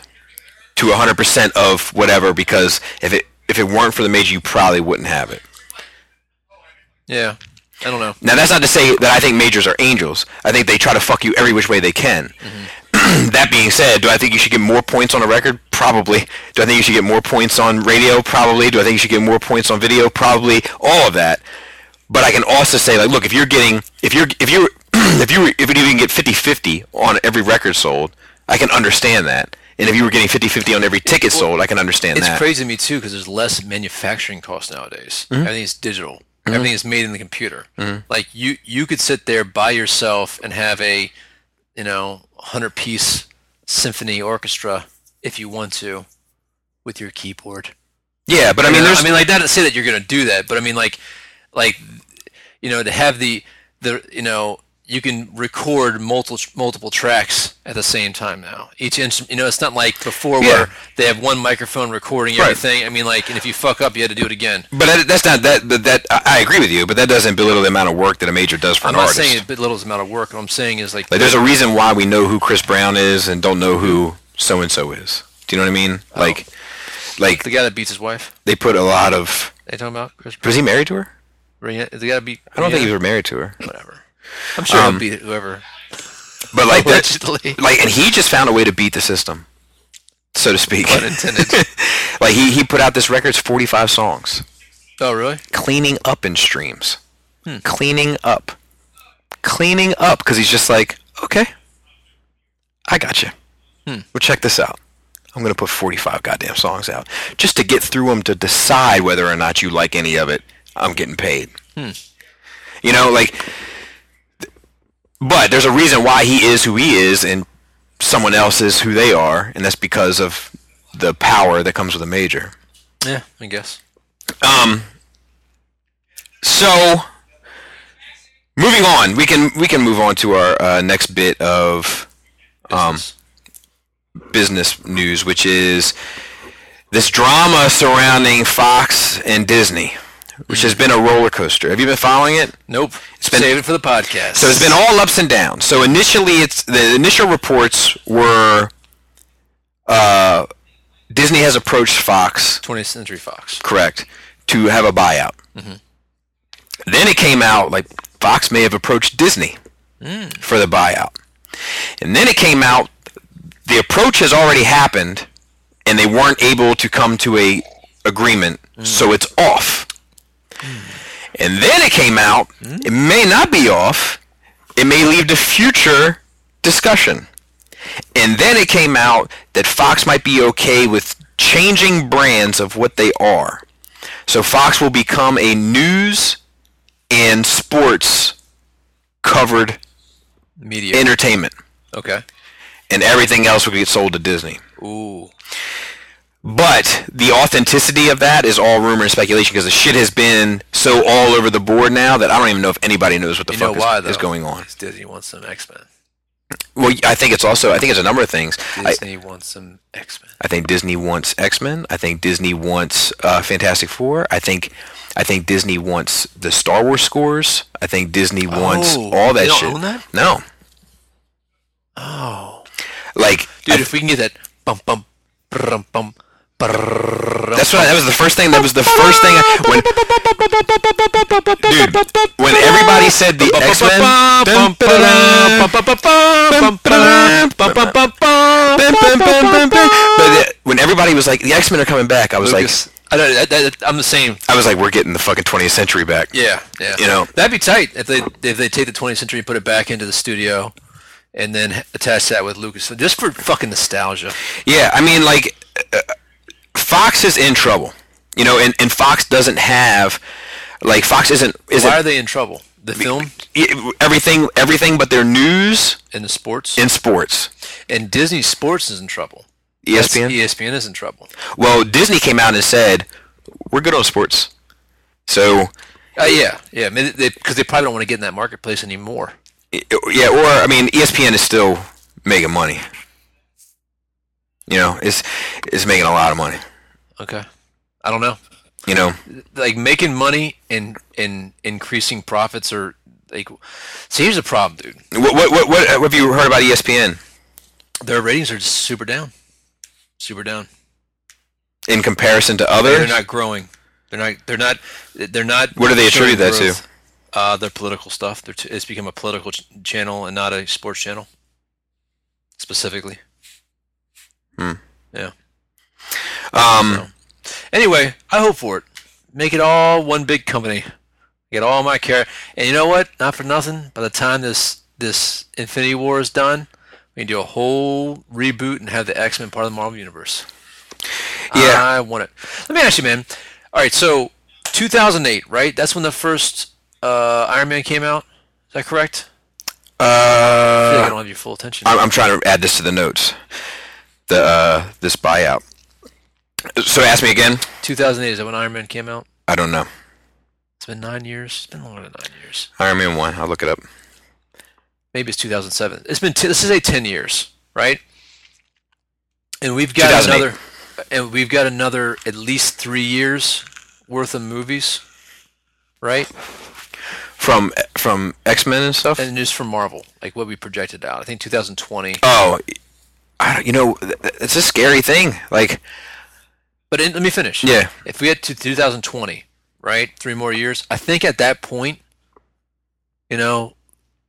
Speaker 3: to 100% of whatever because if it if it weren't for the major you probably wouldn't have it.
Speaker 2: Yeah. I don't know.
Speaker 3: Now that's not to say that I think majors are angels. I think they try to fuck you every which way they can.
Speaker 2: Mm-hmm.
Speaker 3: that being said, do I think you should get more points on a record? Probably. Do I think you should get more points on radio? Probably. Do I think you should get more points on video? Probably. All of that. But I can also say like, look, if you're getting if you're if you if you were- if you didn't even get 50-50 on every record sold, I can understand that. And if you were getting 50-50 on every ticket sold, I can understand
Speaker 2: It's
Speaker 3: that. Mm-hmm.
Speaker 2: crazy to me too because there's less manufacturing costs nowadays. Everything is digital. Everything is made in the computer. Like you, you could sit there by yourself and have a, you know, hundred piece symphony orchestra if you want to, with your keyboard.
Speaker 3: Yeah, but I mean,
Speaker 2: You know,
Speaker 3: there's
Speaker 2: I mean, like not to say that you're gonna do that, but I mean, like, like, you know, to have the the you know you can record multiple multiple tracks at the same time now. Each instrument, you know, it's not like before
Speaker 3: Yeah.
Speaker 2: where they have one microphone recording
Speaker 3: Right.
Speaker 2: everything. I mean, like, and if you fuck up, you had to do it again.
Speaker 3: But that, that's not that, that. That I I agree with you, but that doesn't belittle the amount of work that a major does for
Speaker 2: I'm
Speaker 3: an
Speaker 2: not
Speaker 3: artist.
Speaker 2: saying it belittles the amount of work. What I'm saying is like,
Speaker 3: Like, there's a reason why we know who Chris Brown is and don't know who so and so is. Do you know what I mean?
Speaker 2: Oh.
Speaker 3: Like, like
Speaker 2: the guy that beats his wife.
Speaker 3: they put a lot of.
Speaker 2: They talking about Chris?
Speaker 3: Was he married to her?
Speaker 2: Rihanna- The guy that beat.
Speaker 3: I don't think he
Speaker 2: Rihanna?
Speaker 3: was married to her.
Speaker 2: Whatever. I'm sure
Speaker 3: Um,
Speaker 2: he'll beat whoever.
Speaker 3: But like that,
Speaker 2: Allegedly.
Speaker 3: like, and he just found a way to beat the system, so to speak.
Speaker 2: Pun intended.
Speaker 3: like he he put out this record's 45 songs.
Speaker 2: oh, really?
Speaker 3: cleaning up in streams. Cleaning up. Cleaning up because he's just like, okay, I got you. Well, check this out. I'm going to put 45 goddamn songs out. Just to get through them to decide whether or not you like any of it, I'm getting paid. You know, like, th- but there's a reason why he is who he is and someone else is who they are, and that's because of the power that comes with a major.
Speaker 2: Yeah, I guess.
Speaker 3: Um. So, moving on, we can we can move on to our uh, next bit of um, business news, which is this drama surrounding Fox and Disney, which has been a roller coaster. Have you been following it?
Speaker 2: Nope.
Speaker 3: been-
Speaker 2: Save it for the podcast.
Speaker 3: So it's been all ups and downs. So initially, it's the initial reports were uh, Disney has approached Fox
Speaker 2: 20th Century Fox.
Speaker 3: correct, to have a buyout. Then it came out like Fox may have approached Disney for the buyout. And then it came out the approach has already happened and they weren't able to come to a agreement, so it's off. And then it came out, it may not be off. It may lead to future discussion. And then it came out that Fox might be okay with changing brands of what they are. So Fox will become a news and sports covered
Speaker 2: Media.
Speaker 3: entertainment.
Speaker 2: okay.
Speaker 3: And everything else will get sold to Disney.
Speaker 2: Ooh.
Speaker 3: But the authenticity of that is all rumor and speculation because the shit has been so all over the board now that I don't even know if anybody knows what the
Speaker 2: You know
Speaker 3: fuck is-
Speaker 2: why
Speaker 3: is,
Speaker 2: though?
Speaker 3: going on.
Speaker 2: 'Cause Disney wants some X Men.
Speaker 3: Well, I think it's also I think it's a number of things. I,
Speaker 2: Disney wants some X Men.
Speaker 3: I think Disney wants X Men. I think Disney wants uh, Fantastic Four. I think I think Disney wants the Star Wars scores. I think Disney wants
Speaker 2: Oh,
Speaker 3: all that
Speaker 2: they don't
Speaker 3: shit.
Speaker 2: own that?
Speaker 3: No,
Speaker 2: Oh.
Speaker 3: like
Speaker 2: Dude,
Speaker 3: I-
Speaker 2: if we can get that bum bum brum bum brrrrum,
Speaker 3: that's what that was the first thing. That was the first thing I, when dude when everybody said the X Men. But uh, when everybody was like the X Men are coming back, I was
Speaker 2: Lucas. I, don't- that- that- I'm the same.
Speaker 3: like I was like we're getting the fucking 20th century back.
Speaker 2: Yeah, yeah.
Speaker 3: You know.
Speaker 2: that'd be tight if they if they take the 20th century and put it back into the studio, and then h- attach that with Lucas just for fucking nostalgia.
Speaker 3: Yeah, I mean, like, uh, Fox is in trouble, you know, and, and Fox doesn't have, like, Fox isn't isn't
Speaker 2: Why are they in trouble? The film
Speaker 3: e- everything everything but their news
Speaker 2: and the sports
Speaker 3: and sports. E
Speaker 2: and Disney Sports is in trouble. E That's-
Speaker 3: ESPN.
Speaker 2: ESPN is in trouble.
Speaker 3: Well, Disney came out and said we're good on sports, so
Speaker 2: Uh, yeah, yeah, because they, 'cause they probably don't want to get in that marketplace anymore.
Speaker 3: y- yeah. Or I mean, E ESPN is still making money. You know, it's it's making a lot of money.
Speaker 2: Okay, I don't know.
Speaker 3: You know,
Speaker 2: like making money and and increasing profits are like see here's the problem dude
Speaker 3: what what what, what have you heard about E ESPN
Speaker 2: their ratings are just super down super down
Speaker 3: in comparison to
Speaker 2: they're
Speaker 3: others?
Speaker 2: not growing they're not they're not they're not
Speaker 3: What do they
Speaker 2: showing
Speaker 3: attribute that to?
Speaker 2: growth. uh their political stuff they're t- it's become a political ch- channel and not a sports channel specifically yeah
Speaker 3: Um.
Speaker 2: anyway i hope for it make it all one big company get all my care and you know what not for nothing by the time this this infinity war is done we can do a whole reboot and have the x-men part of the marvel universe
Speaker 3: Yeah.
Speaker 2: i want it let me ask you man all right so 2008 right that's when the first uh, iron man came out is that correct Uh, I feel like
Speaker 3: Uh,
Speaker 2: i don't have your full attention
Speaker 3: I'm, I'm trying to add this to the notes. The uh, this buyout. So ask me again.
Speaker 2: 2008 is that when iron man came out
Speaker 3: I don't know.
Speaker 2: it's been nine years it's been longer than nine years
Speaker 3: Iron Man one. I'll look it up.
Speaker 2: maybe it's 2007. It's been t- this is a 10 years, right? And we've got
Speaker 3: 2008.
Speaker 2: another, and we've got another at least three years worth of movies, right?
Speaker 3: From from X Men and stuff.
Speaker 2: And just for Marvel, like what we projected out. I think 2020.
Speaker 3: oh, I don't, you know, th- th- it's a scary thing. Like,
Speaker 2: But in, let me finish.
Speaker 3: Yeah.
Speaker 2: If we get to 2020, right, three more years, I think at that point, you know,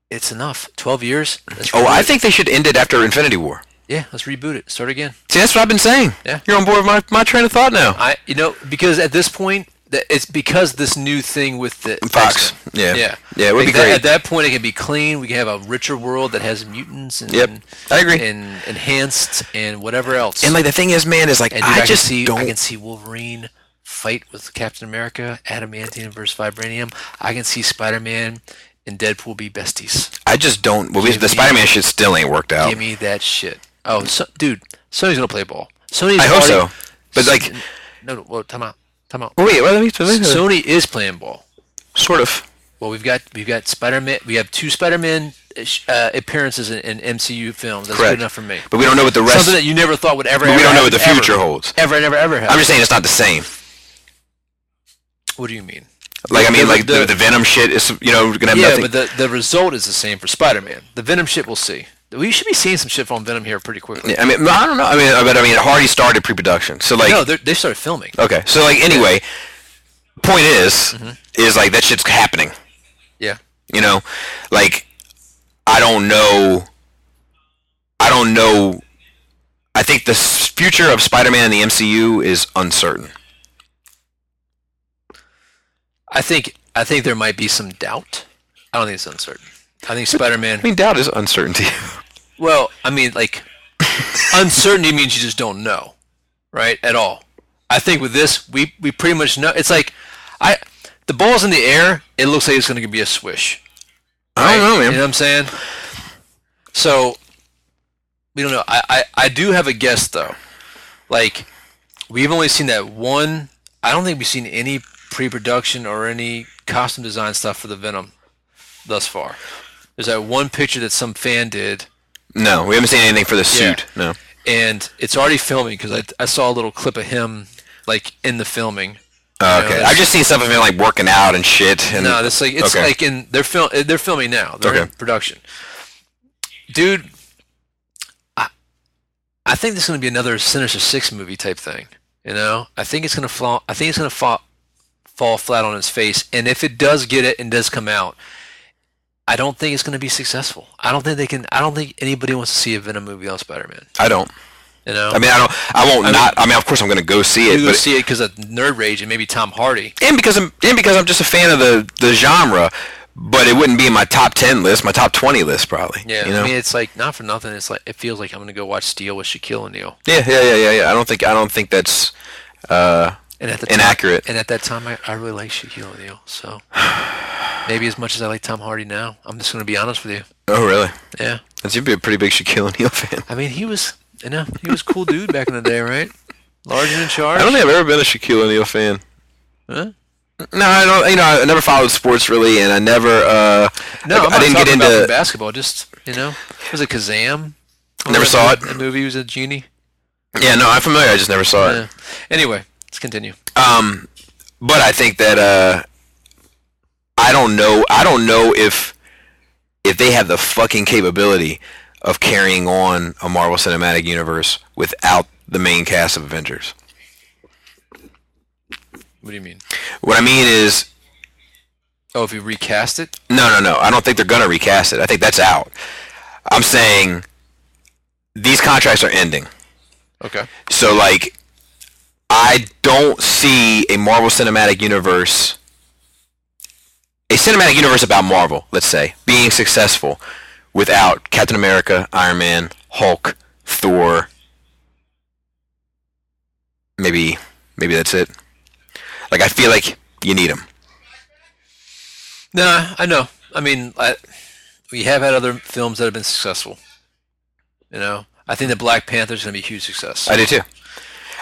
Speaker 2: it's enough. 12 years. Let's
Speaker 3: oh,
Speaker 2: reboot
Speaker 3: I
Speaker 2: it.
Speaker 3: think they should end it after Infinity War.
Speaker 2: yeah. Let's reboot it. Start again.
Speaker 3: See, that's what I've been saying.
Speaker 2: Yeah.
Speaker 3: You're on board with my, my train of thought now.
Speaker 2: I you know because at this point that it's because this new thing with the
Speaker 3: Fox. Yeah.
Speaker 2: yeah
Speaker 3: Yeah, it would
Speaker 2: Like
Speaker 3: be
Speaker 2: that-
Speaker 3: great.
Speaker 2: at that point it can be clean we can have a richer world that has mutants and
Speaker 3: Yep. I agree.
Speaker 2: and enhanced and whatever else
Speaker 3: and like the thing is, man, is like
Speaker 2: And, dude,
Speaker 3: I,
Speaker 2: can
Speaker 3: just
Speaker 2: see
Speaker 3: don't.
Speaker 2: I can see Wolverine fight with Captain America adamantium versus vibranium I can see Spider Man and Deadpool be besties
Speaker 3: I just don't. Well, the
Speaker 2: Give me-
Speaker 3: Spider Man shit still ain't worked out.
Speaker 2: give me that shit oh so, dude Sony's gonna play ball Sony's
Speaker 3: I hope
Speaker 2: already-
Speaker 3: so. But like,
Speaker 2: no no well time out time out
Speaker 3: wait, let me.
Speaker 2: Sony is playing ball.
Speaker 3: sort of.
Speaker 2: Well, we've got we've got Spider Man. We have two Spider Man uh, appearances in, in MCU films. That's
Speaker 3: Correct.
Speaker 2: good enough for me.
Speaker 3: But we don't know what the rest.
Speaker 2: Something that you never thought would ever.
Speaker 3: but we
Speaker 2: ever
Speaker 3: don't know what
Speaker 2: happen,
Speaker 3: the
Speaker 2: ever.
Speaker 3: future holds.
Speaker 2: Ever and ever ever happen.
Speaker 3: I'm just saying it's not the same.
Speaker 2: what do you mean?
Speaker 3: Like I mean, like
Speaker 2: the-
Speaker 3: the, the Venom shit is you know gonna have
Speaker 2: Yeah,
Speaker 3: nothing.
Speaker 2: but the, the result is the same for Spider Man. The Venom shit we'll see. We should be seeing some shit from Venom here pretty quickly.
Speaker 3: I mean, I don't know. I mean, but I mean, it already started pre-production. So like,
Speaker 2: no, they're- they started filming.
Speaker 3: okay. So like, anyway, point is,
Speaker 2: Mm-hmm.
Speaker 3: is like that shit's happening.
Speaker 2: Yeah.
Speaker 3: You know, like I don't know. I don't know. I think the s- future of Spider-Man in the MCU is uncertain.
Speaker 2: I think I think there might be some doubt. I don't think it's uncertain. I think
Speaker 3: I
Speaker 2: Spider-Man.
Speaker 3: mean, doubt is uncertainty.
Speaker 2: Well, I mean, like uncertainty means you just don't know, right? At all. I think with this, we we pretty much know. It's like I the ball's in the air. It looks like it's going to be a swish.
Speaker 3: I don't
Speaker 2: right?
Speaker 3: know,
Speaker 2: You
Speaker 3: man.
Speaker 2: know what I'm saying? So we don't know. I, I, I do have a guess though. Like we've only seen that one. I don't think we've seen any pre-production or any costume design stuff for the Venom thus far. There's that one picture that some fan did,
Speaker 3: No, we haven't seen anything for the
Speaker 2: Yeah.
Speaker 3: suit. No.
Speaker 2: and it's already filming because I, I saw a little clip of him like in the filming.
Speaker 3: Oh,
Speaker 2: You know,
Speaker 3: okay.
Speaker 2: that's-
Speaker 3: I've just seen stuff of him like working out and shit. And
Speaker 2: No, that's like it's
Speaker 3: okay.
Speaker 2: like in they're film they're filming now. They're in
Speaker 3: Okay.
Speaker 2: production. Dude, I I think this is gonna be another Sinister Six movie type thing. You know, I think it's gonna fall. I think it's gonna fall fall flat on its face. And if it does get it and does come out, I don't think it's gonna be successful. I don't think they can. I don't think anybody wants to see a Venom movie on Spider-Man.
Speaker 3: I don't.
Speaker 2: You know,
Speaker 3: I mean, I don't. I won't
Speaker 2: mean-
Speaker 3: not. I mean, of course, I'm gonna go see it.
Speaker 2: you go
Speaker 3: But
Speaker 2: see it because of Nerd Rage and maybe Tom Hardy.
Speaker 3: and because I'm and because I'm just a fan of the the genre, but it wouldn't be in my top ten list, my top twenty list probably.
Speaker 2: Yeah,
Speaker 3: you know?
Speaker 2: I mean, it's like not for nothing. It's like it feels like I'm gonna go watch Steel with Shaquille O'Neal.
Speaker 3: yeah, yeah, yeah, yeah, yeah. I don't think I don't think that's. Uh,
Speaker 2: And at the
Speaker 3: Inaccurate.
Speaker 2: Time, and at that time, I, I really like Shaquille O'Neal. So maybe as much as I like Tom Hardy now, I'm just going to be honest with you.
Speaker 3: oh really?
Speaker 2: Yeah,
Speaker 3: That's you'd be a pretty big Shaquille O'Neal fan.
Speaker 2: I mean he was, you know, he was a cool dude back in the day, right? Large and in charge.
Speaker 3: I don't think I've ever been a Shaquille O'Neal fan.
Speaker 2: Huh?
Speaker 3: No, I don't. You know, I never followed sports really, and I never. Uh,
Speaker 2: No,
Speaker 3: like,
Speaker 2: I'm not
Speaker 3: I didn't get
Speaker 2: talking about
Speaker 3: into.
Speaker 2: the basketball. Just you know, was it Kazam? What
Speaker 3: Never
Speaker 2: was
Speaker 3: saw
Speaker 2: that
Speaker 3: it.
Speaker 2: The movie he was a genie.
Speaker 3: Yeah, no, I'm familiar. I just never saw it.
Speaker 2: Yeah. Anyway, let's continue.
Speaker 3: Um, but I think that uh, I don't know. I don't know if if they have the fucking capability of carrying on a Marvel Cinematic Universe without the main cast of Avengers.
Speaker 2: What do you mean?
Speaker 3: What I mean is,
Speaker 2: Oh, if you recast it,
Speaker 3: no, no, no. I don't think they're gonna recast it. I think that's out. I'm saying these contracts are ending.
Speaker 2: okay.
Speaker 3: So like, I don't see a Marvel Cinematic Universe, a cinematic universe about Marvel, let's say, being successful without Captain America, Iron Man, Hulk, Thor. Maybe, maybe that's it. Like I feel like you need them.
Speaker 2: Nah, I know. I mean, I, we have had other films that have been successful. You know, I think that Black Panther's going to be a huge success.
Speaker 3: I do too.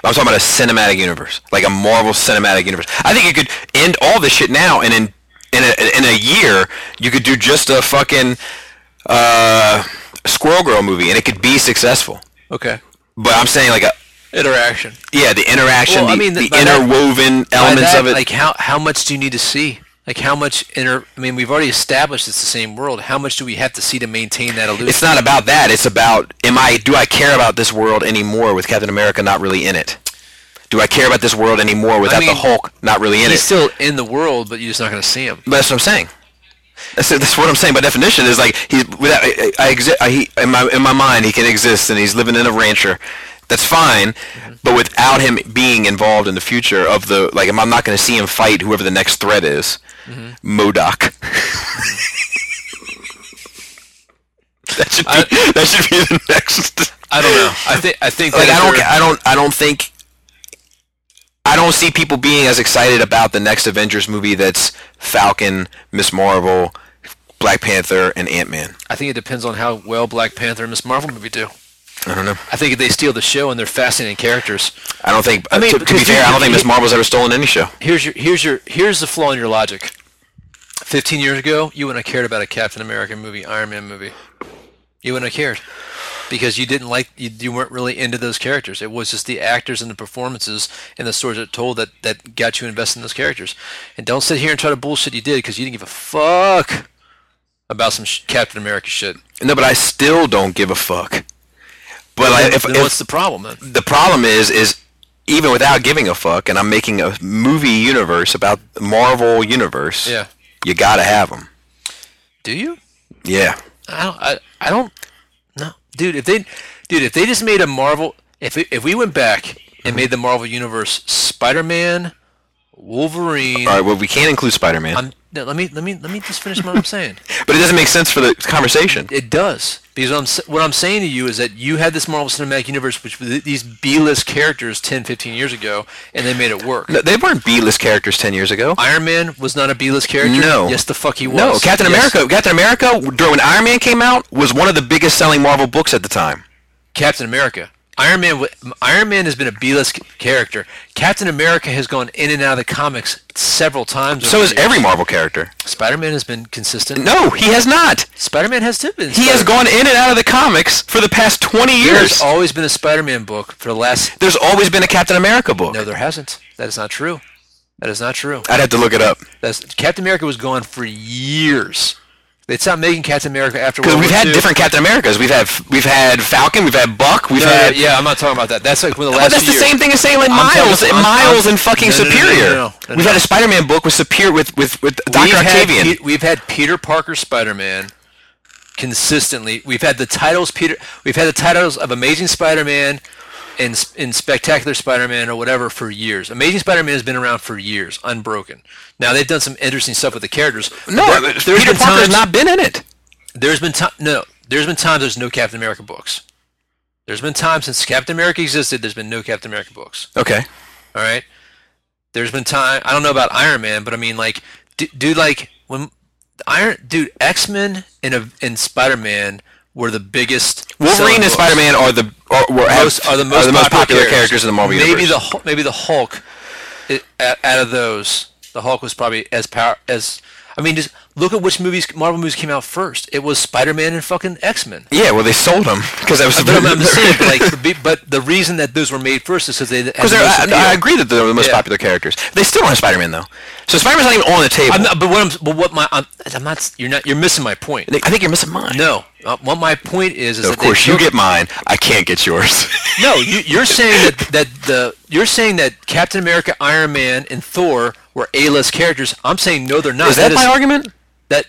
Speaker 3: I'm talking about a cinematic universe, like a Marvel cinematic universe. I think you could end all this shit now, and in in a, in a year, you could do just a fucking uh, Squirrel Girl movie, and it could be successful.
Speaker 2: okay.
Speaker 3: But I'm saying like a
Speaker 2: Interaction.
Speaker 3: yeah, the interaction,
Speaker 2: Well, I
Speaker 3: the,
Speaker 2: mean,
Speaker 3: the
Speaker 2: by that-
Speaker 3: interwoven
Speaker 2: By
Speaker 3: elements
Speaker 2: that,
Speaker 3: of it.
Speaker 2: Like how how much do you need to see? Like how much inter? I mean, we've already established it's the same world. How much do we have to see to maintain that illusion?
Speaker 3: it's not about that. It's about am I do I care about this world anymore with Captain America not really in it? Do I care about this world anymore without
Speaker 2: mean,
Speaker 3: the Hulk not really in
Speaker 2: He's
Speaker 3: it?
Speaker 2: still in the world, but you're just not going to see him.
Speaker 3: But that's what I'm saying. That's, that's what I'm saying by definition is like he's without I, I exi- I, he, in my in my mind he can exist and he's living in a rancher. That's fine, but without him being involved in the future of the like, I'm I'm not going to see him fight whoever the next threat is, Modoc. that should be that should be the next.
Speaker 2: I don't know. I think I think
Speaker 3: Like
Speaker 2: that
Speaker 3: I
Speaker 2: if
Speaker 3: don't
Speaker 2: they're-
Speaker 3: I don't I don't think I don't see people being as excited about the next Avengers movie that's Falcon, Miss Marvel, Black Panther, and Ant Man.
Speaker 2: I think it depends on how well Black Panther and Miss Marvel movie do.
Speaker 3: I don't know.
Speaker 2: I think if they steal the show and they're fascinating characters,
Speaker 3: I don't think.
Speaker 2: I mean,
Speaker 3: to, to be
Speaker 2: because you-
Speaker 3: fair, I don't think
Speaker 2: you-
Speaker 3: Miss Marvel's ever stolen any show.
Speaker 2: here's your here's your here's the flaw in your logic. Fifteen years ago, you wouldn't have cared about a Captain America movie, Iron Man movie. You wouldn't have cared because you didn't like you, you weren't really into those characters. It was just the actors and the performances and the stories that told that that got you invested in those characters. And don't sit here and try to bullshit you did because you didn't give a fuck about some sh- Captain America shit.
Speaker 3: No, but I still don't give a fuck. But like, if,
Speaker 2: then
Speaker 3: if
Speaker 2: what's the problem then?
Speaker 3: the problem is, is even without giving a fuck, and I'm making a movie universe about Marvel universe.
Speaker 2: Yeah.
Speaker 3: you gotta have them.
Speaker 2: Do you?
Speaker 3: Yeah,
Speaker 2: I don't. I, I don't. No, dude. If they, dude, if they just made a Marvel, if it, if we went back and made the Marvel universe, Spider-Man, Wolverine.
Speaker 3: all right. Well, we can't include Spider-Man,
Speaker 2: I'm, no, let me let me let me just finish what I'm saying.
Speaker 3: but it doesn't make sense for the conversation.
Speaker 2: It does because what I'm s- what I'm saying to you is that you had this Marvel Cinematic Universe, which was th- these B-list characters 10, 15 years ago, and they made it work.
Speaker 3: No, they weren't B-list characters ten years ago.
Speaker 2: Iron Man was not a B-list character.
Speaker 3: No.
Speaker 2: Yes, the fuck he was.
Speaker 3: No, Captain
Speaker 2: Yes.
Speaker 3: America. Captain America, during when Iron Man came out, was one of the biggest selling Marvel books at the time.
Speaker 2: Captain America. Iron Man. wa- Iron Man has been a B-list c- character. Captain America has gone in and out of the comics several times.
Speaker 3: So
Speaker 2: over
Speaker 3: is
Speaker 2: the years.
Speaker 3: every Marvel character.
Speaker 2: Spider-Man has been consistent.
Speaker 3: No, he has not.
Speaker 2: Spider-Man has too been.
Speaker 3: He has
Speaker 2: Spider-Man.
Speaker 3: gone in and out of the comics for the past 20 years.
Speaker 2: There's always been a Spider-Man book for the last.
Speaker 3: There's always been a Captain America book.
Speaker 2: No, there hasn't. That is not true. That is not true.
Speaker 3: I'd have to look it up.
Speaker 2: That's Captain America was gone for years. They stopped making Captain America after
Speaker 3: Because
Speaker 2: World
Speaker 3: we've
Speaker 2: War
Speaker 3: had
Speaker 2: II.
Speaker 3: different Captain Americas. We've had we've had Falcon. We've had Buck. We've
Speaker 2: No,
Speaker 3: had
Speaker 2: yeah, I'm not talking about that. That's like one of the
Speaker 3: But
Speaker 2: last.
Speaker 3: that's the
Speaker 2: few years.
Speaker 3: same thing as saying like
Speaker 2: I'm talking-
Speaker 3: Miles and
Speaker 2: I'm- I'm-
Speaker 3: Miles and fucking
Speaker 2: No, no, no, no, no,
Speaker 3: Superior.
Speaker 2: no, no,
Speaker 3: We've
Speaker 2: no.
Speaker 3: had a Spider-Man book with Superior with with with Doctor
Speaker 2: We've had
Speaker 3: Octavian.
Speaker 2: Pe- we've had Peter Parker Spider-Man consistently. We've had the titles Peter. We've had the titles of Amazing Spider-Man and S- and Spectacular Spider-Man or whatever for years. Amazing Spider-Man has been around for years, unbroken. Now they've done some interesting stuff with the characters.
Speaker 3: no,
Speaker 2: There- there's
Speaker 3: Peter
Speaker 2: been
Speaker 3: Parker's
Speaker 2: times-
Speaker 3: not been in it.
Speaker 2: There's been time. No, there's been times there's no Captain America books. There's been times since Captain America existed. There's been no Captain America books.
Speaker 3: Okay.
Speaker 2: All right. There's been time. I don't know about Iron Man, but I mean, like, d- dude, like when Iron dude X Men and a, and Spider Man were the biggest. selling
Speaker 3: Wolverine and
Speaker 2: books.
Speaker 3: Spider-Man are the are, were- have-
Speaker 2: Most- are the most,
Speaker 3: popular characters in the Marvel
Speaker 2: maybe
Speaker 3: universe.
Speaker 2: the Hul- maybe the Hulk. i- out- out of those, the Hulk was probably as power as. I mean, just look at which movies Marvel movies came out first. It was Spider Man and fucking X Men.
Speaker 3: yeah, well, they sold them because I was.
Speaker 2: But I'm, I'm saying, like, the be- but the reason that those were made first is because they. had the
Speaker 3: Because I,
Speaker 2: most
Speaker 3: I
Speaker 2: appeal.
Speaker 3: agree that they're the most
Speaker 2: Yeah.
Speaker 3: popular characters. They still aren't Spider-Man though, so Spider-Man's not even on the table.
Speaker 2: I'm not, but what I'm, but what my, I'm, I'm not. You're not. You're missing my point.
Speaker 3: I think you're missing mine.
Speaker 2: No, uh, what my point is is
Speaker 3: of
Speaker 2: that they
Speaker 3: course you
Speaker 2: took-
Speaker 3: get mine. I can't get yours.
Speaker 2: No, you, you're saying that that the you're saying that Captain America, Iron Man, and Thor were A-list characters. I'm saying no, they're not.
Speaker 3: Is that my argument?
Speaker 2: That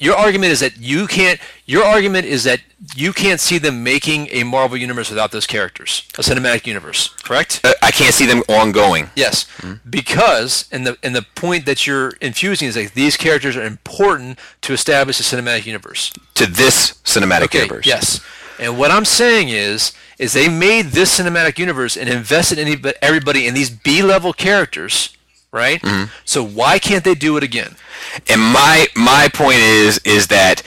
Speaker 2: your argument is that you can't. Your argument is that you can't see them making a Marvel universe without those characters, a cinematic universe. Correct.
Speaker 3: Uh, I can't see them ongoing.
Speaker 2: Yes,
Speaker 3: Mm-hmm.
Speaker 2: because and the and the point that you're infusing is like these characters are important to establish a cinematic universe.
Speaker 3: to this cinematic
Speaker 2: okay,
Speaker 3: universe.
Speaker 2: Yes. And what I'm saying is, is they made this cinematic universe and invested in any- everybody in these B-level characters, right?
Speaker 3: Mm-hmm.
Speaker 2: So why can't they do it again?
Speaker 3: And my my point is is that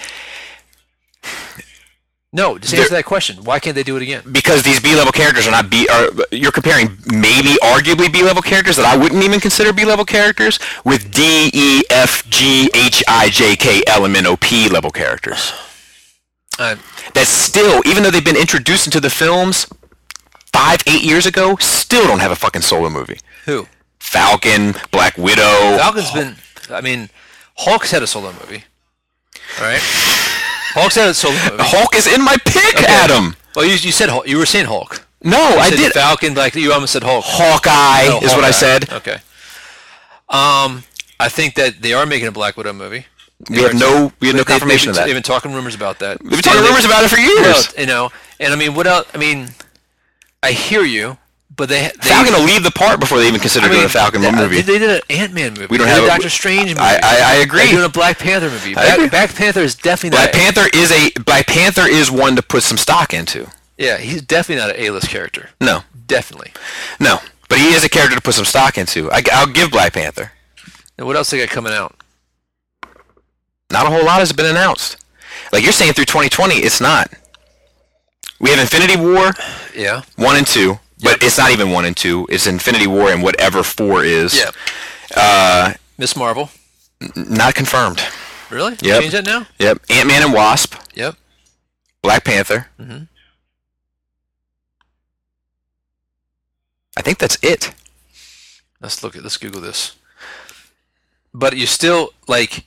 Speaker 2: No, just answer that question. Why can't they do it again?
Speaker 3: because these B level characters are not B, are, you're comparing maybe arguably B level characters that I wouldn't even consider B level characters with D E F G H I J K L M N O P level characters.
Speaker 2: Uh,
Speaker 3: That still, even though they've been introduced into the films five eight years ago, still don't have a fucking solo movie.
Speaker 2: who?
Speaker 3: Falcon, Black Widow.
Speaker 2: Falcon's been. I mean, Hulk's had a solo movie. All right. Hulk's had a solo movie.
Speaker 3: Hulk is in my pick, Adam.
Speaker 2: Well, you, you said Hulk. You were saying Hulk.
Speaker 3: No,
Speaker 2: You
Speaker 3: I
Speaker 2: said
Speaker 3: did.
Speaker 2: Falcon. Like you almost said Hulk.
Speaker 3: Hawkeye
Speaker 2: No,
Speaker 3: is what I
Speaker 2: Hawkeye.
Speaker 3: said.
Speaker 2: Okay. Um, I think that they are making a Black Widow movie.
Speaker 3: We have no we have no
Speaker 2: They-
Speaker 3: confirmation
Speaker 2: they've been,
Speaker 3: of that.
Speaker 2: They've been talking rumors about that.
Speaker 3: We've been talking rumors about it for years.
Speaker 2: You know, and I mean, what else? I mean, I hear you, but they they,
Speaker 3: Falcon will leave the part before they even consider
Speaker 2: I mean,
Speaker 3: doing a Falcon
Speaker 2: they,
Speaker 3: movie.
Speaker 2: They did an Ant Man movie.
Speaker 3: We don't
Speaker 2: they did
Speaker 3: have
Speaker 2: a
Speaker 3: a-
Speaker 2: Doctor Strange movie.
Speaker 3: I- I- I agree.
Speaker 2: They're doing a Black Panther movie.
Speaker 3: I
Speaker 2: Black,
Speaker 3: agree.
Speaker 2: Black Panther is definitely
Speaker 3: Black
Speaker 2: not. a,
Speaker 3: Panther is a Black Panther is one to put some stock into.
Speaker 2: yeah, he's definitely not an A list character.
Speaker 3: No,
Speaker 2: Definitely.
Speaker 3: no, but he is a character to put some stock into. I, will give Black Panther.
Speaker 2: And what else they got coming out?
Speaker 3: Not a whole lot has been announced. Like you're saying through 2020, it's not. We have Infinity War
Speaker 2: Yeah.
Speaker 3: one and two, but it's not even one and two. It's Infinity War and whatever four is.
Speaker 2: Yeah.
Speaker 3: Uh,
Speaker 2: Miss Marvel.
Speaker 3: Not confirmed.
Speaker 2: Really?
Speaker 3: Yep.
Speaker 2: Change that now.
Speaker 3: Yep. Ant Man and Wasp,
Speaker 2: Yep.
Speaker 3: Black Panther.
Speaker 2: Mhm.
Speaker 3: I think that's it.
Speaker 2: Let's look at let's Google this. But you still like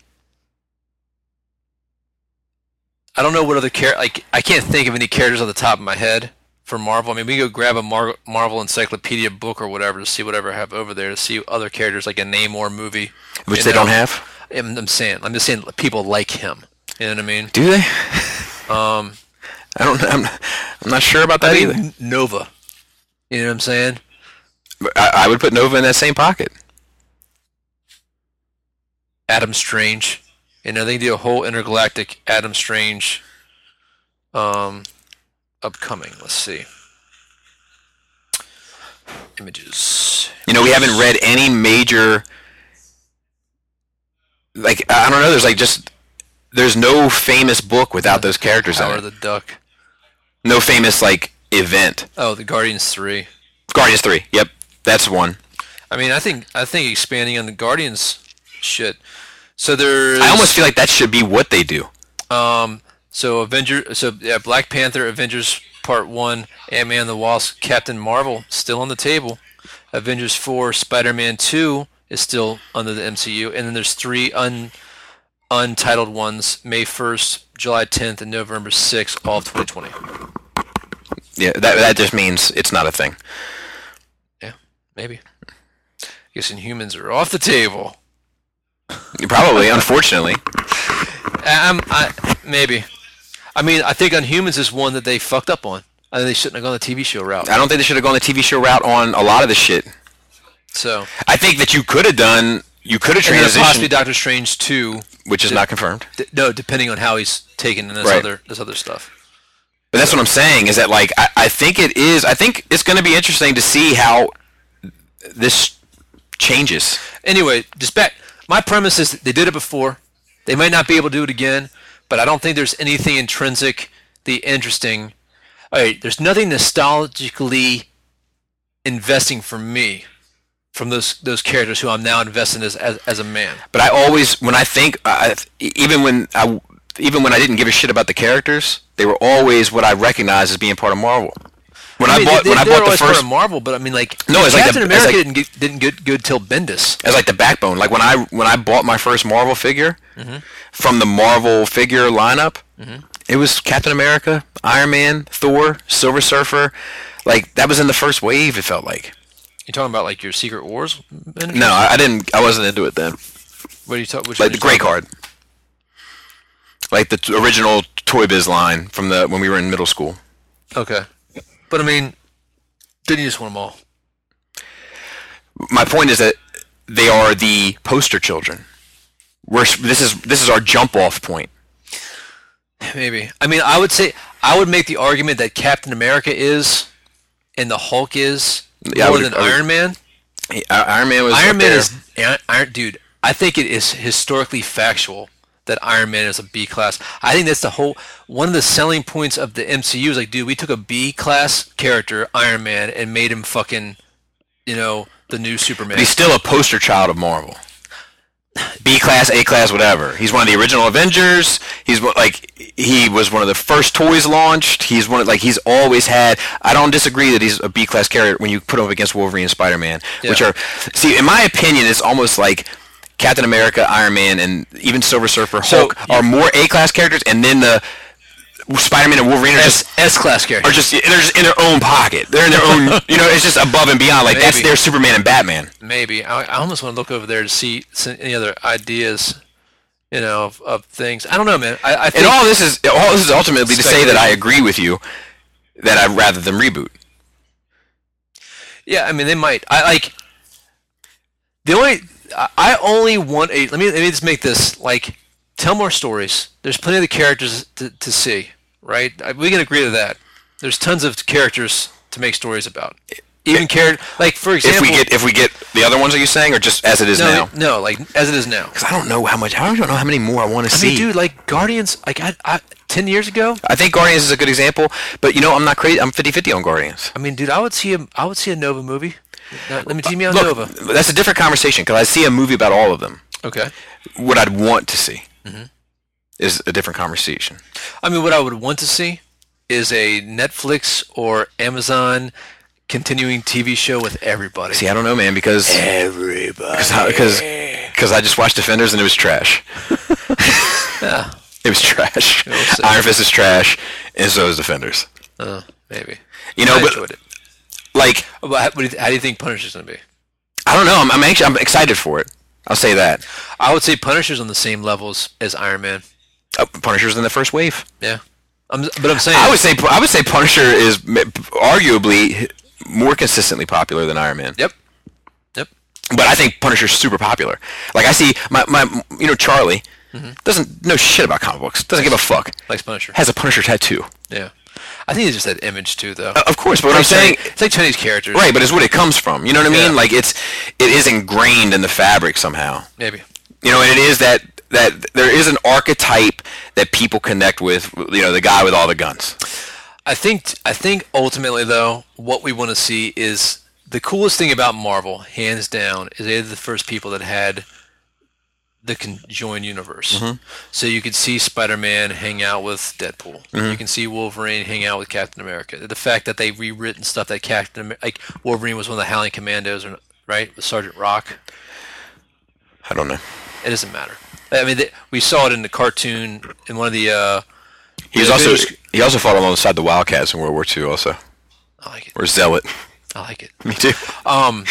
Speaker 2: I don't know what other character like I can't think of any characters on the top of my head for Marvel. I mean, we go grab a Mar- Marvel encyclopedia book or whatever to see whatever I have over there to see other characters like a Namor movie,
Speaker 3: which
Speaker 2: you
Speaker 3: they
Speaker 2: know?
Speaker 3: don't have.
Speaker 2: I'm, I'm saying, I'm just saying, people like him. You know what I mean?
Speaker 3: Do they?
Speaker 2: Um,
Speaker 3: I don't. I'm, I'm not sure about that
Speaker 2: I
Speaker 3: either.
Speaker 2: mean, Nova. You know what I'm saying?
Speaker 3: But I, I would put Nova in that same pocket.
Speaker 2: Adam Strange. You know, they do a whole intergalactic Adam Strange um upcoming. Let's see. Images.
Speaker 3: You know, we haven't read any major. Like I I don't know. There's like just there's no famous book without those characters
Speaker 2: Power
Speaker 3: in
Speaker 2: of
Speaker 3: it.
Speaker 2: the Duck.
Speaker 3: No famous like event.
Speaker 2: Oh, the Guardians 3.
Speaker 3: Guardians three. Yep, that's one.
Speaker 2: I mean, I think I think expanding on the Guardians shit. So there's
Speaker 3: I almost feel like that should be what they do.
Speaker 2: Um, so Avenger, so yeah, Black Panther, Avengers Part One, Ant Man the Wasp, Captain Marvel still on the table. Avengers Four, Spider Man Two is still under the MCU, and then there's three un untitled ones: May first, July tenth, and November sixth, all of 2020.
Speaker 3: Yeah, that that just means it's not a thing.
Speaker 2: Yeah, maybe. I guess Inhumans are off the table.
Speaker 3: Probably, unfortunately.
Speaker 2: Um, I, maybe. I mean, I think Unhumans is one that they fucked up on. I think they shouldn't have gone the TV show route.
Speaker 3: I don't think they should have gone the TV show route on a lot of the shit.
Speaker 2: So.
Speaker 3: I think that you could have done. You could have
Speaker 2: And then possibly
Speaker 3: transitioned,
Speaker 2: Doctor Strange two.
Speaker 3: which is not confirmed.
Speaker 2: D- no, depending on how he's taken in this
Speaker 3: Right.
Speaker 2: other this other stuff.
Speaker 3: But that's what I'm saying is that like I, I think it is. I think it's going to be interesting to see how this changes.
Speaker 2: Anyway, just back. My premise is that they did it before. They might not be able to do it again, but I don't think there's anything intrinsic, the interesting. All right, there's nothing nostalgically investing for me from those those characters who I'm now invested as as, as a man.
Speaker 3: But I always when I think I, I- even when I even when I didn't give a shit about the characters, they were always what I recognized as being part of Marvel. When I,
Speaker 2: mean,
Speaker 3: bought
Speaker 2: they,
Speaker 3: when I
Speaker 2: they're
Speaker 3: bought the
Speaker 2: always part
Speaker 3: first
Speaker 2: of Marvel, but I mean, like
Speaker 3: No, it's like the-
Speaker 2: Captain
Speaker 3: it's
Speaker 2: America
Speaker 3: like-
Speaker 2: didn't get didn't get good till Bendis.
Speaker 3: as like the backbone. Like when I when I bought my first Marvel figure
Speaker 2: Mm-hmm.
Speaker 3: from the Marvel figure lineup, it was Captain America, Iron Man, Thor, Silver Surfer. Like that was in the first wave. It felt like.
Speaker 2: You're talking about like your Secret Wars. Bendis?
Speaker 3: No, I, I didn't. I wasn't into it then.
Speaker 2: What are you talking?
Speaker 3: Like the Grey Card, like the t- original Toy Biz line from the when we were in middle school.
Speaker 2: Okay. But I mean, didn't you just want them all?
Speaker 3: My point is that they are the poster children. We're s- this is this is our jump off point.
Speaker 2: Maybe. I mean, I would say I would make the argument that Captain America is, and the Hulk is
Speaker 3: Yeah, I
Speaker 2: more
Speaker 3: would-
Speaker 2: than
Speaker 3: I would-
Speaker 2: Iron Man.
Speaker 3: I- Iron Man was up
Speaker 2: Iron Man
Speaker 3: there.
Speaker 2: is Iron, Iron dude. I think it is historically factual that Iron Man is a B class. I think that's the whole one of the selling points of the MCU is like, dude, we took a B class character, Iron Man, and made him fucking, you know, the new Superman.
Speaker 3: But he's still a poster child of Marvel. B class, A class, whatever. He's one of the original Avengers. He's one- like he was one of the first toys launched. He's one of, like he's always had. I don't disagree that he's a B class character when you put him up against Wolverine and Spider Man, which
Speaker 2: Yeah.
Speaker 3: are see in my opinion it's almost like Captain America, Iron Man, and even Silver Surfer,
Speaker 2: So-
Speaker 3: Hulk are more A class characters, and then the Spider Man and Wolverine are just
Speaker 2: S S class
Speaker 3: are
Speaker 2: character.
Speaker 3: just they're just in their own pocket. They're in their own. you know, it's just above and beyond. Like that's
Speaker 2: Maybe.
Speaker 3: their Superman and Batman.
Speaker 2: Maybe I, I almost want to look over there to see s- any other ideas, you know, of, of things. I don't know, man. I, I think
Speaker 3: And all this is all this is ultimately to say that I agree with you that I'd rather them reboot.
Speaker 2: yeah. I mean, they might. I like the only. I- I only want a. Let me let me just make this like tell more stories. There's plenty of the characters to, to see, right? I, we can agree to that. There's tons of characters to make stories about. Even character like for
Speaker 3: If
Speaker 2: example,
Speaker 3: we get if we get the other ones that you're saying, or just as it is
Speaker 2: no,
Speaker 3: now.
Speaker 2: no, like as it is now.
Speaker 3: 'Cause I don't know how much. I don't know how many more I want to
Speaker 2: I
Speaker 3: see.
Speaker 2: mean, dude, like Guardians, like I, I, ten years ago,
Speaker 3: I think Guardians is a good example, but you know I'm not crazy. I'm 50-50 on Guardians.
Speaker 2: I mean, dude, I would see a I would see a Nova movie. Now, let me team me on
Speaker 3: Look,
Speaker 2: Nova.
Speaker 3: that's a different conversation because I see a movie about all of them.
Speaker 2: Okay.
Speaker 3: What I'd want to see is a different conversation.
Speaker 2: I mean, what I would want to see is a Netflix or Amazon continuing TV show with everybody.
Speaker 3: See, I don't know, man, because
Speaker 2: everybody.
Speaker 3: because because I just watched Defenders and it was trash. It was trash.
Speaker 2: was sad.
Speaker 3: Iron Fist is trash, and so is Defenders.
Speaker 2: Uh, maybe.
Speaker 3: You know,
Speaker 2: I
Speaker 3: but
Speaker 2: enjoyed it.
Speaker 3: like
Speaker 2: But how, what do you, how do you think Punisher's gonna be?
Speaker 3: I don't know. I'm I'm, anxious, I'm excited for it. I'll say that.
Speaker 2: I would say Punisher's on the same levels as Iron Man.
Speaker 3: Uh, Punisher's in the first wave.
Speaker 2: Yeah, I'm, but I'm saying
Speaker 3: I would say I would say Punisher is m- arguably more consistently popular than Iron Man.
Speaker 2: Yep, yep.
Speaker 3: But I think Punisher's super popular. Like I see my, my you know Charlie
Speaker 2: Mm-hmm.
Speaker 3: doesn't know shit about comic books. Doesn't give a fuck.
Speaker 2: Likes Punisher.
Speaker 3: Has a Punisher tattoo.
Speaker 2: Yeah, I think it's just that image too, though.
Speaker 3: Uh, of course, but what I'm
Speaker 2: It's like
Speaker 3: saying,
Speaker 2: Chinese- it's like Chinese characters,
Speaker 3: right? But it's what it comes from. You know what I mean?
Speaker 2: Yeah.
Speaker 3: Like it's it is ingrained in the fabric somehow.
Speaker 2: Maybe.
Speaker 3: you know, and it is that that there is an archetype that people connect with. You know, the guy with all the guns.
Speaker 2: I think I think ultimately though, what we want to see is the coolest thing about Marvel, hands down, is they're the first people that had the conjoined universe. So you could see Spider-Man hang out with Deadpool. You can see Wolverine hang out with Captain America. The fact that they rewritten stuff that Captain Amer- like Wolverine was one of the Howling Commandos, or right with Sergeant Rock.
Speaker 3: I don't know.
Speaker 2: It doesn't matter. I mean, they, we saw it in the cartoon in one of the. Uh,
Speaker 3: He was
Speaker 2: Yeah,
Speaker 3: also
Speaker 2: Peter's-
Speaker 3: he also fought alongside the Wildcats in World War II, also
Speaker 2: I like it.
Speaker 3: or Zealot.
Speaker 2: I like it.
Speaker 3: Me too.
Speaker 2: Um,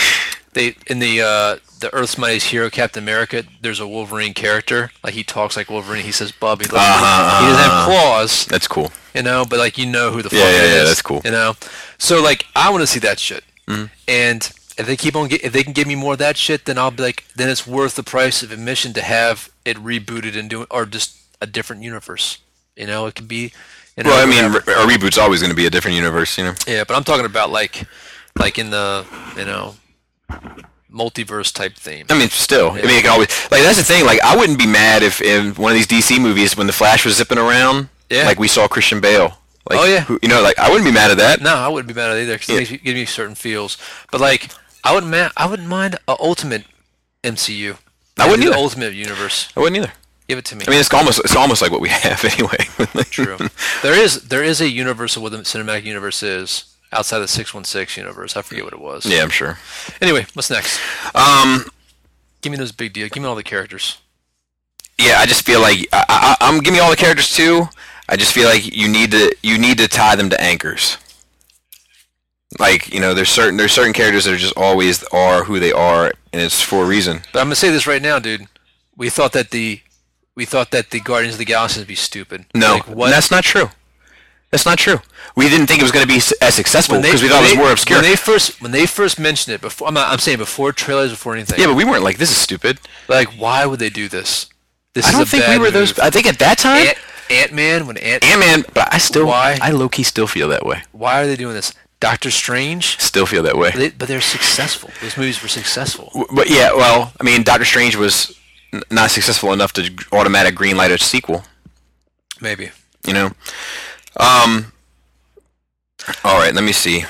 Speaker 2: they in the uh, the Earth's Mightiest Hero, Captain America. There's a Wolverine character. Like he talks like Wolverine. He says Bub. He, looks like-
Speaker 3: Uh-huh,
Speaker 2: he doesn't have claws,
Speaker 3: That's cool.
Speaker 2: you know. But like you know who the fuck
Speaker 3: Yeah, yeah,
Speaker 2: it
Speaker 3: yeah,
Speaker 2: is,
Speaker 3: that's cool. Mm-hmm.
Speaker 2: You know. So like I want to see that shit. And if they keep on, get, if they can give me more of that shit, then I'll be like, then it's worth the price of admission to have it rebooted and doing or just a different universe. You know, it could be. You know,
Speaker 3: Well, I mean,
Speaker 2: whatever.
Speaker 3: re- a reboot's always going to be a different universe, you know.
Speaker 2: Yeah, but I'm talking about like, like in the you know, multiverse type theme.
Speaker 3: I mean, still, I mean, it can always like that's the thing. Like, I wouldn't be mad if in one of these DC movies when the Flash was zipping around,
Speaker 2: Yeah.
Speaker 3: like we saw Christian Bale. Like,
Speaker 2: Oh, yeah.
Speaker 3: who- you know, like I wouldn't be mad at that.
Speaker 2: No, I wouldn't be mad at it either because
Speaker 3: Yeah.
Speaker 2: it makes me, gives me certain feels. But like, I wouldn't ma- I wouldn't mind a ultimate MCU.
Speaker 3: I wouldn't
Speaker 2: do the
Speaker 3: either.
Speaker 2: ultimate universe.
Speaker 3: I wouldn't either.
Speaker 2: Give it to me.
Speaker 3: I mean, it's almost it's almost like what we have anyway.
Speaker 2: True. there is there is a universe of what the cinematic universe is outside the six one six universe. I forget what it was.
Speaker 3: Yeah, I'm sure.
Speaker 2: Anyway, what's next?
Speaker 3: Um,
Speaker 2: Give me those big deal. Give me all the characters.
Speaker 3: yeah, I just feel like I, I, I'm giving you all the characters too. I just feel like you need to you need to tie them to anchors. Like you know, there's certain there's certain characters that are just always are who they are, and it's for a reason.
Speaker 2: But I'm gonna say this right now, dude. We thought that the we thought that the Guardians of the Galaxy would be stupid.
Speaker 3: No,
Speaker 2: Like, what?
Speaker 3: that's not true. That's not true. We didn't think it was going to be s- as successful
Speaker 2: When they-
Speaker 3: because we thought
Speaker 2: when
Speaker 3: it was
Speaker 2: they-
Speaker 3: more obscure.
Speaker 2: When they first when they first mentioned it before, I'm, not, I'm saying before trailers, before anything.
Speaker 3: yeah, but we weren't like this is stupid.
Speaker 2: Like, why would they do this? This
Speaker 3: I
Speaker 2: is
Speaker 3: don't
Speaker 2: a
Speaker 3: think we
Speaker 2: bad
Speaker 3: were those.
Speaker 2: move.
Speaker 3: I think at that time,
Speaker 2: Ant- Ant-Man, when Ant,
Speaker 3: Ant Man. But I still,
Speaker 2: Why?
Speaker 3: I low key still feel that way.
Speaker 2: why are they doing this? Doctor Strange,
Speaker 3: Still feel that way.
Speaker 2: they, but they're successful. Those movies were successful.
Speaker 3: W- But yeah, well, I mean, Doctor Strange was n- not successful enough to g- automatic greenlight a sequel.
Speaker 2: Maybe.
Speaker 3: You know. Um. All right, let me see.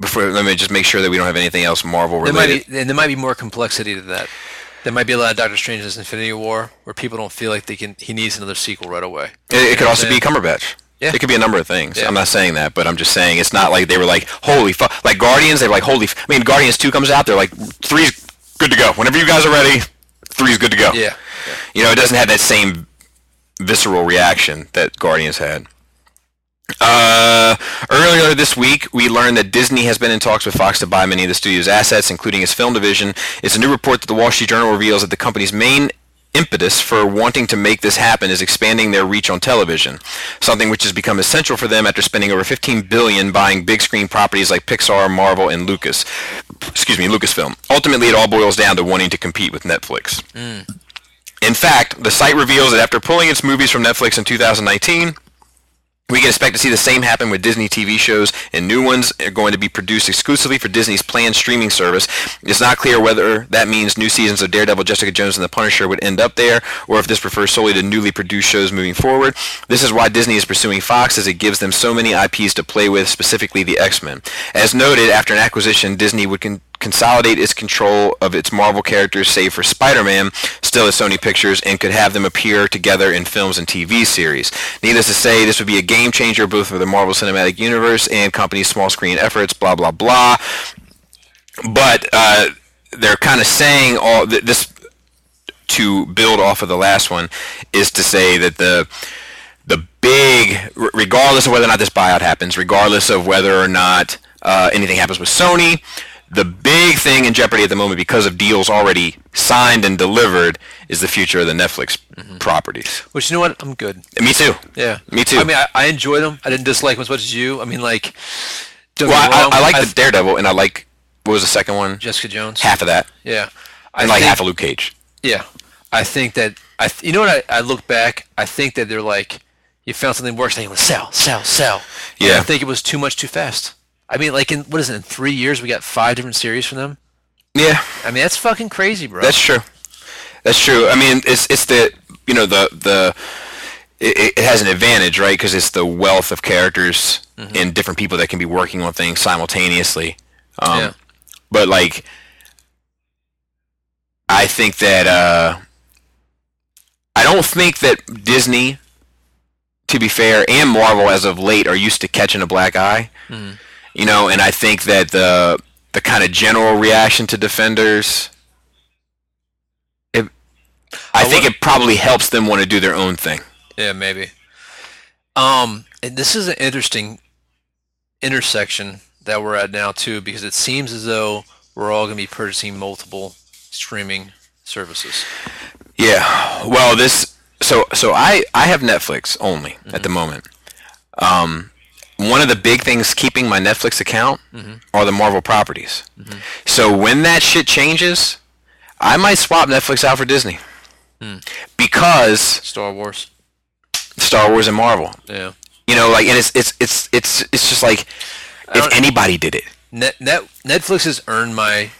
Speaker 3: Before, let me just make sure that we don't have anything else Marvel
Speaker 2: There might
Speaker 3: related.
Speaker 2: be, and there might be more complexity to that. There might be a lot of Doctor Strange in this Infinity War where people don't feel like they can. He needs another sequel right away.
Speaker 3: It, it could also be
Speaker 2: Yeah.
Speaker 3: Cumberbatch.
Speaker 2: Yeah.
Speaker 3: It could be a number of things.
Speaker 2: Yeah.
Speaker 3: I'm not saying that, but I'm just saying it's not like they were like, holy fuck. Like Guardians, they were like, holy. F-. I mean, Guardians 2 comes out, they're like, three's good to go. Whenever you guys are ready, three's good to go.
Speaker 2: Yeah.
Speaker 3: You know, it doesn't have that same visceral reaction that Guardians had. Uh, earlier this week, we learned that Disney has been in talks with Fox to buy many of the studio's assets, including its film division. It's a new report that the Wall Street Journal reveals that the company's main impetus for wanting to make this happen is expanding their reach on television, something which has become essential for them after spending over 15 billion buying big screen properties like Pixar, Marvel, and Lucas. Excuse me, Lucasfilm. Ultimately, it all boils down to wanting to compete with Netflix. In fact, the site reveals that after pulling its movies from Netflix in 2019, we can expect to see the same happen with Disney TV shows, and new ones are going to be produced exclusively for Disney's planned streaming service. It's not clear whether that means new seasons of Daredevil, Jessica Jones, and The Punisher would end up there, or if this refers solely to newly produced shows moving forward. This is why Disney is pursuing Fox, as it gives them so many IPs to play with, specifically the X-Men. As noted, after an acquisition, Disney would con- consolidate its control of its Marvel characters, save for Spider-Man, still at Sony Pictures, and could have them appear together in films and TV series. Needless to say, this would be a game changer both for the Marvel Cinematic Universe and company's small screen efforts. Blah blah blah. But uh, they're kind of saying all th- this to build off of the last one is to say that the the big, re- regardless of whether or not this buyout happens, regardless of whether or not uh, anything happens with Sony, the big thing in jeopardy at the moment because of deals already signed and delivered is the future of the Netflix
Speaker 2: Mm-hmm.
Speaker 3: properties.
Speaker 2: Which you know what? I'm good.
Speaker 3: Me too.
Speaker 2: Yeah.
Speaker 3: Me too.
Speaker 2: I mean, I, I enjoy them. I didn't dislike them as much as you. I mean, like, don't
Speaker 3: Well,
Speaker 2: get me
Speaker 3: I,
Speaker 2: wrong,
Speaker 3: I, I like
Speaker 2: I
Speaker 3: the Daredevil, and I like what was the second one?
Speaker 2: Jessica Jones.
Speaker 3: half of that,
Speaker 2: Yeah. I
Speaker 3: and like
Speaker 2: think-
Speaker 3: half of Luke Cage.
Speaker 2: Yeah, I think that I. Th- you know what? I, I look back. I think that they're like, you found something that works. They sell, sell, sell. And
Speaker 3: Yeah.
Speaker 2: I think it was too much, too fast. I mean, like in what is it? In three years, we got five different series from them.
Speaker 3: Yeah,
Speaker 2: I mean, that's fucking crazy, bro.
Speaker 3: that's true. That's true. I mean, it's it's the you know the the it, it- it has an advantage, right? Because it's the wealth of characters
Speaker 2: Mm-hmm.
Speaker 3: and different people that can be working on things simultaneously. Um,
Speaker 2: Yeah.
Speaker 3: But like, I think that uh, I don't think that Disney, to be fair, and Marvel as of late are used to catching a black eye.
Speaker 2: Mm-hmm.
Speaker 3: You know, and I think that the the kind of general reaction to Defenders. It, I think
Speaker 2: would-
Speaker 3: it probably helps them want to do their own thing.
Speaker 2: yeah, maybe. Um, and this is an interesting intersection that we're at now too, because it seems as though we're all gonna be purchasing multiple streaming services.
Speaker 3: Yeah. Well, this so so I I have Netflix only at
Speaker 2: Mm-hmm.
Speaker 3: the moment. Um, one of the big things keeping my Netflix account
Speaker 2: Mm-hmm.
Speaker 3: are the Marvel properties. So when that shit changes, I might swap Netflix out for Disney.
Speaker 2: Hmm.
Speaker 3: Because
Speaker 2: Star Wars.
Speaker 3: Star Wars and Marvel,
Speaker 2: Yeah.
Speaker 3: you know, like, and it's it's it's it's it's just like if
Speaker 2: don't-
Speaker 3: anybody did it,
Speaker 2: Net, net Netflix has earned my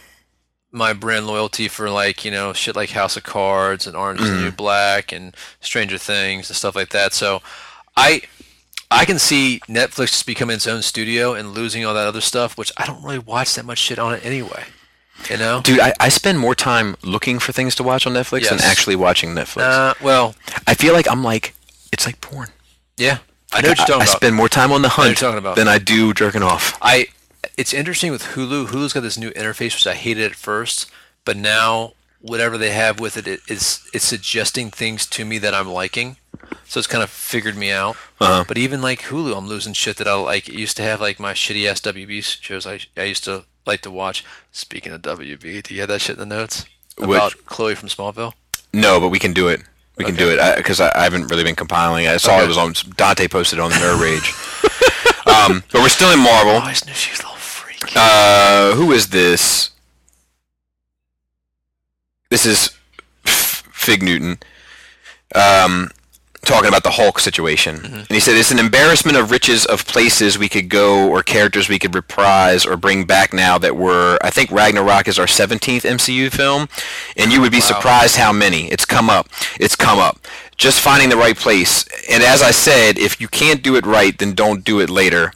Speaker 2: my brand loyalty for like you know shit like House of Cards and Orange is the
Speaker 3: Mm-hmm.
Speaker 2: New Black and Stranger Things and stuff like that. So I I can see Netflix just becoming its own studio and losing all that other stuff, which I don't really watch that much shit on it anyway. You know.
Speaker 3: dude, I, I spend more time looking for things to watch on Netflix than
Speaker 2: Yes.
Speaker 3: actually watching Netflix.
Speaker 2: Uh, well,
Speaker 3: I feel like I'm like it's like porn.
Speaker 2: yeah, I know what you're talking
Speaker 3: I,
Speaker 2: about.
Speaker 3: I spend more time on the
Speaker 2: you're
Speaker 3: hunt
Speaker 2: talking about.
Speaker 3: than I do jerking off.
Speaker 2: I it's interesting with Hulu. Hulu's got this new interface which I hated at first, but now whatever they have with it, it is it's suggesting things to me that I'm liking. So it's kind of figured me out.
Speaker 3: Uh-huh.
Speaker 2: But even like Hulu, I'm losing shit that I like. It used to have like my shitty ass WB shows I I used to like to watch. Speaking of WB, do you have that shit in the notes
Speaker 3: Which-
Speaker 2: about Chloe from Smallville?
Speaker 3: No, but we can do it. We can do it because I, I haven't really been compiling. I saw
Speaker 2: Okay.
Speaker 3: it was on Dante posted it on the Nerd Rage. um, but we're still in Marvel.
Speaker 2: I always knew Oh, she was a little freak.
Speaker 3: Uh, who is this? This is F- Fig Newton. Um, talking about the Hulk situation, and he said it's an embarrassment of riches of places we could go or characters we could reprise or bring back now that were. I think Ragnarok is our 17th MCU film, and you would be surprised how many. It's come up. It's come up. Just finding the right place. And as I said, if you can't do it right, then don't do it later.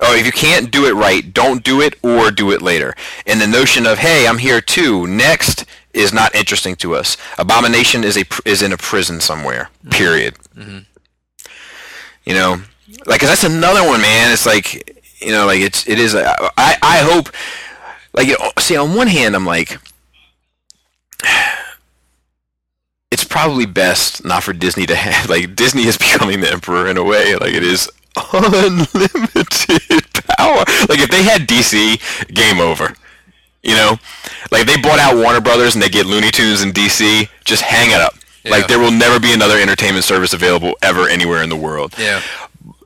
Speaker 3: Oh, if you can't do it right, don't do it or do it later. And the notion of hey, I'm here too. Next is not interesting to us. Abomination is a pr- is in a prison somewhere. Period. You know, like 'cause that's another one, man. It's like you know, like it's it is. I I, I hope like you know, see on one hand I'm like. It's probably best not for Disney to have like Disney is becoming the emperor in a way like it is unlimited power. Like if they had DC, game over. You know, like they bought out Warner Brothers and they get Looney Tunes and DC. Just hang it up.
Speaker 2: Yeah.
Speaker 3: Like there will never be another entertainment service available ever anywhere in the world.
Speaker 2: yeah,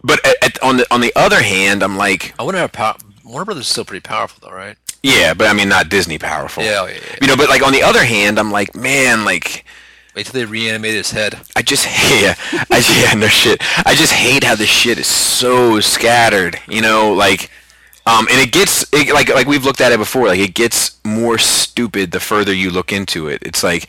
Speaker 3: But at, at, on the on the other hand, I'm like,
Speaker 2: I wonder how pow- Warner Brothers is still pretty powerful though, right?
Speaker 3: yeah, but I mean not Disney powerful.
Speaker 2: Yeah, yeah, yeah.
Speaker 3: You know, but like on the other hand, I'm like, man, like
Speaker 2: Wait till they reanimate his head.
Speaker 3: I just yeah, I, yeah, no shit. I just hate how this shit is so scattered. You know, like, um, and it gets it, like like we've looked at it before. Like it gets more stupid the further you look into it. It's like,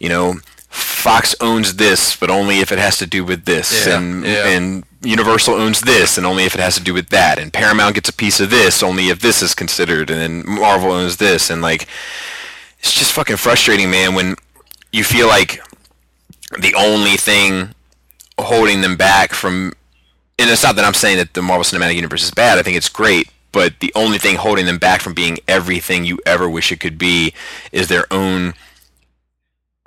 Speaker 3: you know, Fox owns this, but only if it has to do with this,
Speaker 2: Yeah,
Speaker 3: and
Speaker 2: yeah.
Speaker 3: and Universal owns this, and only if it has to do with that, and Paramount gets a piece of this, only if this is considered, and then Marvel owns this, and like, it's just fucking frustrating, man. When you feel like the only thing holding them back from and it's not that I'm saying that the Marvel Cinematic Universe is bad, I think it's great, but the only thing holding them back from being everything you ever wish it could be is their own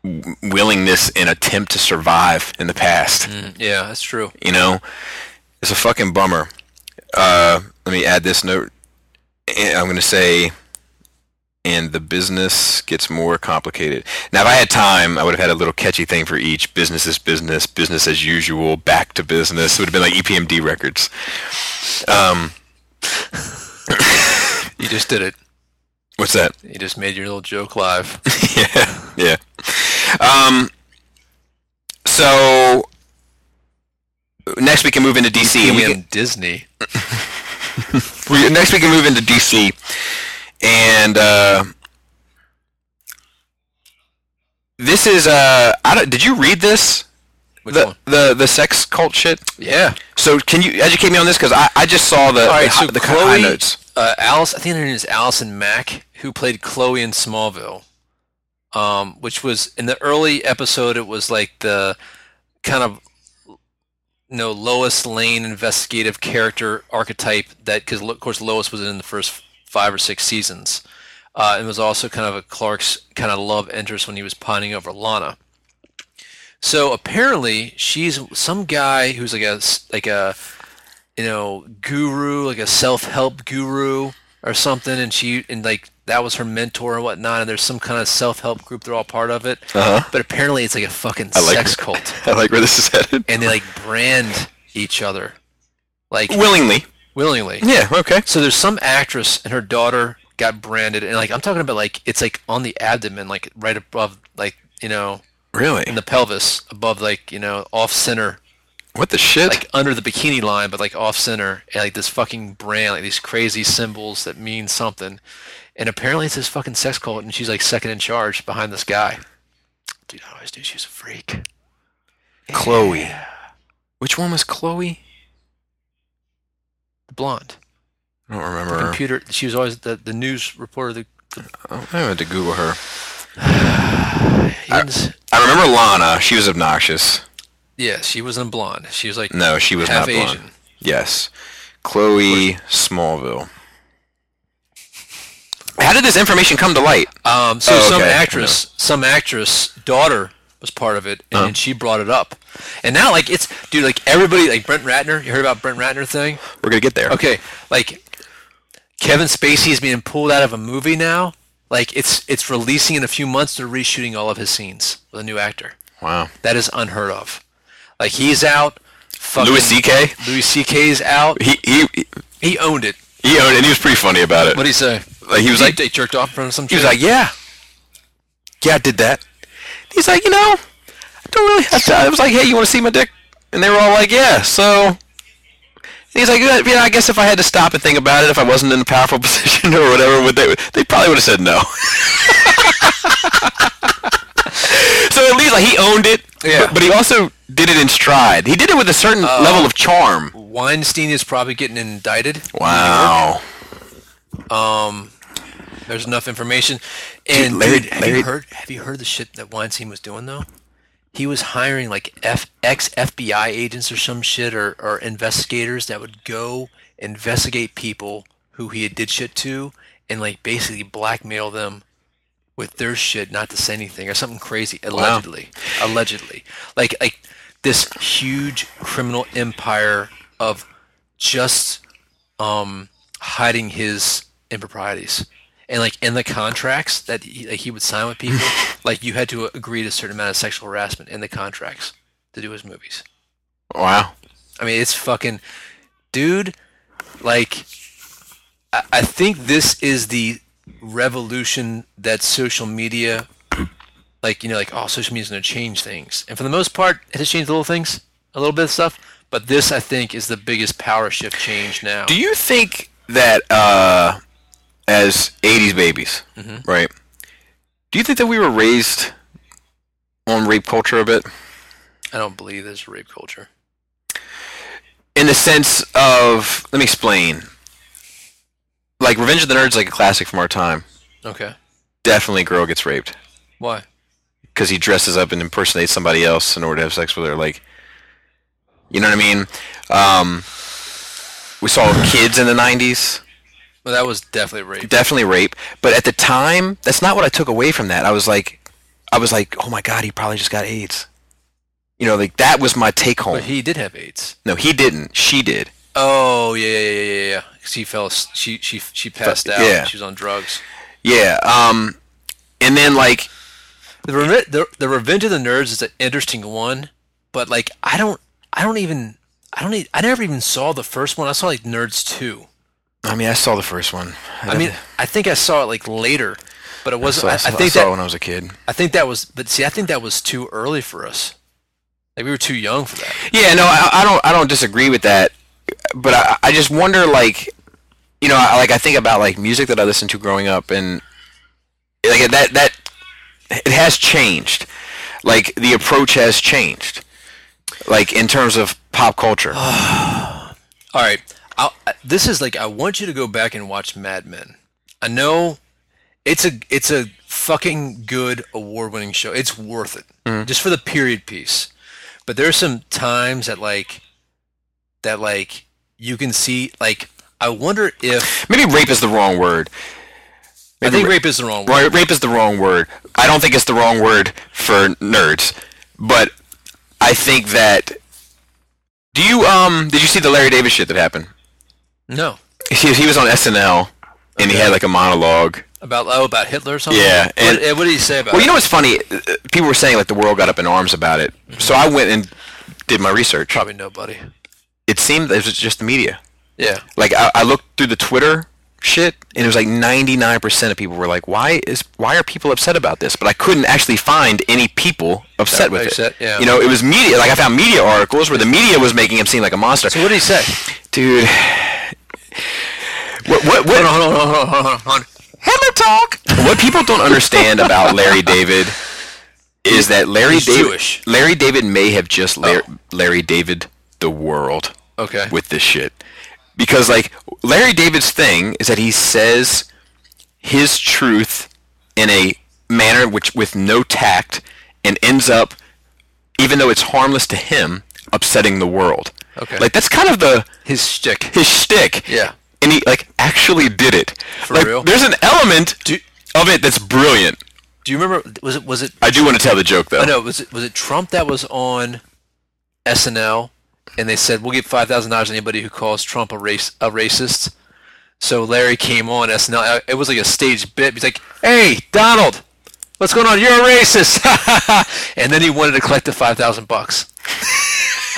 Speaker 3: w- willingness and attempt to survive in the past.
Speaker 2: Yeah, that's true.
Speaker 3: You know, it's a fucking bummer. Uh, let me add this note. And I'm gonna say, and the business gets more complicated. Now, if I had time, I would have had a little catchy thing for each. Business is business. Business as usual. Back to business. It would have been like E EPMD records. Um,
Speaker 2: You just did it.
Speaker 3: what's that?
Speaker 2: You just made your little joke live.
Speaker 3: yeah, yeah. Um, so next we can move into DC. and we can,
Speaker 2: Ian Disney.
Speaker 3: we, next we can move into DC, and uh, this is uh, I don't, did you read this?
Speaker 2: Which
Speaker 3: the,
Speaker 2: one?
Speaker 3: the the sex cult shit.
Speaker 2: Yeah.
Speaker 3: So can you educate me on this? Because I, I just saw the
Speaker 2: All right,
Speaker 3: the,
Speaker 2: so
Speaker 3: hi- the hi- high
Speaker 2: Chloe,
Speaker 3: notes.
Speaker 2: uh, Alice, I think her name is Allison Mack, who played Chloe in Smallville, um, which was in the early episode. It was like the kind of you know Lois Lane investigative character archetype that because of course Lois was in the first five or six seasons, uh, and was also kind of a Clark's kind of love interest when he was pining over Lana. So apparently she's some guy who's like a s- like a you know, guru, like a self-help guru or something, and she and like that was her mentor and whatnot. And there's some kind of self-help group; they're all part of it.
Speaker 3: Uh-huh.
Speaker 2: But apparently, it's like a fucking
Speaker 3: like
Speaker 2: sex
Speaker 3: her.
Speaker 2: cult,
Speaker 3: I like where this is headed.
Speaker 2: and they like brand each other, like
Speaker 3: Willingly.
Speaker 2: willingly.
Speaker 3: Yeah. Okay.
Speaker 2: So there's some actress and her daughter got branded, and like I'm talking about, like it's like on the abdomen, like right above, like you know,
Speaker 3: Really?
Speaker 2: in the pelvis, above, like you know, off center
Speaker 3: What the shit?
Speaker 2: like under the bikini line, but like off center, and like this fucking brand, like these crazy symbols that mean something. And apparently it's this fucking sex cult, and she's like second in charge behind this guy. Dude, I always knew she was a freak.
Speaker 3: Chloe. Which one was Chloe?
Speaker 2: The blonde.
Speaker 3: I don't
Speaker 2: The
Speaker 3: remember. her.
Speaker 2: computer. She was always the, the news reporter. The,
Speaker 3: I had to Google her.
Speaker 2: he didn't-
Speaker 3: I remember Lana. She was obnoxious.
Speaker 2: yeah, she wasn't blonde. She was like
Speaker 3: No, she was
Speaker 2: half
Speaker 3: not blonde.
Speaker 2: Asian.
Speaker 3: Yes, Chloe Smallville. How did this information come to light?
Speaker 2: Um, so
Speaker 3: Oh,
Speaker 2: some
Speaker 3: okay.
Speaker 2: actress, some actress daughter was part of it, and
Speaker 3: Uh-huh.
Speaker 2: then she brought it up. And now, like it's dude, like everybody, like Brent Ratner. You heard about Brent Ratner thing?
Speaker 3: We're gonna get there.
Speaker 2: Okay, like Kevin Spacey is being pulled out of a movie now. Like it's it's releasing in a few months. They're reshooting all of his scenes with a new actor.
Speaker 3: Wow.
Speaker 2: That is unheard of. Like he's out. Fucking
Speaker 3: Louis C.K.
Speaker 2: Louis C.K.'s out.
Speaker 3: He he
Speaker 2: He owned it.
Speaker 3: he owned, it, and he was pretty funny about it.
Speaker 2: What do you say?
Speaker 3: Like, he was like-
Speaker 2: they jerked off in front of some.
Speaker 3: He was like, "Yeah, yeah, I did that." He's like, "You know, I don't really." Have to. I was like, "Hey, you want to see my dick?" And they were all like, "Yeah." So and he's like, "Yeah, you know, I guess if I had to stop and think about it, if I wasn't in a powerful position or whatever, would they? They probably would have said no." so at least like he owned it,
Speaker 2: Yeah.
Speaker 3: but, but he also did it in stride. He did it with a certain level of charm.
Speaker 2: Weinstein is probably getting indicted.
Speaker 3: Wow.
Speaker 2: There's enough information. And
Speaker 3: Larry-
Speaker 2: dude, have
Speaker 3: Larry-
Speaker 2: you heard? Have you heard the shit that Weinstein was doing though? He was hiring like F, ex FBI agents or some shit, or, or investigators that would go investigate people who he had did shit to, and like basically blackmail them with their shit not to say anything or something crazy. Allegedly, allegedly, like like this huge criminal empire of just um, hiding his improprieties. And like in the contracts that he, that he would sign with people, like you had to agree to a certain amount of sexual harassment in the contracts to do his movies.
Speaker 3: Wow.
Speaker 2: I mean, it's fucking, dude. Like, I, I think this is the revolution that social media, like you know, like oh, social media's gonna change things, and for the most part, it has changed little things, a little bit of stuff. But this, I think, is the biggest power shift change now.
Speaker 3: Do you think that uh, as '80s babies, right? Do you think that we were raised on rape culture a bit,
Speaker 2: I don't believe there's rape culture.
Speaker 3: in the sense of? Let me explain. Like *Revenge of the Nerds*, like a classic from our time.
Speaker 2: Okay.
Speaker 3: Definitely, a girl gets raped
Speaker 2: Why?
Speaker 3: because he dresses up and impersonates somebody else in order to have sex with her. Like, you know what I mean? Um, we saw kids in the '90s.
Speaker 2: Well, that was definitely rape.
Speaker 3: definitely rape. But at the time, that's not what I took away from that. I was like, I was like, oh my god, he probably just got AIDS. You know, like that was my take home.
Speaker 2: But he did have AIDS.
Speaker 3: no, he didn't. She did.
Speaker 2: Oh yeah, yeah, yeah, yeah, yeah. She fell. as- She she she passed out.
Speaker 3: yeah.
Speaker 2: She was on drugs.
Speaker 3: Yeah. Um, and then like
Speaker 2: The, Reve- the the Revenge of the Nerds is an interesting one, but like I don't I don't even I don't e- I never even saw the first one. I saw like Nerds two.
Speaker 3: I mean, I saw the first one.
Speaker 2: I mean I think I saw it like later, but it wasn't.
Speaker 3: so I,
Speaker 2: I, I
Speaker 3: saw, I
Speaker 2: think
Speaker 3: saw it
Speaker 2: that
Speaker 3: when I was a kid.
Speaker 2: I think that was. But see, I think that was too early for us. Like we were too young for that.
Speaker 3: Yeah, no, I, I don't. I don't disagree with that, but I, I just wonder, like, you know, I, like I think about like music that I listened to growing up, and like that that it has changed. Like the approach has changed, like in terms of pop culture.
Speaker 2: All right. I'll, I- this is like I want you to go back and watch Mad Men. I know it's a it's a fucking good award-winning show. It's worth it
Speaker 3: Mm-hmm.
Speaker 2: just for the period piece. But there's some times that like that like you can see like I wonder if
Speaker 3: Maybe rape is the wrong word.
Speaker 2: I think rape is the wrong word.
Speaker 3: Ra- rape is the wrong word. I don't think it's the wrong word for nerds, but I think that. Do you um? Did you see the Larry David shit that happened?
Speaker 2: No,
Speaker 3: He, he was on SNL, and he had like a monologue.
Speaker 2: about oh about Hitler or something.
Speaker 3: Yeah,
Speaker 2: What-
Speaker 3: and-
Speaker 2: eh, what, did he say about?
Speaker 3: Well, you
Speaker 2: it?
Speaker 3: know what's funny? Uh, People were saying like the world got up in arms about it, so I went and did my research.
Speaker 2: probably nobody.
Speaker 3: It seemed that it was just the media.
Speaker 2: Yeah,
Speaker 3: Like I, I looked through the Twitter shit, and it was like 99% of people were like, "Why is why are people upset about this?" But I couldn't actually find any people upset
Speaker 2: That
Speaker 3: with it.
Speaker 2: upset, yeah.
Speaker 3: You know, it was media. Like I found media articles where the media was making him seem like a monster.
Speaker 2: So what did he say?
Speaker 3: Dude. What, what, what,
Speaker 2: Hold on, hold on, hold on, hold on.
Speaker 3: Hitler talk. What people don't understand about Larry David is that Larry
Speaker 2: He's
Speaker 3: David
Speaker 2: Jewish. Oh.
Speaker 3: Larry David may have just Lar- Larry David the world
Speaker 2: Okay.
Speaker 3: with this shit. Because like Larry David's thing is that he says his truth in a manner which with no tact and ends up even though it's harmless to him upsetting the world.
Speaker 2: Okay.
Speaker 3: Like that's kind of the
Speaker 2: His shtick.
Speaker 3: his shtick.
Speaker 2: Yeah.
Speaker 3: And he like actually did it. For like,
Speaker 2: real?
Speaker 3: There's an element of it that's brilliant.
Speaker 2: Do you remember? Was it was it
Speaker 3: I do want to tell the joke though.
Speaker 2: I know. Oh, Was it was it Trump that was on SNL and they said we'll give five thousand dollars to anybody who calls Trump a race a racist? So Larry came on SNL. uh, It was like a stage bit. He's like, "Hey, Donald, what's going on? You're a racist." and then he wanted to collect the five thousand bucks.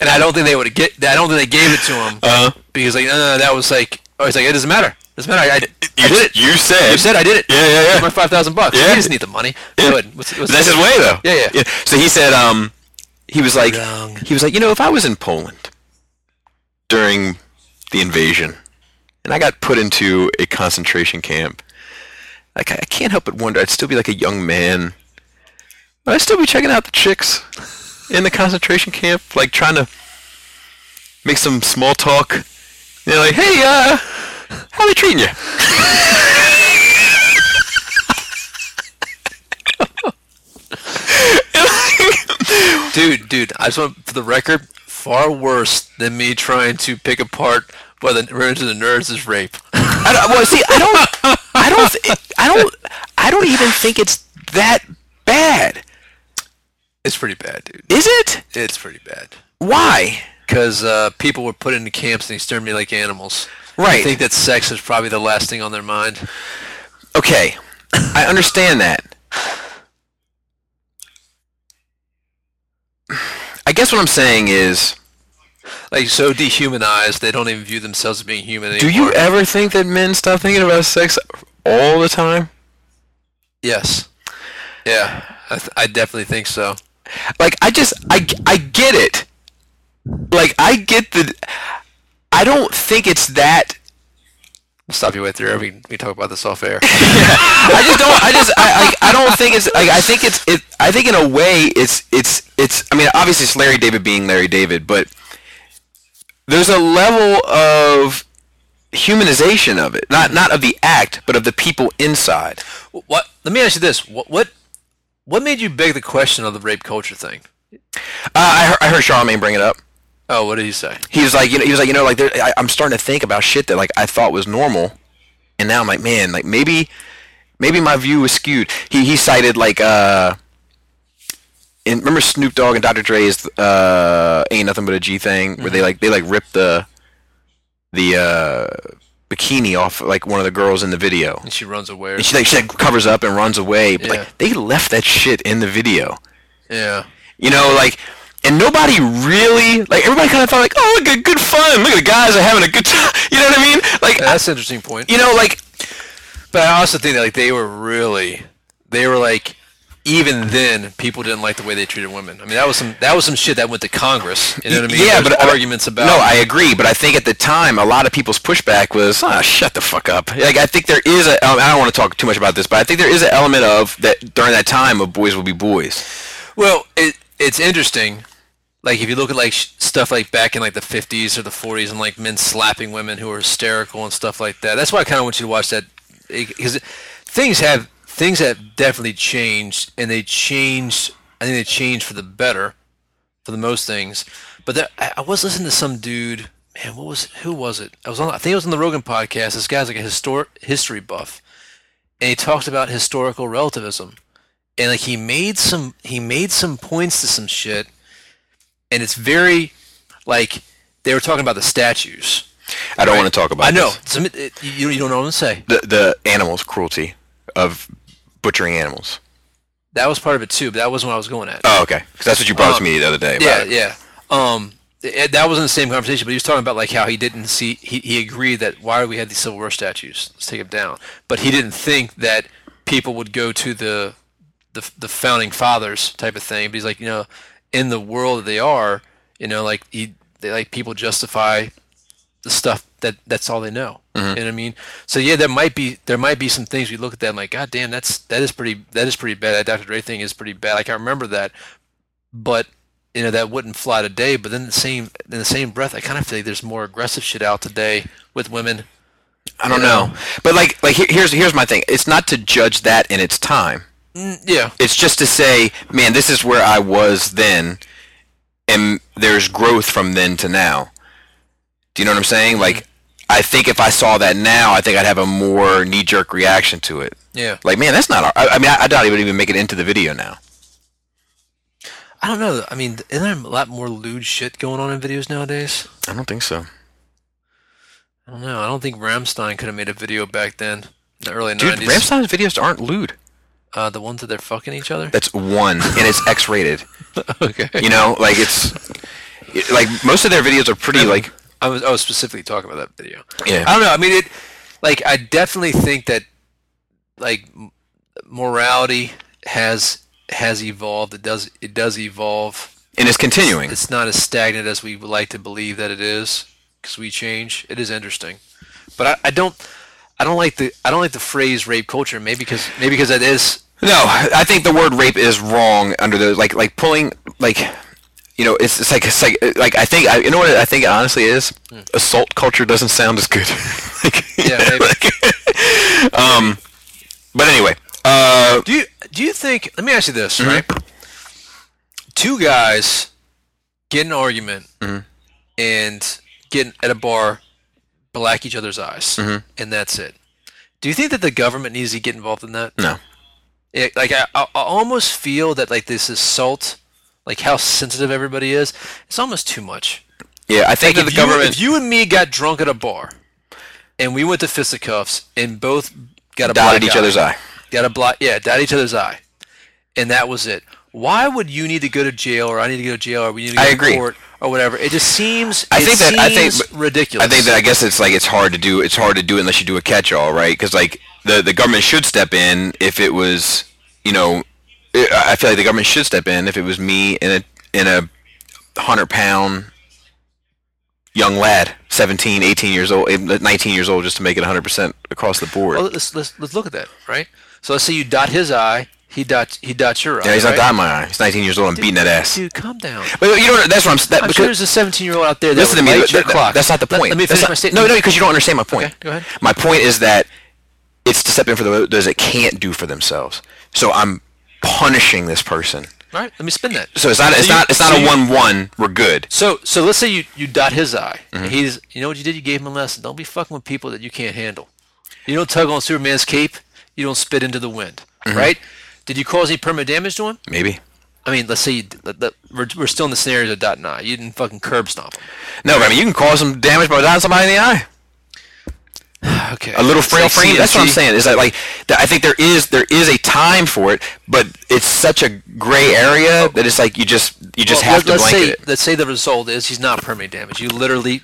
Speaker 2: and I don't think they would get. I don't think they gave it to him
Speaker 3: Uh-huh.
Speaker 2: because like no, no, no, that was like. Oh, he's like, it doesn't matter. It doesn't matter. I, I
Speaker 3: You,
Speaker 2: did it.
Speaker 3: you said.
Speaker 2: You said I did it.
Speaker 3: Yeah, yeah, yeah.
Speaker 2: Give my five thousand bucks.
Speaker 3: Yeah.
Speaker 2: He doesn't need the money.
Speaker 3: Yeah.
Speaker 2: Good. What's- what's-
Speaker 3: That's his way though.
Speaker 2: Yeah, yeah.
Speaker 3: So he said, um, he was like,
Speaker 2: Wrong.
Speaker 3: he was like, you know, if I was in Poland during the invasion and I got put into a concentration camp, like I, I can't help but wonder, I'd still be like a young man. Would I still be checking out the chicks in the concentration camp, like trying to make some small talk? You know, like, hey, uh, how they treating you?
Speaker 2: Dude, dude, I just want for the record, far worse than me trying to pick apart whether Revenge of the Nerds is rape.
Speaker 3: I don't, well, see, I don't, I don't, th- I don't, I don't even think it's that bad,
Speaker 2: It's pretty bad, dude.
Speaker 3: is it?
Speaker 2: It's pretty bad.
Speaker 3: Why?
Speaker 2: Because uh, people were put into camps and they exterminated like animals.
Speaker 3: Right.
Speaker 2: I think that sex is probably the last thing on their mind.
Speaker 3: Okay, I understand that. I guess what I'm saying is,
Speaker 2: Like, so dehumanized, they don't even view themselves as being human
Speaker 3: do
Speaker 2: anymore.
Speaker 3: you ever think that men stop thinking about sex all the time? e-
Speaker 2: Yes. Yeah, I, th- I definitely think so.
Speaker 3: Like, I just, I, I get it. Like, I get the, I don't think it's that
Speaker 2: I'll stop you right there. We, we can talk about this off air.
Speaker 3: I just don't. I just. I, I. I don't think it's. Like, I think it's. It. I think in a way, it's. It's. It's. I mean, obviously, it's Larry David being Larry David, but there's a level of humanization of it. Not not of the act, but of the people inside.
Speaker 2: what? Let me ask you this. What, what, what made you beg the question of the rape culture thing?
Speaker 3: Uh, I heard, I heard Charlemagne bring it up.
Speaker 2: Oh, what did he say?
Speaker 3: He was like, you know, he was like, you know, like there, I, I'm starting to think about shit that like I thought was normal, and now I'm like, man, like maybe Maybe my view was skewed. He he cited like uh, and remember Snoop Dogg and Dr. Dre's uh ain't nothing but a G thing where they like they like ripped the the uh bikini off like one of the girls in the video.
Speaker 2: And she runs away. or
Speaker 3: And she like she like covers up and runs away, but
Speaker 2: Yeah.
Speaker 3: like they left that shit in the video.
Speaker 2: Yeah.
Speaker 3: You know, like, and nobody really, like, everybody kind of thought, like, oh, look at good fun. Look at the guys are having a good time. You know what I mean? Like,
Speaker 2: Yeah, That's an interesting point.
Speaker 3: you know, like,
Speaker 2: But I also think that like they were really, they were like, even then people didn't like the way they treated women. I mean that was some that was some shit that went to Congress. You know what I mean?
Speaker 3: yeah,
Speaker 2: There's
Speaker 3: but I-
Speaker 2: arguments about.
Speaker 3: No, I agree, but I think at the time, a lot of people's pushback was, ah, shut the fuck up. Like, I think there is a, um, I don't want to talk too much about this, but I think there is an element of that during that time of boys will be boys.
Speaker 2: Well, it it's interesting. Like if you look at like sh- stuff like back in like the 50s or the 40s and like men slapping women who were hysterical and stuff like that. That's why I kind of want you to watch that because things have things have definitely changed and they changed. I think they changed for the better for the most things. But there, I, I was listening to some dude. Man, what was who was it? I was on. I think it was on the Rogan podcast. This guy's like a historic history buff, and he talked about historical relativism and like he made some he made some points to some shit and it's very like they were talking about the statues
Speaker 3: I don't want to talk about
Speaker 2: i know
Speaker 3: this.
Speaker 2: some, it, you, you don't know what i'm saying
Speaker 3: The, the animals, cruelty of butchering animals.
Speaker 2: that was part of it too but that wasn't what i was going at
Speaker 3: Oh, okay. 'Cause that's what you brought to
Speaker 2: Um,
Speaker 3: me the other day. about
Speaker 2: yeah
Speaker 3: it.
Speaker 2: yeah um it, that wasn't the same conversation but he was talking about like how he didn't see he, he agreed that why do we have these civil war statues let's take them down but he didn't think that people would go to the the, the founding fathers type of thing. But he's like, you know, in the world that they are, you know, like he, they, like people justify the stuff that that's all they know.
Speaker 3: Mm-hmm.
Speaker 2: You know what I mean? So yeah, there might be there might be some things we look at that and like, God damn, that's that is pretty that is pretty bad. That Dr. Dre thing is pretty bad. Like I remember that, but you know that wouldn't fly today. But then the same in the same breath, I kind of feel like there's more aggressive shit out today with women.
Speaker 3: I don't know. But like like here- here's here's my thing. It's not to judge that in its time.
Speaker 2: Mm, Yeah,
Speaker 3: It's just to say, man, this is where I was then and there's growth from then to now. Do you know what I'm saying? Like I think if I saw that now, I think I'd have a more knee jerk reaction to it.
Speaker 2: yeah.
Speaker 3: Like, man, that's not our, I, I mean, I, I doubt it would even make it into the video now.
Speaker 2: I don't know. I mean, isn't there a lot more lewd shit going on in videos nowadays?
Speaker 3: I don't think so.
Speaker 2: I don't know. I don't think Ramstein could have made a video back then, in the early
Speaker 3: Dude,
Speaker 2: 90s.
Speaker 3: Ramstein's videos aren't lewd.
Speaker 2: Uh, the ones that they're fucking each other?
Speaker 3: That's one and it's X-rated.
Speaker 2: okay.
Speaker 3: You know, like it's like most of their videos are pretty like
Speaker 2: I was, I was specifically talking about that video.
Speaker 3: Yeah.
Speaker 2: I don't know. I mean, it. like, I definitely think that, like, m- morality has has evolved. It does it does evolve.
Speaker 3: and it's continuing.
Speaker 2: It's not as stagnant as we would like to believe that it is because we change. It is interesting, but I, I don't I don't like the I don't like the phrase rape culture. Maybe because maybe because that is
Speaker 3: No, I think the word rape is wrong under the like like pulling like you know it's it's like it's like like I think I, you know what I think it honestly is assault culture doesn't sound as good. like,
Speaker 2: Hmm. Yeah, maybe.
Speaker 3: like, um, but anyway, uh,
Speaker 2: Do you do you think? Let me ask you this, right? Two guys get in an argument and get at a bar, black each other's eyes, and that's it. Do you think that the government needs to get involved in that?
Speaker 3: no,
Speaker 2: It, like I, I I almost feel that like this assault, like how sensitive everybody is, it's almost too much.
Speaker 3: yeah, I think
Speaker 2: If
Speaker 3: that the
Speaker 2: you-
Speaker 3: government
Speaker 2: if you and me got drunk at a bar, and we went to fisticuffs, and both got a
Speaker 3: dotted
Speaker 2: black
Speaker 3: each other's eye.
Speaker 2: Got a block. Yeah, dot each other's eye, and that was it. Why would you need to go to jail, or I need to go to jail, or we need to go
Speaker 3: I
Speaker 2: to
Speaker 3: agree.
Speaker 2: court, or whatever? It just seems.
Speaker 3: I
Speaker 2: it
Speaker 3: think that- I think-
Speaker 2: seems
Speaker 3: but
Speaker 2: ridiculous.
Speaker 3: I think that I guess it's like it's hard to do. It's hard to do unless you do a catch-all, right? Because like the the government should step in if it was, you know, i I feel like the government should step in if it was me and a in a hundred pound young lad, 17, 18 years old, eh, 19 years old, just to make it 100% across the board.
Speaker 2: Well, let's, let's let's look at that, right? So let's say you dot his eye, he dot he dots your eye.
Speaker 3: yeah, he's not
Speaker 2: right?
Speaker 3: dying my eye. He's 19 years old. I'm beating that ass.
Speaker 2: Dude, calm down.
Speaker 3: But you know what? That's what I'm. s- That,
Speaker 2: I'm
Speaker 3: because,
Speaker 2: sure there's a 17 year old out there that
Speaker 3: Listen to
Speaker 2: would
Speaker 3: me.
Speaker 2: light your
Speaker 3: that- that-
Speaker 2: clock.
Speaker 3: That's not the
Speaker 2: Let-
Speaker 3: point.
Speaker 2: Let, me
Speaker 3: That's
Speaker 2: finish
Speaker 3: not-
Speaker 2: my statement.
Speaker 3: No, no, because you don't understand my point.
Speaker 2: Okay, go ahead.
Speaker 3: My point is that it's to step in for the- those that can't do for themselves. So I'm punishing this person.
Speaker 2: All right, let me spin that.
Speaker 3: So it's not. It's
Speaker 2: you-
Speaker 3: not. It's not
Speaker 2: so
Speaker 3: a
Speaker 2: you-
Speaker 3: one-one. We're good.
Speaker 2: So so let's say you you dot his eye.
Speaker 3: Mm-hmm.
Speaker 2: He's you know what you did? You gave him a lesson. Don't be fucking with people that you can't handle. You don't tug on Superman's cape. you don't spit into the wind,
Speaker 3: Mm-hmm.
Speaker 2: right? Did you cause any permanent damage to him?
Speaker 3: Maybe.
Speaker 2: I mean, let's say you, let, let- we're, we're still in the scenarios of dot nine. You didn't fucking curb stomp him.
Speaker 3: No, but I mean, you can cause some damage by dotting somebody in the eye.
Speaker 2: Okay.
Speaker 3: A little frail frame. That's what I'm saying. Is that like that I think there is there is a time for it, but it's such a gray area that it's like you just you just have to
Speaker 2: let's
Speaker 3: blanket
Speaker 2: say,
Speaker 3: it.
Speaker 2: Let's say the result is he's not permanent damage. You literally,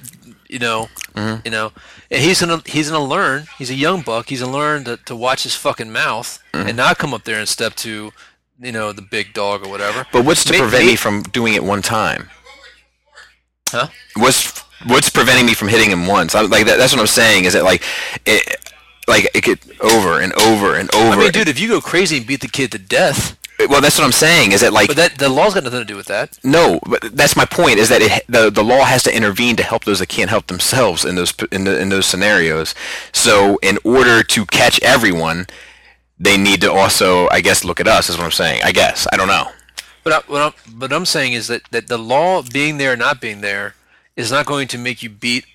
Speaker 2: you know,
Speaker 3: Mm-hmm.
Speaker 2: you know, and he's gonna he's gonna learn. He's a young buck. He's gonna learn to, to watch his fucking mouth
Speaker 3: Mm-hmm.
Speaker 2: and not come up there and step to, you know, the big dog or whatever.
Speaker 3: But what's to
Speaker 2: May-
Speaker 3: prevent
Speaker 2: may-
Speaker 3: me from doing it one time?
Speaker 2: Huh?
Speaker 3: What's what's preventing me from hitting him once? I, like that, that's what I'm saying. Is that like it like it could over and over and over?
Speaker 2: I mean, dude, if you go crazy and beat the kid to death,
Speaker 3: well, that's what I'm saying. Is that like
Speaker 2: but that the law's got nothing to do with that.
Speaker 3: no? But that's my point. Is that it, the the law has to intervene to help those that can't help themselves in those in, the, in those scenarios. So in order to catch everyone, they need to also, I guess, look at us. Is what I'm saying. I guess I don't know.
Speaker 2: But I, what I'm but I'm saying is that that the law being there or not being there is not going to make you beat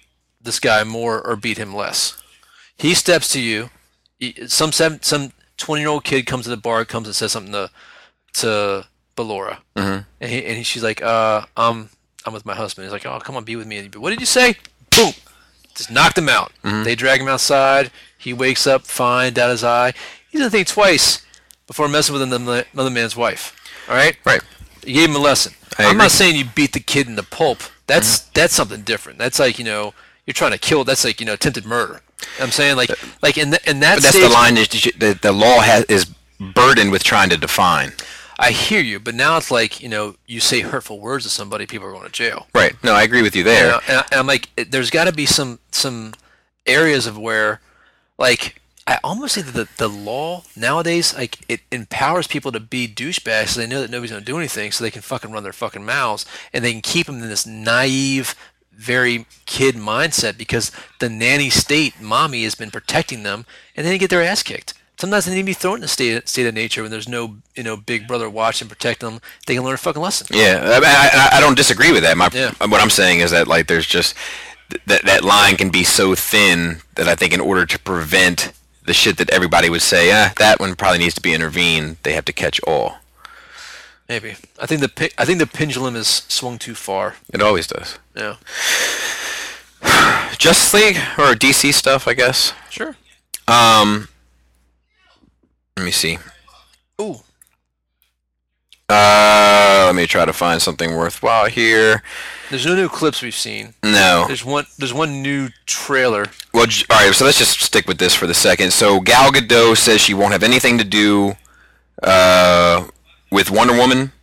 Speaker 2: this guy more or beat him less. He steps to you. he- Some seven, some twenty year old kid comes to the bar, comes and says something to to Belora, mm-hmm. and, he, and she's like, "Uh, I'm I'm with my husband." He's like, "Oh, come on, be with me." And he, what did you say? Boom! Just knocked him out. They drag him outside. He wakes up fine, down his eye. He doesn't think twice before messing with another another man's wife. All right.
Speaker 3: Right.
Speaker 2: You gave him a lesson.
Speaker 3: I
Speaker 2: I'm
Speaker 3: agree. Mm-hmm.
Speaker 2: not saying you beat the kid in the pulp. That's that's something different. That's like you know you're trying to kill. That's like you know attempted murder. I'm saying like like in the, in that
Speaker 3: Uh, But that's
Speaker 2: stage,
Speaker 3: the line that, you, that the law has, is burdened with trying to define.
Speaker 2: I hear you, but now it's like you know you say hurtful words to somebody, people are going to jail.
Speaker 3: Right. No, I agree with you there.
Speaker 2: You know, and, I, and I'm like, it- there's got to be some some areas of where, like, I almost think that the, the law nowadays, like, it empowers people to be douchebags. So they know that nobody's gonna do anything, so they can fucking run their fucking mouths, and they can keep them in this naive, very kid mindset because the nanny state, mommy, has been protecting them, and then they get their ass kicked. Sometimes they need to be thrown in a state, state of nature when there's no, you know, big brother watching, protecting them. They can learn a fucking lesson.
Speaker 3: Yeah, I, I- I, I don't disagree with that. My
Speaker 2: Yeah.
Speaker 3: what I'm saying is that like there's just th- that that line can be so thin that I think in order to prevent the shit that everybody would say, ah, that one probably needs to be intervened. They have to catch all.
Speaker 2: Maybe. I think the pe- I think the pendulum is swung too far.
Speaker 3: It always does.
Speaker 2: Yeah.
Speaker 3: Justice League or DC stuff, I guess.
Speaker 2: Sure.
Speaker 3: Um, let me see.
Speaker 2: Ooh.
Speaker 3: Uh, let me try to find something worthwhile here.
Speaker 2: There's no new clips we've seen.
Speaker 3: No.
Speaker 2: There's one there's one new trailer.
Speaker 3: Well, j- all right. So let's just stick with this for the second. So Gal Gadot says she won't have anything to do uh, with Wonder Woman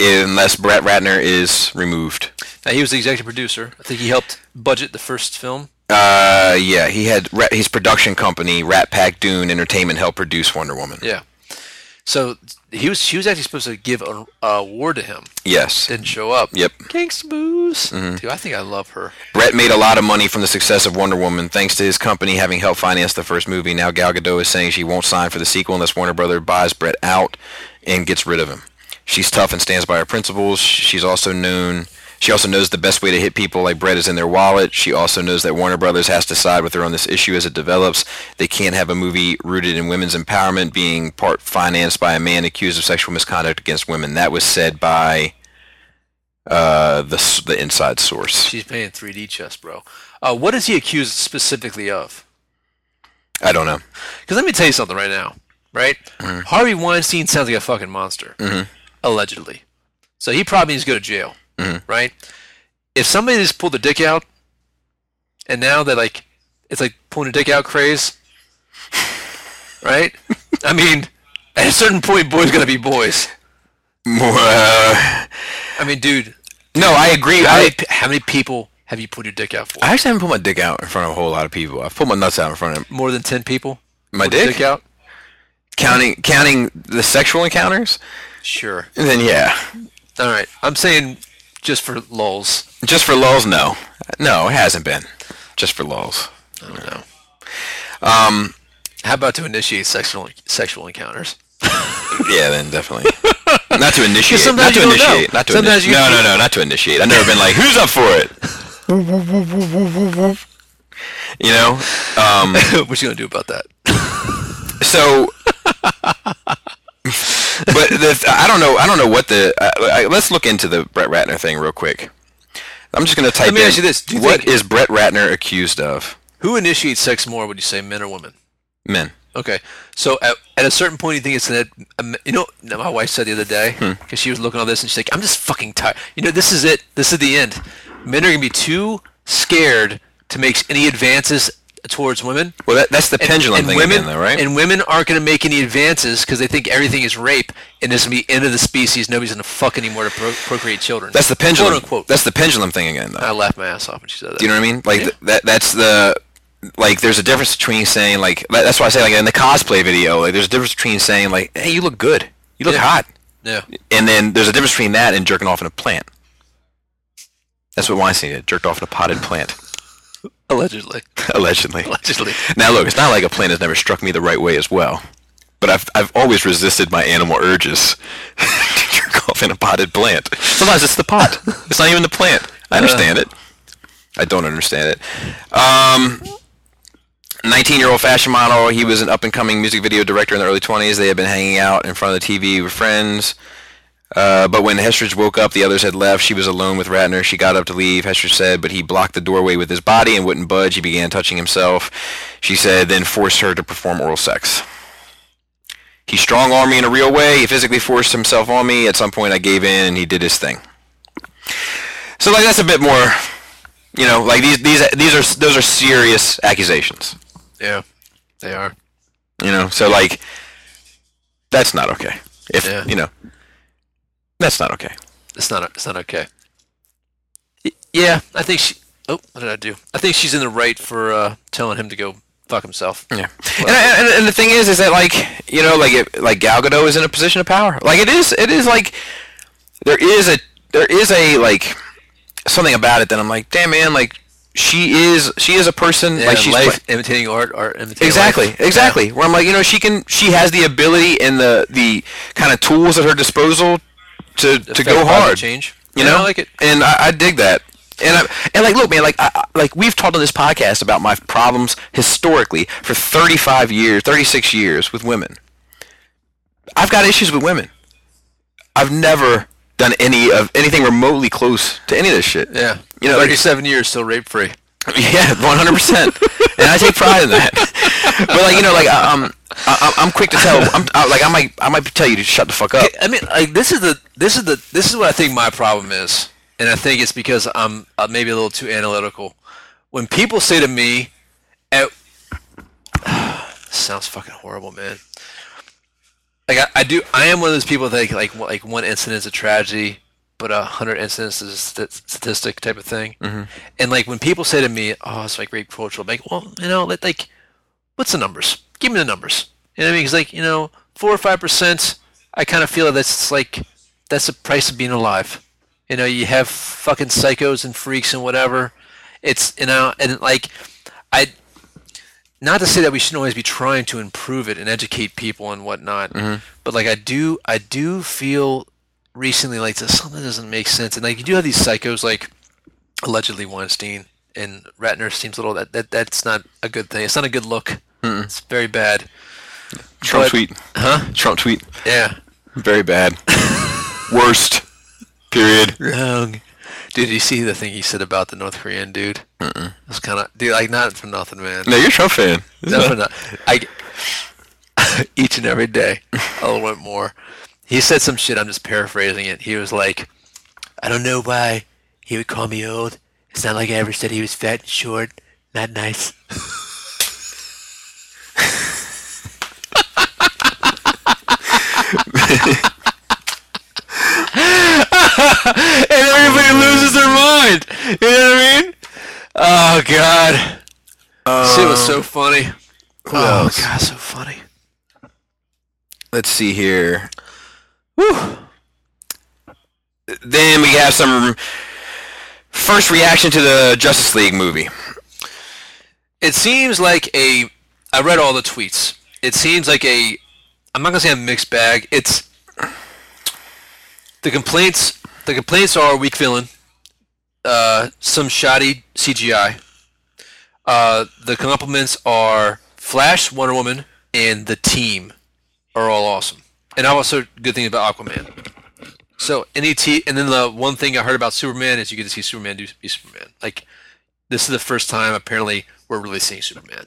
Speaker 3: unless Brett Ratner is removed.
Speaker 2: Now he was the executive producer. I think he helped budget the first film.
Speaker 3: Uh, yeah, he had Ra- his production company Rat Pack Dune Entertainment help produce Wonder Woman.
Speaker 2: Yeah. So he was she was actually supposed to give a, a award to him.
Speaker 3: Yes,
Speaker 2: Didn't show up.
Speaker 3: Yep.
Speaker 2: Gangsta Booze. Dude, I think I love her.
Speaker 3: Brett made a lot of money from the success of Wonder Woman thanks to his company having helped finance the first movie. Now Gal Gadot is saying she won't sign for the sequel unless Warner Brother buys Brett out and gets rid of him. She's tough and stands by her principles. She's also known. She also knows the best way to hit people like Brett is in their wallet. She also knows that Warner Brothers has to side with her on this issue as it develops. They can't have a movie rooted in women's empowerment being part financed by a man accused of sexual misconduct against women. That was said by uh, the s- the inside source.
Speaker 2: She's playing 3D chess, bro. Uh, what is he accused specifically of?
Speaker 3: I don't know.
Speaker 2: Because let me tell you something right now, right? Harvey Weinstein sounds like a fucking monster, allegedly. So he probably needs to go to jail, right? If somebody just pulled their dick out, and now they're like, it's like pulling a dick out craze, right? I mean, at a certain point, boys gotta be boys.
Speaker 3: Uh,
Speaker 2: I mean, dude,
Speaker 3: no, I agree.
Speaker 2: how many,
Speaker 3: I,
Speaker 2: pe- how many people have you pulled your dick out for?
Speaker 3: I actually haven't put my dick out in front of a whole lot of people. I've put my nuts out in front of
Speaker 2: More than ten people.
Speaker 3: my
Speaker 2: Pulled your
Speaker 3: dick,
Speaker 2: dick out.
Speaker 3: counting counting the sexual encounters.
Speaker 2: Sure.
Speaker 3: And then yeah,
Speaker 2: All right. I'm saying just for lulls.
Speaker 3: just for lulls, no, no, it hasn't been just for lulls.
Speaker 2: I don't know. Um, how about to initiate sexual sexual encounters?
Speaker 3: Yeah, then definitely. Not to initiate.
Speaker 2: sometimes
Speaker 3: Not to
Speaker 2: you don't know.
Speaker 3: initiate. Not to
Speaker 2: Sometimes
Speaker 3: initiate.
Speaker 2: you-
Speaker 3: No, no, no. Not to initiate. I've never been like, who's up for it? You know, um,
Speaker 2: what you gonna do about that?
Speaker 3: so but the, I don't know. I don't know what the. I, I, let's look into the Brett Ratner thing real quick. I'm just going to type
Speaker 2: Let me
Speaker 3: in.
Speaker 2: ask you this. Do you
Speaker 3: what
Speaker 2: think-
Speaker 3: is Brett Ratner accused of?
Speaker 2: Who initiates sex more? Would you say men or women?
Speaker 3: Men.
Speaker 2: Okay, so at, at a certain point, you think it's an um, you know. no, My wife said the other day
Speaker 3: Hmm.
Speaker 2: because she was looking at this and she's like, "I'm just fucking tired. You know, this is it. This is the end. Men are gonna be too scared to make any advances towards women.
Speaker 3: Well, that, that's the
Speaker 2: And-
Speaker 3: pendulum
Speaker 2: and
Speaker 3: thing
Speaker 2: women,
Speaker 3: again, though, right?
Speaker 2: And women aren't gonna make any advances because they think everything is rape and this is gonna be end of the species. Nobody's gonna fuck anymore to pro- procreate children.
Speaker 3: that's the pendulum.
Speaker 2: Quote unquote.
Speaker 3: That's the pendulum thing again, though.
Speaker 2: I laughed my ass off when she said that.
Speaker 3: Do you know what I mean? Like th- that. That's the like. There's a difference between saying like. that- That's why I say like in the cosplay video. Like there's a difference between saying like, "Hey, you look good. You look
Speaker 2: Yeah.
Speaker 3: hot,"
Speaker 2: Yeah.
Speaker 3: and then there's a difference between that and jerking off in a plant. That's what Weinstein did. Jerked off in a potted plant,
Speaker 2: Allegedly.
Speaker 3: allegedly.
Speaker 2: Allegedly.
Speaker 3: Now look, it's not like a plant has never struck me the right way as well, but I've I've always resisted my animal urges to jerk off in a potted plant. Sometimes it's the pot. it's not even the plant. I understand it. I don't understand it. Um. 19-year-old fashion model. He was an up-and-coming music video director in the early 20s. They had been hanging out in front of the TV with friends. Uh, but when Hestridge woke up, the others had left. She was alone with Ratner. She got up to leave, Hestridge said, but he blocked the doorway with his body and wouldn't budge. He began touching himself. She said, then forced her to perform oral sex. He strong armed me in a real way. He physically forced himself on me. At some point, I gave in and he did his thing. So, like, that's a bit more, you know, like these, these, these are, those are serious accusations,
Speaker 2: Yeah. They are.
Speaker 3: you know? So, like, that's not okay. If,
Speaker 2: Yeah.
Speaker 3: you know, that's not okay.
Speaker 2: It's not. It's not okay. Y- Yeah, I think she. Oh, what did I do? I think she's in the right for uh, telling him to go fuck himself.
Speaker 3: Yeah, and, I- and, and the thing is, is that like you know, like it, like Gal Gadot is in a position of power. Like it is, it is like there is a there is a like something about it that I'm like, damn man, like she is she is a person
Speaker 2: Yeah,
Speaker 3: like she's
Speaker 2: life
Speaker 3: pla-
Speaker 2: imitating art, art imitating
Speaker 3: exactly
Speaker 2: life.
Speaker 3: exactly where I'm like you know she can she has the ability and the the kind of tools at her disposal to
Speaker 2: Yeah.
Speaker 3: to
Speaker 2: Affect
Speaker 3: go
Speaker 2: positive
Speaker 3: hard.
Speaker 2: Change.
Speaker 3: You
Speaker 2: Yeah,
Speaker 3: know,
Speaker 2: I like it.
Speaker 3: and I, I dig that. And I, and like, look, man, like, I, I- like we've talked on this podcast about my problems historically for 35 years, 36 years with women. I've got issues with women. I've never done any of anything remotely close to any of this shit.
Speaker 2: Yeah.
Speaker 3: you know, like,
Speaker 2: thirty-seven years still rape free.
Speaker 3: yeah, 100, percent and I take pride in that. but like, you know, like, I, um, I, I'm quick to tell, I'm, I, like, I might, I might tell you to shut the fuck up.
Speaker 2: I mean, like this is the this is the this is what I think my problem is, and I think it's because I'm uh, maybe a little too analytical. When people say to me, at, "Sounds fucking horrible, man," like I, I do, I am one of those people that think, like w- like one incident is a tragedy, but a hundred incidents is a st- statistic type of thing. Mm-hmm. And like when people say to me, "Oh, it's like rape culture," I'm like, well, you know, like, like what's the numbers? Give me the numbers. You know what I mean? Because like you know, four or five percent. I kind of feel that's like that's the price of being alive. You know, you have fucking psychos and freaks and whatever. It's you know, and like I. Not to say that we shouldn't always be trying to improve it and educate people and whatnot, but like I do, I do feel recently like this, something doesn't make sense. And like you do have these psychos like allegedly Weinstein and Ratner seems a little that, that that's not a good thing. It's not a good look. It's very bad.
Speaker 3: Trump
Speaker 2: but-
Speaker 3: tweet, huh? Trump tweet,
Speaker 2: Yeah.
Speaker 3: very bad, worst. Period.
Speaker 2: Wrong. Dude, you see the thing he said about the North Korean dude? Mm-mm. It's kind of dude, like not for nothing, man.
Speaker 3: No, you're a Trump fan.
Speaker 2: No, for not. I each and every day, a little bit more. He said some shit. I'm just paraphrasing it. He was like, "I don't know why he would call me old. It's not like I ever said he was fat and short, not nice." and everybody loses their mind. You know what I mean? Oh God. Shit was so funny. Oh
Speaker 3: else?
Speaker 2: god, so funny.
Speaker 3: Let's see here. Woo. Then we have some first reaction to the Justice League movie.
Speaker 2: It seems like a. I read all the tweets. It seems like a. I'm not gonna say a mixed bag. It's the complaints. The complaints are weak villain, uh, some shoddy CGI. Uh, the compliments are Flash, Wonder Woman, and the team are all awesome. And I also good thing about Aquaman. So any t and then the one thing I heard about Superman is you get to see Superman do be Superman. Like this is the first time apparently we're really seeing Superman.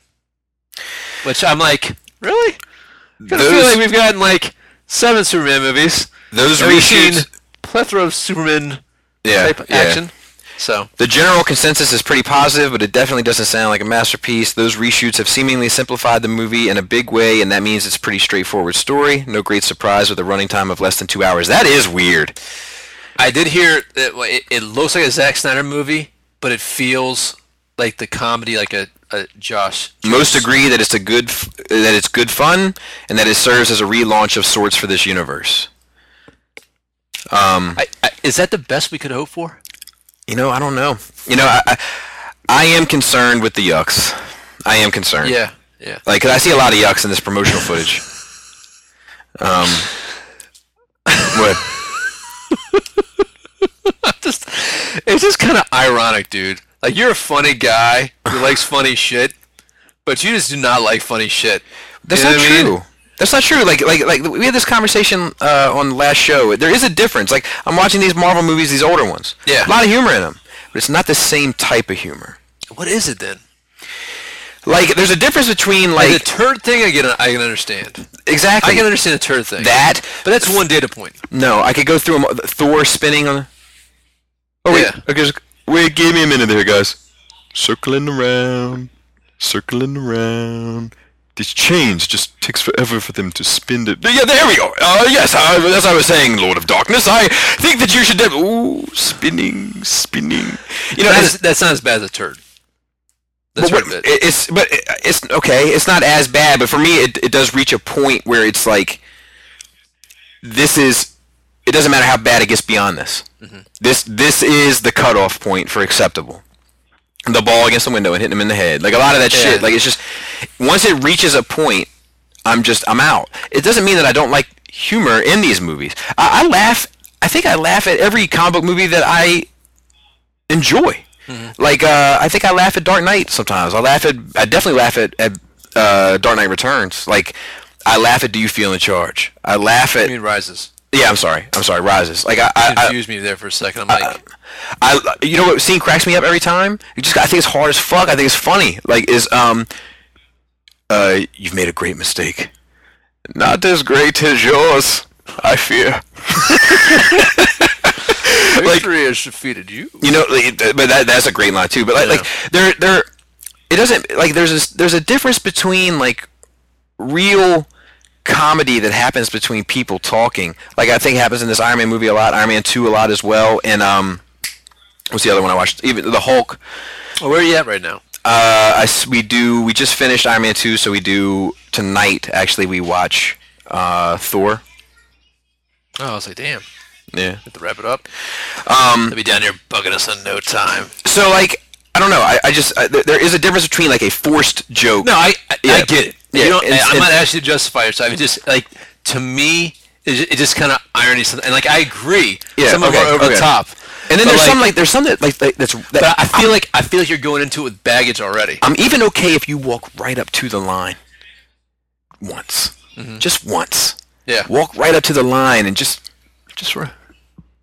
Speaker 2: Which I'm like, really? I kinda feel
Speaker 3: Those-
Speaker 2: like we've gotten like seven Superman movies.
Speaker 3: Those
Speaker 2: and we've seen
Speaker 3: reshoots.
Speaker 2: plethora of Superman
Speaker 3: Yeah,
Speaker 2: type
Speaker 3: yeah.
Speaker 2: action. So
Speaker 3: The general consensus is pretty positive, but it definitely doesn't sound like a masterpiece. Those reshoots have seemingly simplified the movie in a big way, and that means it's a pretty straightforward story. No great surprise with a running time of less than two hours. That is weird.
Speaker 2: I did hear that well, it, it looks like a Zack Snyder movie, but it feels like the comedy, like a, a Josh.
Speaker 3: Most agree that it's a good f- that it's good fun, and that it serves as a relaunch of sorts for this universe.
Speaker 2: I, I, is that the best we could hope for?
Speaker 3: You know, I don't know. You know, I I, I am concerned with the yucks. I am concerned.
Speaker 2: Yeah, yeah.
Speaker 3: Like, 'cause I see a lot of yucks in this promotional footage. Um, what?
Speaker 2: Just, it's just kind of ironic, dude. Like you're a funny guy who likes funny shit, but you just do not like funny shit.
Speaker 3: That's
Speaker 2: You know
Speaker 3: not
Speaker 2: what I mean?
Speaker 3: true. That's not true. Like, like, like we had this conversation uh, on the last show. There is a difference. Like, I'm watching these Marvel movies, these older ones.
Speaker 2: Yeah.
Speaker 3: A lot of humor in them, but it's not the same type of humor.
Speaker 2: What is it then?
Speaker 3: Like, there's a difference between
Speaker 2: Like,
Speaker 3: like
Speaker 2: the turd thing, I get. I can understand.
Speaker 3: exactly
Speaker 2: I can understand the turd thing.
Speaker 3: that.
Speaker 2: but that's one data point.
Speaker 3: No, I could go through 'em all- Thor spinning on. The, oh wait.
Speaker 2: Yeah.
Speaker 3: Okay. just- Wait, give me a minute there, guys. Circling around, circling around. This chains just takes forever for them to spin it. Yeah, there we go. Uh, yes, I, as I was saying, Lord of Darkness, I think that you should. De- Ooh, spinning, spinning. You know,
Speaker 2: That's,
Speaker 3: it's,
Speaker 2: that's not as bad as a turd. That's
Speaker 3: but what,
Speaker 2: right.
Speaker 3: it- it's but it- it's okay. It's not as bad, but for me, it it does reach a point where it's like this is. It doesn't matter how bad it gets beyond this. This this is the cutoff point for acceptable. The ball against the window and hitting him in the head, like a lot of that shit.
Speaker 2: Yeah.
Speaker 3: Like it's just once it reaches a point, I'm just I'm out. It doesn't mean that I don't like humor in these movies. I, I laugh. I think I laugh at every comic book movie that I enjoy. Like uh, I think I laugh at Dark Knight sometimes. I laugh at I definitely laugh at, at uh, Dark Knight Returns. Like I laugh at Do You Feel in Charge? I laugh
Speaker 2: I
Speaker 3: at
Speaker 2: mean, rises.
Speaker 3: yeah. I'm sorry. I'm sorry. Rises. Like I I, I,
Speaker 2: Confused me there for a second. I'm like,
Speaker 3: I you know what scene cracks me up every time. It just I think it's hard as fuck. I think it's funny. Like is um uh you've made a great mistake. Not as great as yours, I fear.
Speaker 2: victory has defeated you.
Speaker 3: you know like, it- but that that's a great line too but like, like there there it doesn't like there's this there's a difference between like real comedy that happens between people talking like i think happens in this iron man movie a lot iron man 2 a lot as well and um what's the other one i watched even the hulk
Speaker 2: Well, where are you at right now?
Speaker 3: uh I s we do we just finished iron man 2 so we do tonight actually we watch uh thor
Speaker 2: Oh, I was like, damn.
Speaker 3: yeah
Speaker 2: Have to wrap it up. Um, They'll be down here bugging us in no time.
Speaker 3: so like i don't know i, I just I, there, there is a difference between like a forced joke
Speaker 2: No, I I,
Speaker 3: Yeah.
Speaker 2: I get it.
Speaker 3: Yeah,
Speaker 2: you don't,
Speaker 3: it's-
Speaker 2: I'm not
Speaker 3: it's-
Speaker 2: actually justifying yourself. It just like to me, it just, it just kind of irony. something- And like I agree,
Speaker 3: Yeah,
Speaker 2: some of them
Speaker 3: okay,
Speaker 2: are over
Speaker 3: okay.
Speaker 2: the top.
Speaker 3: And then
Speaker 2: But,
Speaker 3: there's some like there's some that like, like that's that,
Speaker 2: but I feel like I feel like you're going into it with baggage already.
Speaker 3: I'm even okay if you walk right up to the line once, just once.
Speaker 2: Mm-hmm. Yeah,
Speaker 3: Walk right up to the line and just just sort of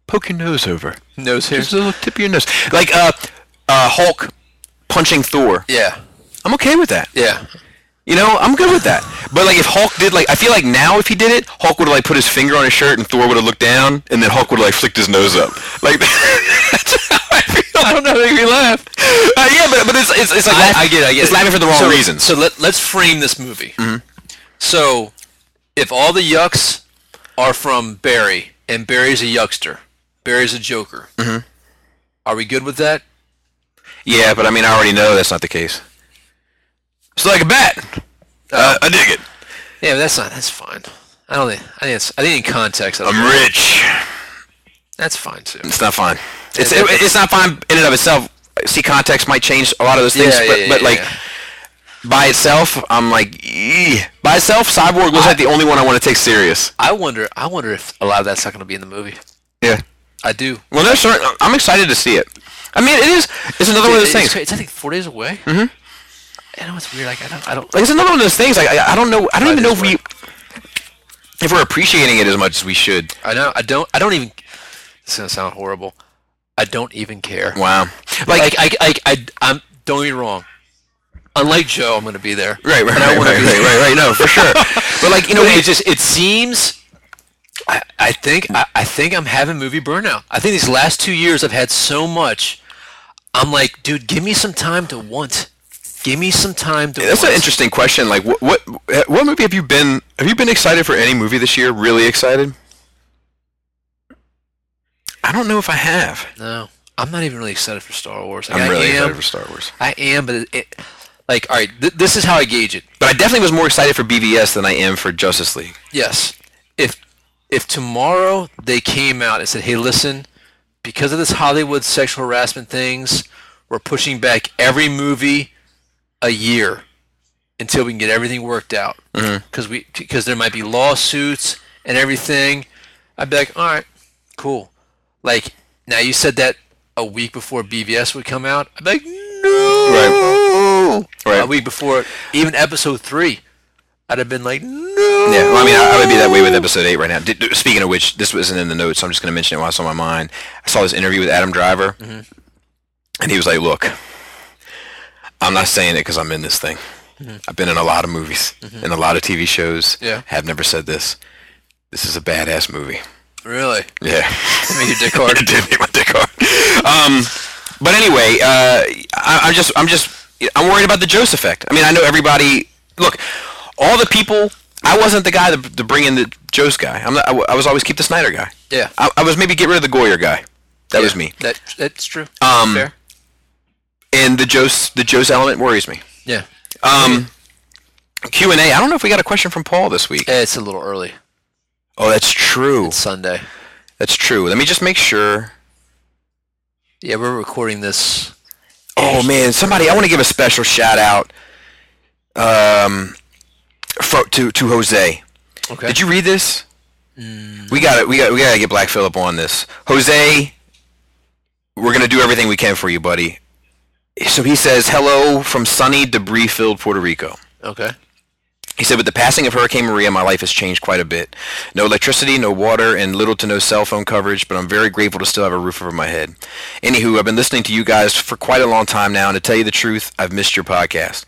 Speaker 3: poke your nose over,
Speaker 2: nose here.
Speaker 3: just a little tip of your nose, like uh, uh Hulk punching Thor.
Speaker 2: Yeah,
Speaker 3: I'm okay with that.
Speaker 2: yeah.
Speaker 3: You know, I'm good with that. But like, if Hulk did like, I feel like now if he did it, Hulk would have like put his finger on his shirt and Thor would have looked down, and then Hulk would have like flicked his nose up. Like, that's how I feel. I don't know, make me laugh. Uh, yeah, but, but it's, it's it's like
Speaker 2: I,
Speaker 3: laugh-
Speaker 2: I get it. I get
Speaker 3: it's
Speaker 2: it.
Speaker 3: laughing for the wrong
Speaker 2: so,
Speaker 3: reasons. Mm-hmm.
Speaker 2: So let, let's frame this movie. So, if all the yucks are from Barry, and Barry's a yuckster, Barry's a joker,
Speaker 3: Mm-hmm.
Speaker 2: are we good with that?
Speaker 3: yeah, but I mean, I already know that's not the case. It's like a bat. Uh, I dig it.
Speaker 2: Yeah, but that's not. That's fine. I don't think. I think. It's, I think in context. I don't-
Speaker 3: I'm rich.
Speaker 2: That's fine too.
Speaker 3: It's not fine. It's it, it's not fine in and of itself. See, context might change a lot of those things,
Speaker 2: Yeah, yeah,
Speaker 3: but,
Speaker 2: yeah,
Speaker 3: but
Speaker 2: yeah,
Speaker 3: like
Speaker 2: yeah.
Speaker 3: by itself, I'm like, "Eeh." by itself, Cyborg was like the only one I want to take serious.
Speaker 2: I wonder. I wonder if a lot of that's not going to be in the movie.
Speaker 3: Yeah.
Speaker 2: I do.
Speaker 3: Well, there's certain. I'm excited to see it. I mean, it is. It's another one
Speaker 2: Dude,
Speaker 3: of those
Speaker 2: it's
Speaker 3: things.
Speaker 2: cra- It's I think four days away. Mm-hmm. I know it's weird. Like I don't. I don't.
Speaker 3: Like it's another one of those things. Like I, I don't know. I don't
Speaker 2: Right,
Speaker 3: even know if
Speaker 2: this
Speaker 3: we
Speaker 2: way.
Speaker 3: if we're appreciating it as much as we should.
Speaker 2: I know. I don't. I don't even. This is gonna sound horrible. I don't even care.
Speaker 3: Wow.
Speaker 2: Like
Speaker 3: Like,
Speaker 2: I. I. I. I'm. Don't get me wrong. Unlike Joe, I'm gonna be there.
Speaker 3: right, right,
Speaker 2: And I
Speaker 3: right, right,
Speaker 2: wanna
Speaker 3: right,
Speaker 2: be there.
Speaker 3: right, right. No, for sure. but like you know,
Speaker 2: But
Speaker 3: we,
Speaker 2: it just it seems. I, I think I, I think I'm having movie burnout. I think these last two years I've had so much. I'm like, dude, give me some time to want. Give me some time to.
Speaker 3: that's an
Speaker 2: want.
Speaker 3: interesting question. Like what what what movie have you been have you been excited for any movie this year? Really excited? I don't know if I have.
Speaker 2: No, I'm not even really excited for Star Wars. Like,
Speaker 3: I'm
Speaker 2: I
Speaker 3: really
Speaker 2: am,
Speaker 3: excited for Star Wars.
Speaker 2: I am, but it, it- like, all right, th- this is how I gauge it.
Speaker 3: But I definitely was more excited for BVS than I am for Justice League.
Speaker 2: Yes, if if tomorrow they came out and said, "Hey, listen, because of this Hollywood sexual harassment things, we're pushing back every movie a year until we can get everything worked out,"
Speaker 3: Mm-hmm.
Speaker 2: because we because there might be lawsuits and everything, I'd be like, "All right, cool." Like, now you said that a week before BVS would come out, I'd be like, "No."
Speaker 3: Right. Right.
Speaker 2: a week before even episode three, I'd have been like, no.
Speaker 3: Yeah, well, I mean, I, I would be that way with episode eight right now. Did, d- speaking of which, this wasn't in the notes, so I'm just going to mention it while it's on my mind. I saw this interview with Adam Driver, and he was like, "Look, I'm not saying it because I'm in this thing. I've been in a lot of movies and a lot of TV shows.
Speaker 2: Yeah.
Speaker 3: have never said this. This is a badass movie.
Speaker 2: Really?
Speaker 3: Yeah,
Speaker 2: I mean, your dick hard.
Speaker 3: I did hit my dick hard. Um, but anyway, uh, I, I'm just, I'm just, I'm worried about the Jose effect. I mean, I know everybody. Look, all the people. I wasn't the guy to, to bring in the Jose guy. I'm not, I, w- I was always keep the Snyder guy.
Speaker 2: Yeah.
Speaker 3: I, I was maybe get rid of the Goyer guy. That was
Speaker 2: Yeah,
Speaker 3: me.
Speaker 2: That that's true.
Speaker 3: Um,
Speaker 2: Fair.
Speaker 3: And the Jose, the Jose element worries me.
Speaker 2: Yeah.
Speaker 3: Um, Q and A. I don't know if we got a question from Paul this week.
Speaker 2: Eh, It's a little early.
Speaker 3: Oh, that's true.
Speaker 2: It's Sunday.
Speaker 3: That's true. Let me just make sure.
Speaker 2: Yeah, we're recording this.
Speaker 3: Oh man, somebody! I want to give a special shout out um, fro to to Jose.
Speaker 2: Okay.
Speaker 3: Did you read this? We got to We got. We got to get Black Phillip on this. Jose, we're gonna do everything we can for you, buddy. So he says, "Hello from sunny, debris-filled Puerto Rico."
Speaker 2: Okay.
Speaker 3: He said, with the passing of Hurricane Maria, my life has changed quite a bit. No electricity, no water, and little to no cell phone coverage, but I'm very grateful to still have a roof over my head. Anywho, I've been listening to you guys for quite a long time now, and to tell you the truth, I've missed your podcast.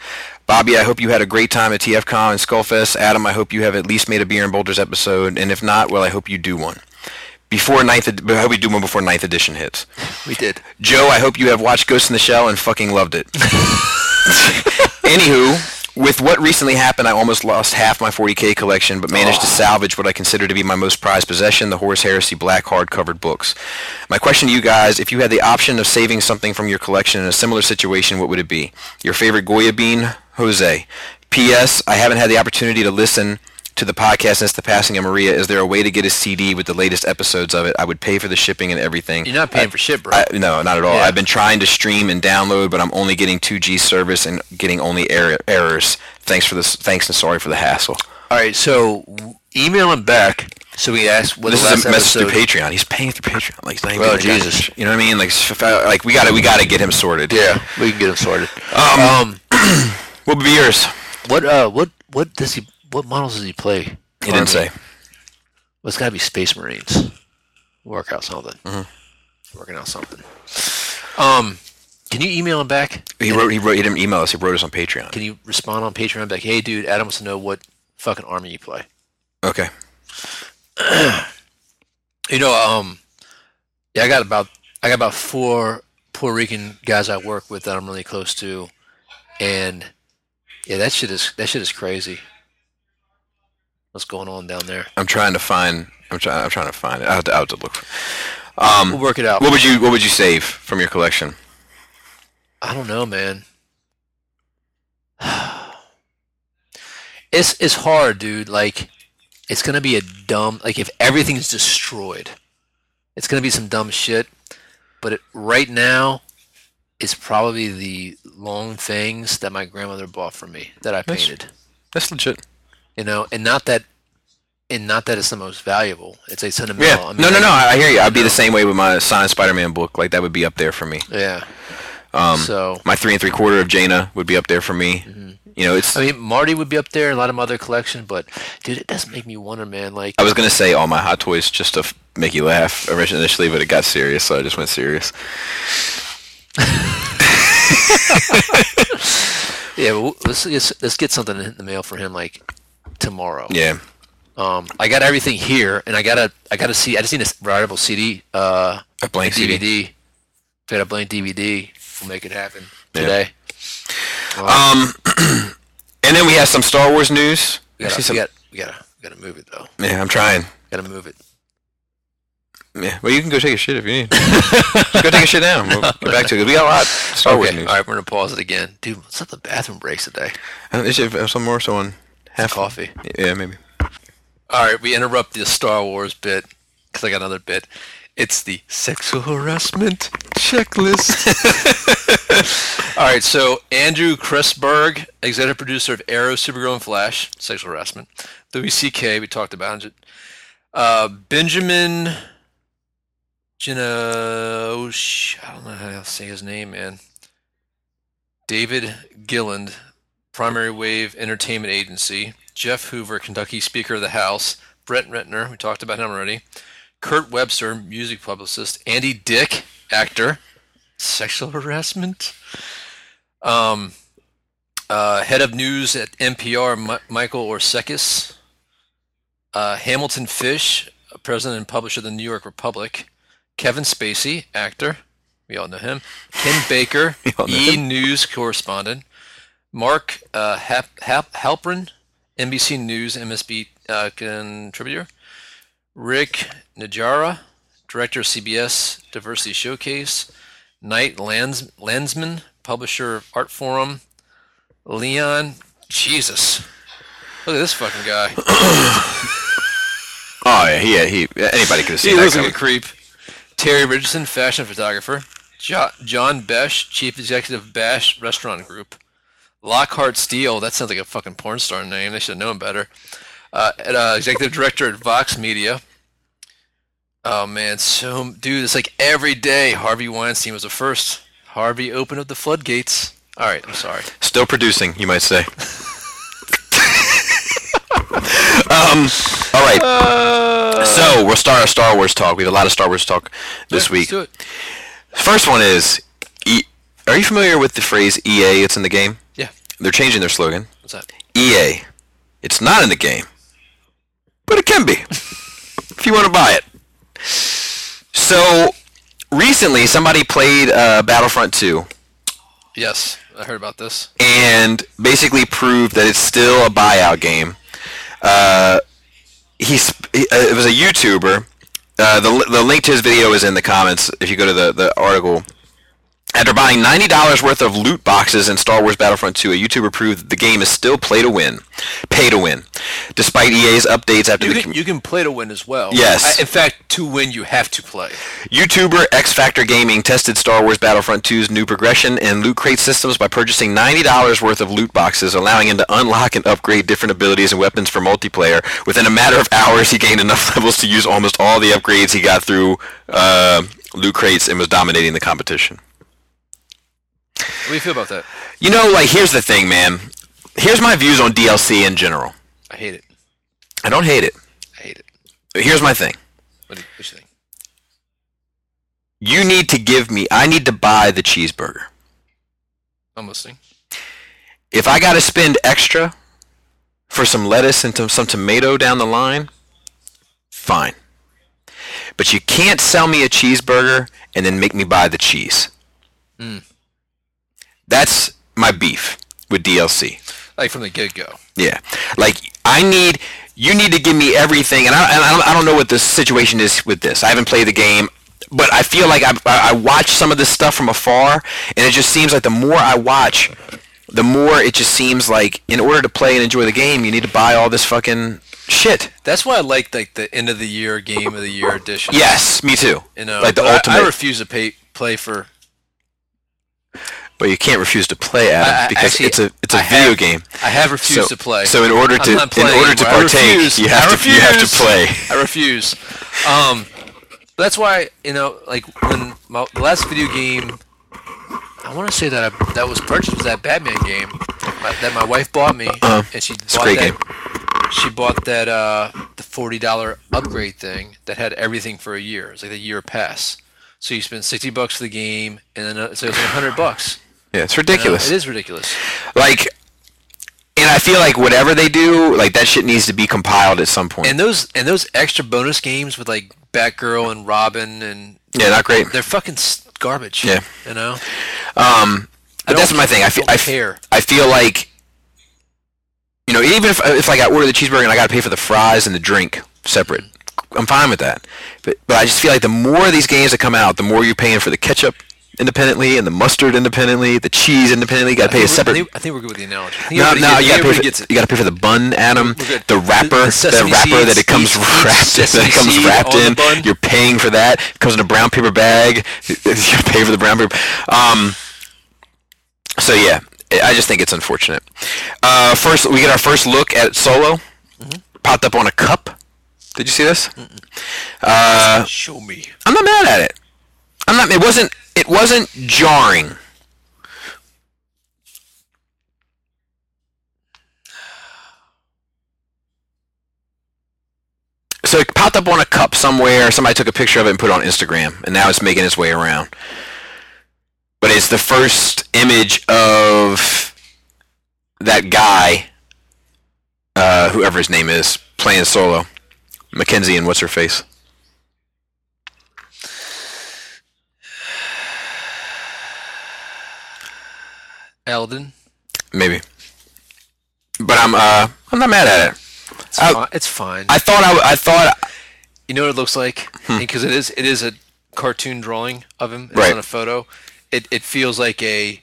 Speaker 3: Bobby, I hope you had a great time at TFCon and Skullfest. Adam, I hope you have at least made a Beer and Boulders episode, and if not, well, I hope you do one. Before ninth, ed- I hope you do one before ninth edition hits.
Speaker 2: We did.
Speaker 3: Joe, I hope you have watched Ghost in the Shell and fucking loved it. Anywho, with what recently happened, I almost lost half my 40k collection, but managed to
Speaker 2: Oh.
Speaker 3: salvage what I consider to be my most prized possession, the Horse Heresy black hard-covered books. My question to you guys, if you had the option of saving something from your collection in a similar situation, what would it be? Your favorite Goya bean? Jose. P.S. I haven't had the opportunity to listen to the podcast since the passing of Maria. Is there a way to get a CD with the latest episodes of it? I would pay for the shipping and everything.
Speaker 2: You're not paying for shit, bro.
Speaker 3: I, no, not at all.
Speaker 2: Yeah.
Speaker 3: I've been trying to stream and download, but I'm only getting 2G service and getting only error, errors. Thanks for this. Thanks and sorry for the hassle.
Speaker 2: All right. So w- email him back so we can ask what
Speaker 3: this
Speaker 2: the
Speaker 3: is
Speaker 2: last
Speaker 3: a message
Speaker 2: episode.
Speaker 3: through Patreon. He's paying through Patreon. Like, he's not even
Speaker 2: Well,
Speaker 3: getting-
Speaker 2: Jesus.
Speaker 3: you know what I mean? Like, s- uh, like we gotta, we gotta get him sorted.
Speaker 2: Yeah, we can get him sorted.
Speaker 3: Um,
Speaker 2: Um,
Speaker 3: what would be yours?
Speaker 2: what uh, what what does he? What models does he play?
Speaker 3: He didn't say.
Speaker 2: Well, it's got to be Space Marines. Work out something.
Speaker 3: Mm-hmm.
Speaker 2: Working out something. Um, can you email him back?
Speaker 3: He wrote, he wrote, he didn't email us. He wrote us on Patreon.
Speaker 2: Can you respond on Patreon back? Hey, dude, Adam wants to know what fucking army you play.
Speaker 3: Okay.
Speaker 2: You know, um, yeah, I got about I got about four Puerto Rican guys I work with that I'm really close to, and yeah, that shit is that shit is crazy. What's going on down there?
Speaker 3: I'm trying to find. I'm trying. I'm trying to find it. I have to, I have to look.
Speaker 2: We'll
Speaker 3: Um,
Speaker 2: work it out.
Speaker 3: what would you, what would you save from your collection?
Speaker 2: I don't know, man. It's it's hard, dude. Like, it's gonna be a dumb like if everything's destroyed, it's gonna be some dumb shit. But it, right now, it's probably the long things that my grandmother bought for me that I
Speaker 3: That's-
Speaker 2: painted.
Speaker 3: That's legit.
Speaker 2: You know, and not that, and not that it's the most valuable. It's a sentimental.
Speaker 3: Yeah.
Speaker 2: I mean,
Speaker 3: no, no,
Speaker 2: like-
Speaker 3: no. I I hear you. I'd be
Speaker 2: No.
Speaker 3: the same way with my signed Spider-Man book. Like that would be up there for me.
Speaker 2: Yeah.
Speaker 3: Um,
Speaker 2: So- Mm-hmm.
Speaker 3: my three and three quarter of Jaina would be up there for me. You know, it's.
Speaker 2: I
Speaker 3: I,
Speaker 2: mean, Marty would be up there and a lot of my other collection, but dude, it does make me wonder, man. Like,
Speaker 3: was gonna say all my hot toys just to f- make you laugh originally, initially, but it got serious, so I just went serious.
Speaker 2: yeah, well, let's let's let's get something in the mail for him like tomorrow.
Speaker 3: Yeah.
Speaker 2: Um, I got everything here, and I gotta I gotta see. I just need a writable CD, uh,
Speaker 3: A blank CD.
Speaker 2: DVD. Got a blank DVD. We'll make it happen
Speaker 3: Yeah.
Speaker 2: today.
Speaker 3: Um, and then we have some Star Wars news.
Speaker 2: We
Speaker 3: Actually,
Speaker 2: gotta,
Speaker 3: some-
Speaker 2: we gotta we gotta we gotta move it though.
Speaker 3: yeah, I'm trying.
Speaker 2: Gotta move it.
Speaker 3: Yeah. Well, you can go take a shit if you need. Just go take a shit now. We'll get back to it. We got a lot of Star Wars
Speaker 2: Okay, all
Speaker 3: news.
Speaker 2: right, we're gonna pause it again, dude. Let's have the bathroom breaks today.
Speaker 3: Uh, Is it some more? Someone half
Speaker 2: Coffee.
Speaker 3: Yeah, maybe.
Speaker 2: All right, we interrupt the Star Wars bit because I got another bit. It's the sexual harassment checklist. All right, so Andrew Kressberg, executive producer of Arrow, Supergirl, and Flash, sexual harassment. Louis C.K. We talked about it. Uh, Benjamin Janosch. I don't know how to say his name, man. David Gilland, Primary Wave Entertainment Agency, Jeff Hoover, Kentucky Speaker of the House, Brent Rentner, we talked about him already, Kurt Webster, music publicist, Andy Dick, actor, sexual harassment, um, uh, head of news at NPR, Mi- Michael Orsekis, uh, Hamilton Fish, president and publisher of the New York Republic, Kevin Spacey, actor, we all know him, Ken Baker,
Speaker 3: all know
Speaker 2: E
Speaker 3: him.
Speaker 2: News correspondent, Mark uh, Hap- Hap- Halperin, NBC News MSB uh, contributor, Rick Najara, director of CBS Diversity Showcase, Knight Lands- Landsman, publisher of Art Forum, Leon, Jesus. Look at this fucking guy.
Speaker 3: Oh yeah, yeah. He anybody could have seen
Speaker 2: he
Speaker 3: that
Speaker 2: looks like a
Speaker 3: coming.
Speaker 2: creep. Terry Richardson, fashion photographer. Jo- John Besh, chief executive of Bash Restaurant Group. Lockhart Steele, that sounds like a fucking porn star name. They should have known better. Uh, and, uh, executive director at Vox Media. Oh man, so dude, it's like every day Harvey Weinstein was the first. Harvey opened up the floodgates. All right, I'm sorry.
Speaker 3: Still producing, you might say. um. Um, All right.
Speaker 2: Uh.
Speaker 3: so we'll start our Star Wars talk. We have a lot of Star Wars talk this
Speaker 2: Yeah, Let's
Speaker 3: week.
Speaker 2: do it.
Speaker 3: First one is, e- are you familiar with the phrase EA? It's in the game.
Speaker 2: Yeah.
Speaker 3: They're changing their slogan.
Speaker 2: What's that?
Speaker 3: EA. It's not in the game, but it can be if you want to buy it. So recently, somebody played uh, Battlefront 2
Speaker 2: Yes, I heard about this.
Speaker 3: and basically proved that it's still a buyout game. Uh, he's he, uh, it was a YouTuber. Uh, the li- the link to his video is in the comments if you go to the the article. After buying ninety dollars worth of loot boxes in Star Wars Battlefront 2, a YouTuber proved that the game is still play to win, pay to win, despite EA's updates after
Speaker 2: You
Speaker 3: the
Speaker 2: can, you can play to win as well.
Speaker 3: Yes.
Speaker 2: I- in fact, to win, you have to play.
Speaker 3: YouTuber X Factor Gaming tested Star Wars Battlefront 2's new progression and loot crate systems by purchasing $90 worth of loot boxes, allowing him to unlock and upgrade different abilities and weapons for multiplayer. Within a matter of hours, he gained enough levels to use almost all the upgrades he got through uh, loot crates and was dominating the competition.
Speaker 2: What do you feel about that?
Speaker 3: You know, like, here's the thing, man. Here's my views on DLC in general.
Speaker 2: I hate it.
Speaker 3: I don't hate it.
Speaker 2: I hate it.
Speaker 3: But here's my thing.
Speaker 2: What do you, what you think?
Speaker 3: You need to give me, I need to buy the cheeseburger.
Speaker 2: I'm listening.
Speaker 3: if I got to spend extra for some lettuce and tom- some tomato down the line, fine. But you can't sell me a cheeseburger and then make me buy the cheese. That's my beef with DLC.
Speaker 2: Like from the get go.
Speaker 3: Yeah, like I need you need to give me everything, and I and I don't, I don't know what the situation is with this. I haven't played the game, but I feel like I I I watch some of this stuff from afar, and it just seems like the more I watch, the more it just seems like in order to play and enjoy the game, you need to buy all this fucking shit.
Speaker 2: That's why I like like the end of the year game of the year edition.
Speaker 3: Yes, me too.
Speaker 2: You know,
Speaker 3: like the
Speaker 2: but I-
Speaker 3: ultimate.
Speaker 2: I, refuse to pay play for.
Speaker 3: but you can't refuse to play Adam
Speaker 2: I- I-
Speaker 3: because
Speaker 2: actually,
Speaker 3: it's a it's a
Speaker 2: I
Speaker 3: video
Speaker 2: have-
Speaker 3: game.
Speaker 2: I have refused
Speaker 3: so,
Speaker 2: to play.
Speaker 3: So in order
Speaker 2: I'm
Speaker 3: to
Speaker 2: not
Speaker 3: in
Speaker 2: playing
Speaker 3: order to
Speaker 2: anymore. I
Speaker 3: partake,
Speaker 2: refuse.
Speaker 3: you
Speaker 2: I
Speaker 3: have to you have to
Speaker 2: refuse.
Speaker 3: play.
Speaker 2: I refuse. Um, that's why you know, like when my the last video game. I want to say that I, that was purchased was that Batman game my, that my wife bought me,
Speaker 3: Uh-huh.
Speaker 2: and she
Speaker 3: a
Speaker 2: bought
Speaker 3: great
Speaker 2: that. She bought that uh, the forty dollar upgrade thing that had everything for a year. It's like the year pass. So you spend sixty bucks for the game, and then uh, so it's like hundred bucks.
Speaker 3: Yeah, it's
Speaker 2: You know,
Speaker 3: ridiculous.
Speaker 2: It is ridiculous.
Speaker 3: Like, and I feel like whatever they do, like that shit needs to be compiled at some point.
Speaker 2: And those and those extra bonus games with like Batgirl and Robin and
Speaker 3: yeah, not great.
Speaker 2: they're fucking s- garbage.
Speaker 3: Yeah.
Speaker 2: you know.
Speaker 3: Um,
Speaker 2: I
Speaker 3: but that's
Speaker 2: don't-
Speaker 3: my thing. I feel
Speaker 2: don't
Speaker 3: I f-
Speaker 2: care.
Speaker 3: I feel like you know, even if if like I order the cheeseburger and I got to pay for the fries and the drink separate, I'm fine with that. But but I just feel like the more of these games that come out, the more you're paying for the ketchup independently and the mustard independently, the cheese independently. You got to pay a
Speaker 2: I think Uh, we're- I
Speaker 3: separate.
Speaker 2: think, I think we're good with the analogy. I think
Speaker 3: No,
Speaker 2: everybody
Speaker 3: no,
Speaker 2: gets-
Speaker 3: you gotta, pay
Speaker 2: everybody
Speaker 3: for,
Speaker 2: gets it.
Speaker 3: you gotta pay for the bun, Adam.
Speaker 2: We're good.
Speaker 3: The
Speaker 2: The-
Speaker 3: wrapper,
Speaker 2: the
Speaker 3: the,
Speaker 2: sesame
Speaker 3: wrapper that
Speaker 2: seeds,
Speaker 3: it comes
Speaker 2: seeds,
Speaker 3: wrapped,
Speaker 2: seeds,
Speaker 3: that it
Speaker 2: sesame
Speaker 3: comes
Speaker 2: seed
Speaker 3: wrapped
Speaker 2: on the
Speaker 3: in.
Speaker 2: bun.
Speaker 3: You're paying for that. It comes in a brown paper bag. You pay for the brown paper. Um. So yeah, I I just think it's unfortunate. Uh, first, we get our first look at Solo.
Speaker 2: Mm-hmm.
Speaker 3: Popped up on a cup. Did you see this? Uh,
Speaker 2: Show me.
Speaker 3: I'm not mad at it. I'm not. It wasn't. It wasn't jarring. So it popped up on a cup somewhere. Somebody took a picture of it and put it on Instagram, and now it's making its way around. But it's the first image of that guy, uh, whoever his name is, playing solo. Mackenzie and what's her face?
Speaker 2: Eldon.
Speaker 3: maybe. But I'm uh I'm not mad at it.
Speaker 2: It's,
Speaker 3: I-
Speaker 2: fi- it's fine.
Speaker 3: Oh. I thought I, w- I thought
Speaker 2: you know what it looks like because it is it is a cartoon drawing of him. It's
Speaker 3: Right.
Speaker 2: not a photo. It it feels like a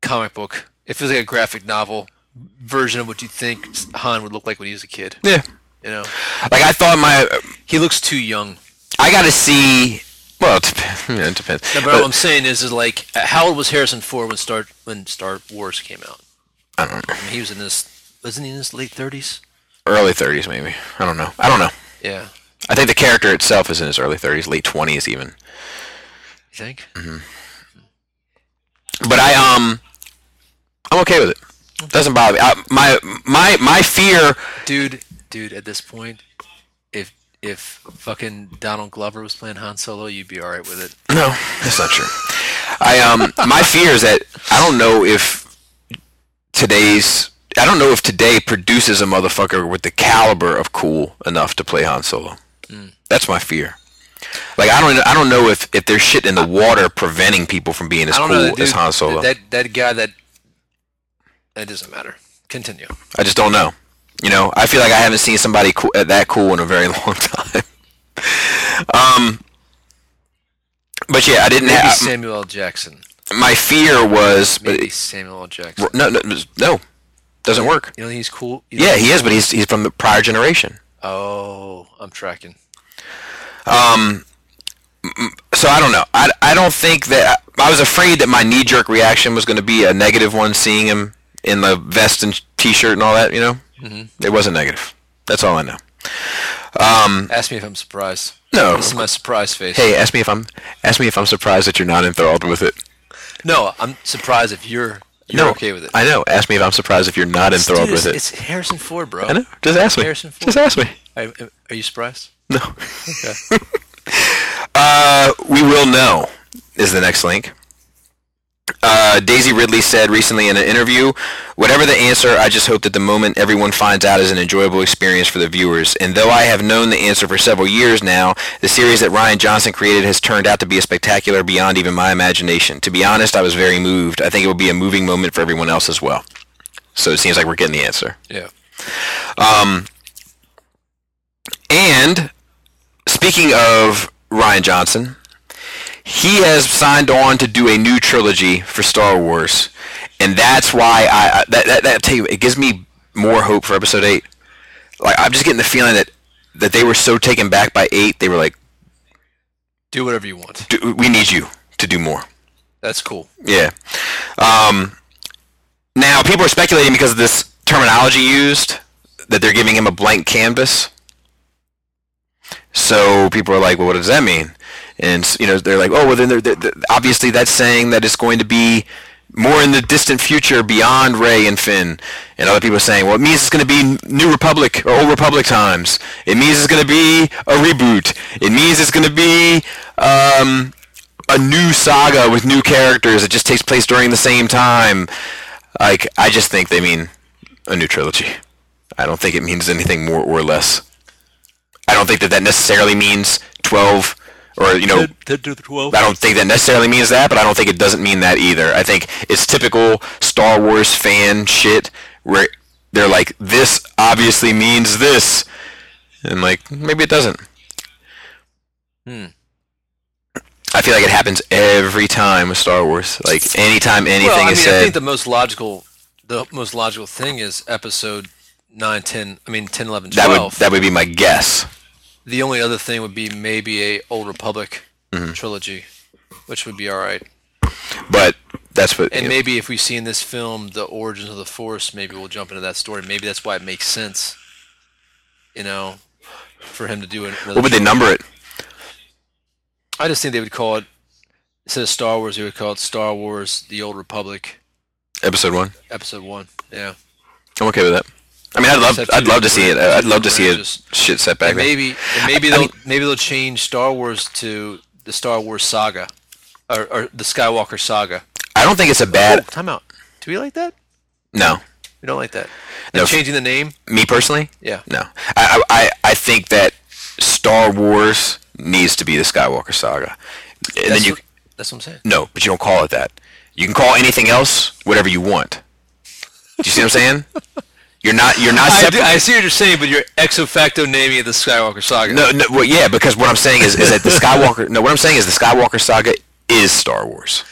Speaker 2: comic book. It feels like a graphic novel version of what you think Han would look like when he was a kid.
Speaker 3: yeah,
Speaker 2: You know,
Speaker 3: like I thought my
Speaker 2: he looks too young.
Speaker 3: I got to see. Well, it depends. Yeah, it depends.
Speaker 2: No, but,
Speaker 3: But-
Speaker 2: what I'm saying is, is like, uh, how old was Harrison Ford when Star when Star Wars came out?
Speaker 3: I don't know.
Speaker 2: I mean, he was in this, wasn't he in his late 30s?
Speaker 3: Early 30s, maybe. I don't know. I don't know.
Speaker 2: Yeah,
Speaker 3: I think the character itself is in his early 30s, late 20s even.
Speaker 2: you think?
Speaker 3: Mm-hmm. But I um, I'm okay with it. Doesn't bother me. I, my my my fear.
Speaker 2: Dude, dude, at this point, if if fucking Donald Glover was playing Han Solo, you'd be all right with it.
Speaker 3: No, that's not true. I um, my fear is that I don't know if today's I don't know if today produces a motherfucker with the caliber of cool enough to play Han Solo.
Speaker 2: Mm.
Speaker 3: That's my fear. Like I don't I don't know if if there's shit in the water preventing people from being as
Speaker 2: I
Speaker 3: cool
Speaker 2: don't know, dude,
Speaker 3: as Han Solo.
Speaker 2: That that guy that that doesn't matter. Continue.
Speaker 3: I just don't know. You know, I feel like I haven't seen somebody cool, uh, that cool in a very long time. um, but yeah, I didn't
Speaker 2: Maybe
Speaker 3: have
Speaker 2: Samuel L. Jackson.
Speaker 3: my fear was, but
Speaker 2: Maybe Samuel L. Jackson.
Speaker 3: R- No, no, no, doesn't work.
Speaker 2: You know he's cool. You know-
Speaker 3: Yeah, he is, but he's he's from the prior generation.
Speaker 2: Oh, I'm tracking.
Speaker 3: So I don't know. I, I don't think that I was afraid that my knee jerk reaction was going to be a negative one, seeing him in the vest and t shirt and all that. You know,
Speaker 2: Mm-hmm.
Speaker 3: it wasn't negative. That's all I know.
Speaker 2: Ask me if I'm surprised.
Speaker 3: No.
Speaker 2: This is my surprise face.
Speaker 3: Mm. Oh, Hey, ask me if I'm ask me if I'm surprised that you're not enthralled with it.
Speaker 2: No, I'm surprised if you're you're
Speaker 3: no,
Speaker 2: okay with it.
Speaker 3: I know. Ask me if I'm surprised if you're not
Speaker 2: It's-
Speaker 3: enthralled
Speaker 2: dude,
Speaker 3: with it.
Speaker 2: it's, It's Harrison Ford, bro.
Speaker 3: I know. Just ask me.
Speaker 2: Harrison Ford.
Speaker 3: Just ask me.
Speaker 2: Are, are you surprised?
Speaker 3: No. uh, we will know is the next link. Uh, Daisy Ridley said recently in an interview, "Whatever the answer, I just hope that the moment everyone finds out is an enjoyable experience for the viewers. And though I have known the answer for several years now, the series that Ryan Johnson created has turned out to be a spectacular beyond even my imagination. To be honest, I was very moved. I think it will be a moving moment for everyone else as well. So it seems like we're getting the answer.
Speaker 2: Yeah.
Speaker 3: And speaking of Ryan Johnson, he has signed on to do a new trilogy for Star Wars, and that's why I I- that that, that tell you, it gives me more hope for Episode Eight. Like I'm just getting the feeling that that they were so taken back by Eight, they were like,
Speaker 2: Do whatever you want.
Speaker 3: "D- "We need you to do more."
Speaker 2: That's cool.
Speaker 3: Yeah. Um, now people are speculating because of this terminology used that they're giving him a blank canvas. So people are like, "Well, what does that mean?" and s- you know they're like, oh, well, then they're, they're, they're- obviously that's saying that it's going to be more in the distant future beyond Ray and Finn, and other people are saying, well, it means it's going to be n- New Republic or Old Republic times. It means it's going to be a reboot. It means it's going to be um, a new saga with new characters that just takes place during the same time. Like, I just think they mean a new trilogy. I don't think it means anything more or less. I don't think that that necessarily means 12 or, you know,
Speaker 2: do the 12.
Speaker 3: I don't think that necessarily means that, but I don't think it doesn't mean that either. I think it's typical Star Wars fan shit where they're like, this obviously means this. And like, maybe it doesn't.
Speaker 2: Hmm.
Speaker 3: I feel like it happens every time with Star Wars. Like, anytime anything
Speaker 2: Well, I mean,
Speaker 3: is
Speaker 2: I
Speaker 3: said.
Speaker 2: think the most logical, the most logical thing is episode 9, 10, I mean 10, 11,
Speaker 3: that
Speaker 2: 12.
Speaker 3: would that would be my guess.
Speaker 2: The only other thing would be maybe a Old Republic
Speaker 3: Mm-hmm.
Speaker 2: trilogy, which would be all right.
Speaker 3: But that's what.
Speaker 2: And
Speaker 3: you know,
Speaker 2: maybe if we see in this film the origins of the Force, maybe we'll jump into that story. Maybe that's why it makes sense, you know, for him to do it.
Speaker 3: what would they number it?
Speaker 2: I just think they would call it instead of Star Wars, they would call it Star Wars: The Old Republic,
Speaker 3: Episode one.
Speaker 2: Episode One. Yeah,
Speaker 3: I'm okay with that. I mean, I'd love,
Speaker 2: Except
Speaker 3: I'd
Speaker 2: two
Speaker 3: love to see it.
Speaker 2: different-
Speaker 3: I'd love to see it.
Speaker 2: just-
Speaker 3: Shit set back.
Speaker 2: and
Speaker 3: then.
Speaker 2: maybe and maybe
Speaker 3: I
Speaker 2: they'll
Speaker 3: mean-
Speaker 2: maybe they'll change Star Wars to the Star Wars Saga or, or the Skywalker Saga.
Speaker 3: I don't think it's a
Speaker 2: Oh,
Speaker 3: bad.
Speaker 2: time out. Do we like that?
Speaker 3: No,
Speaker 2: We don't like that.
Speaker 3: No.
Speaker 2: And changing the name.
Speaker 3: me personally,
Speaker 2: Yeah.
Speaker 3: no. I, I, I- I think that Star Wars needs to be the Skywalker saga, and then
Speaker 2: That's
Speaker 3: you
Speaker 2: what- that's what I'm saying.
Speaker 3: no, but you don't call it that. You can call anything else whatever you want. Do you see what I'm saying? You're not, you're not.
Speaker 2: I,
Speaker 3: Separ-
Speaker 2: do- I see what you're saying, but you're ex facto naming it the Skywalker Saga.
Speaker 3: No, no, well, yeah, because what I'm saying is, is that the Skywalker. No, what I'm saying is the Skywalker saga is Star Wars.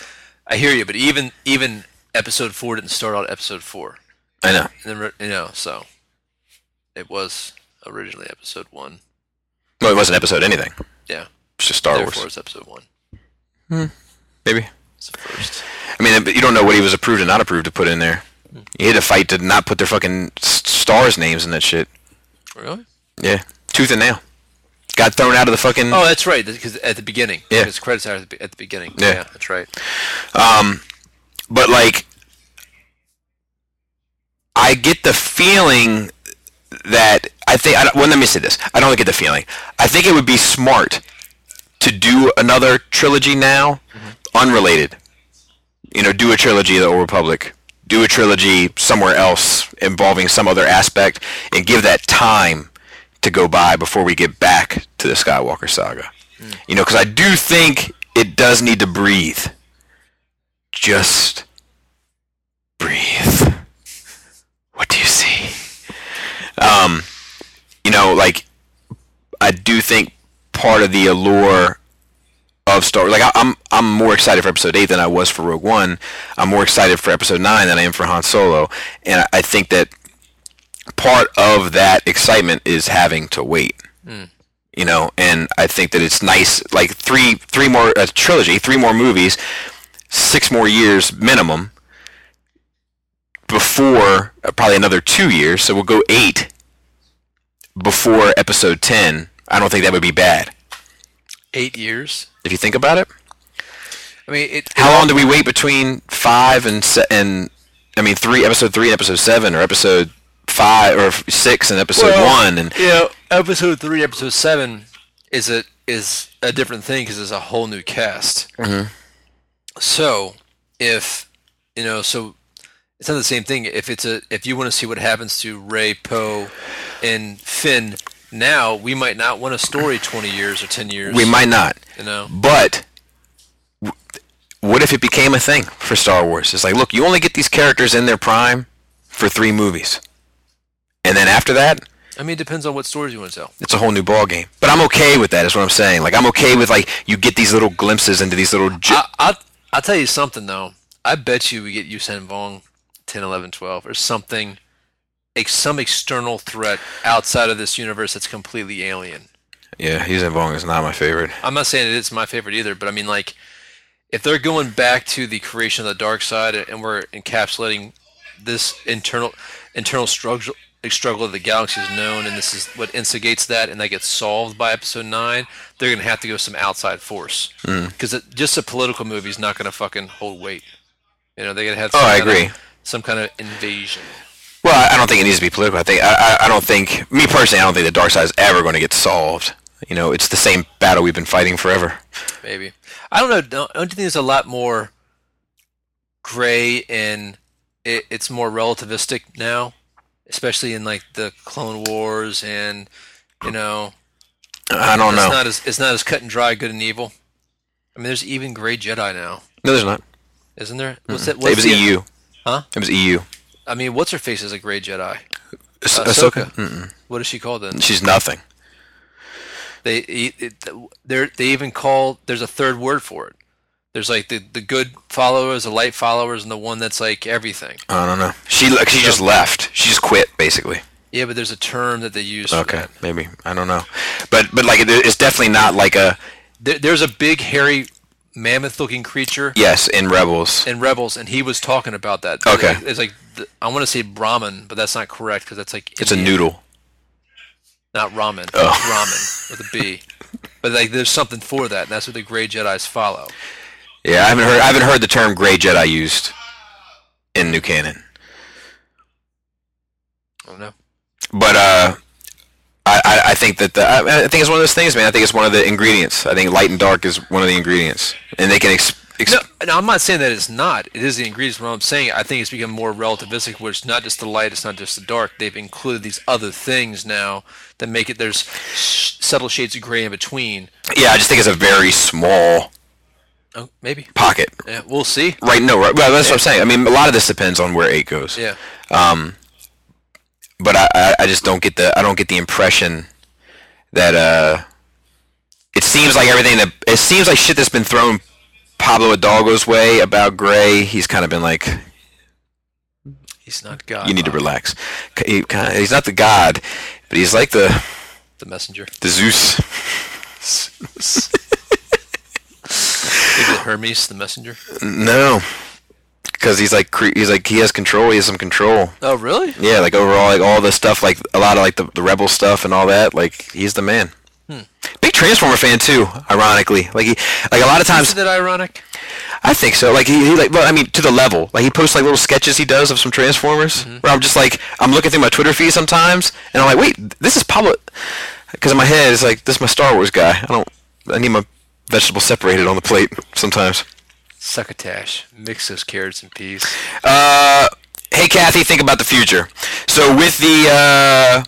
Speaker 2: I hear you, but even even Episode Four didn't start out Episode Four.
Speaker 3: I know.
Speaker 2: And then, re- you know, so it was originally Episode One.
Speaker 3: No, it wasn't episode anything.
Speaker 2: Yeah,
Speaker 3: It's just Star
Speaker 2: therefore it's
Speaker 3: Wars,
Speaker 2: Episode One.
Speaker 3: maybe.
Speaker 2: It's the first.
Speaker 3: I mean, you don't know what he was approved and not approved to put in there. He had a fight to not put their fucking s- stars names in that shit.
Speaker 2: Really?
Speaker 3: Yeah, tooth and nail. Got thrown out of the fucking.
Speaker 2: Oh, that's right. Because at the beginning,
Speaker 3: Yeah.
Speaker 2: Because credits are at the, be- at the beginning.
Speaker 3: Yeah.
Speaker 2: that's right.
Speaker 3: but like I get the feeling that I think I don't, well let me say this I don't get the feeling I think it would be smart to do another trilogy now unrelated you know do a trilogy of the Old Republic do a trilogy somewhere else involving some other aspect and give that time to go by before we get back to the Skywalker saga you know because I do think it does need to breathe just breathe. What do you see? Um, you know, like I do think part of the allure of Star like I, I'm I'm more excited for Episode Eight than I was for Rogue One. I'm more excited for Episode Nine than I am for Han Solo, and I, I think that part of that excitement is having to wait you know and i think that it's nice like three three more a trilogy three more movies six more years minimum before uh, probably another two years so we'll go eight before episode 10 i don't think that would be bad
Speaker 2: Eight years.
Speaker 3: if you think about it
Speaker 2: I mean, it.
Speaker 3: how long do we wait between five and se- and i mean three episode three and episode seven or episode five or f- six and episode one and
Speaker 2: you know, episode three, episode seven is a is a different thing because it's a whole new cast. Mm-hmm. So if you know, so it's not the same thing. If it's a if you want to see what happens to Ray, Poe, and Finn now, we might not want a story twenty years or ten years.
Speaker 3: we might not
Speaker 2: you know.
Speaker 3: But w- what if it became a thing for Star Wars? It's like, look, you only get these characters in their prime for three movies, and then after that,
Speaker 2: I mean, it depends on what stories you want to tell.
Speaker 3: it's a whole new ball game. But I'm okay with that. Is what I'm saying. Like, I'm okay with like you get these little glimpses into these little. J-
Speaker 2: I, I'll, I'll tell you something though. I bet you we get Usain Vong 10, 11, 12 or something, ex- some external threat outside of this universe that's completely alien.
Speaker 3: yeah, he's in Vong is not my favorite.
Speaker 2: I'm not saying it's my favorite either, but I mean like if they're going back to the creation of the dark side and we're encapsulating this internal internal struggle the struggle of the galaxy is known, and this is what instigates that, and that gets solved by episode nine, they're going to have to go some outside force
Speaker 3: Mm.
Speaker 2: because just a political movie is not going to fucking hold weight. You know, they're going to have
Speaker 3: Oh,
Speaker 2: some
Speaker 3: I
Speaker 2: kind of-
Speaker 3: agree.
Speaker 2: some kind of invasion.
Speaker 3: Well, I- I don't think it needs to be political. I think I, I, I don't think me personally. I don't think the dark side is ever going to get solved. You know, it's the same battle we've been fighting forever.
Speaker 2: Maybe I don't know. Don't, don't you think there's a lot more gray and it, it's more relativistic now, especially in like the Clone Wars and you know
Speaker 3: I don't
Speaker 2: it's
Speaker 3: know.
Speaker 2: not as it's not as cut and dry, good and evil. I mean, there's even gray Jedi now,
Speaker 3: no, there's not.
Speaker 2: isn't there? What's that?
Speaker 3: It
Speaker 2: What's
Speaker 3: was
Speaker 2: the-
Speaker 3: EU.
Speaker 2: Huh?
Speaker 3: It was E EU.
Speaker 2: I mean, what's her face is a gray Jedi.
Speaker 3: Ahs-
Speaker 2: Ahsoka.
Speaker 3: Ahsoka. Mm-mm.
Speaker 2: What is she called then?
Speaker 3: She's nothing.
Speaker 2: They it, they they even call there's a third word for it. There's like the, the good followers, the light followers, and the one that's like everything.
Speaker 3: I don't know. She le- she just left. She just quit basically.
Speaker 2: Yeah, but there's a term that they use. For
Speaker 3: Okay,
Speaker 2: that.
Speaker 3: maybe I don't know, but but like it, it's definitely not like a
Speaker 2: There, there's a big hairy mammoth-looking creature
Speaker 3: yes in Rebels.
Speaker 2: in Rebels, and he was talking about that.
Speaker 3: Okay.
Speaker 2: it's like the, I want to say Brahmin, but that's not correct because that's like
Speaker 3: It's a
Speaker 2: Indian,
Speaker 3: noodle.
Speaker 2: not ramen.
Speaker 3: Oh.
Speaker 2: Ramen with a B. But like, there's something for that, and that's what the Gray Jedi's follow.
Speaker 3: Yeah, I haven't heard I haven't heard the term Gray Jedi used in new canon,
Speaker 2: I don't know.
Speaker 3: but uh. I, I I think that the, I, I think it's one of those things, man. I think it's one of the ingredients. I think light and dark is one of the ingredients, and they can. Ex- ex-
Speaker 2: No, no, I'm not saying that it's not. It is the ingredients. What I'm saying, I think it's become more relativistic, where it's not just the light, it's not just the dark. They've included these other things now that make it. There's sh- subtle shades of gray in between.
Speaker 3: Yeah, I just think it's a very small
Speaker 2: Oh, maybe.
Speaker 3: pocket.
Speaker 2: Yeah, we'll see.
Speaker 3: Right? No, right. Well, that's what I'm saying. I mean, a lot of this depends on where eight goes.
Speaker 2: Yeah.
Speaker 3: but I, I, I just don't get the I don't get the impression that uh it seems like everything that it seems like shit that's been thrown Pablo Hidalgo's way about Gray. He's kind of been like,
Speaker 2: He's not God. uh,
Speaker 3: you need to
Speaker 2: Bob,
Speaker 3: relax. K- He kind of, he's not the god, but he's like the
Speaker 2: The messenger.
Speaker 3: the Zeus.
Speaker 2: Maybe the Hermes, the messenger.
Speaker 3: No, because he's like cre- he's like he has control. He has some control.
Speaker 2: Oh, really?
Speaker 3: Yeah, like overall, like all the stuff, like a lot of like the, the rebel stuff and all that. Like he's the man. Big Transformer fan too, ironically. Like he, like a lot of times
Speaker 2: Isn't that ironic?
Speaker 3: I think so. Like he, he like, well, I mean, to the level. Like he posts like little sketches he does of some Transformers, where I'm just like, I'm looking through my Twitter feed sometimes, and I'm like, wait, this is Pablo, because in my head it's like, this is my Star Wars guy. I don't, I need my vegetables separated on the plate sometimes.
Speaker 2: Succotash. Mix those carrots in peas.
Speaker 3: Uh, hey Kathy, think about the future. So with the uh,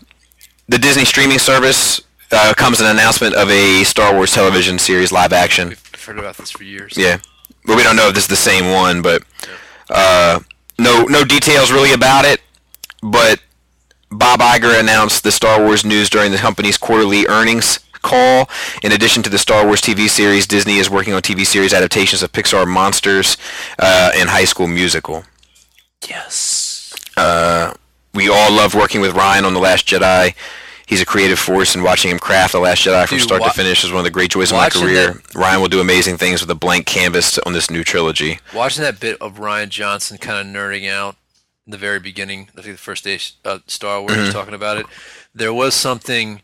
Speaker 3: the Disney streaming service uh, comes an announcement of a Star Wars television series live action.
Speaker 2: I've heard about this for years.
Speaker 3: Yeah, but we don't know if this is the same one. But uh, no, no details really about it. But Bob Iger announced the Star Wars news during the company's quarterly earnings call. In addition to the Star Wars TV series, Disney is working on TV series adaptations of Pixar monsters uh, and High School Musical. Uh,
Speaker 2: Yes.
Speaker 3: We all love working with Ryan on The Last Jedi. He's a creative force, and watching him craft The Last Jedi from
Speaker 2: Dude,
Speaker 3: start
Speaker 2: wa-
Speaker 3: to finish is one of the great joys of my
Speaker 2: watching
Speaker 3: career. Ryan will do amazing things with a blank canvas on this new trilogy.
Speaker 2: Watching that bit of Ryan Johnson kind of nerding out in the very beginning, I think the first day uh, Star Wars
Speaker 3: Mm-hmm.
Speaker 2: was talking about it, there was something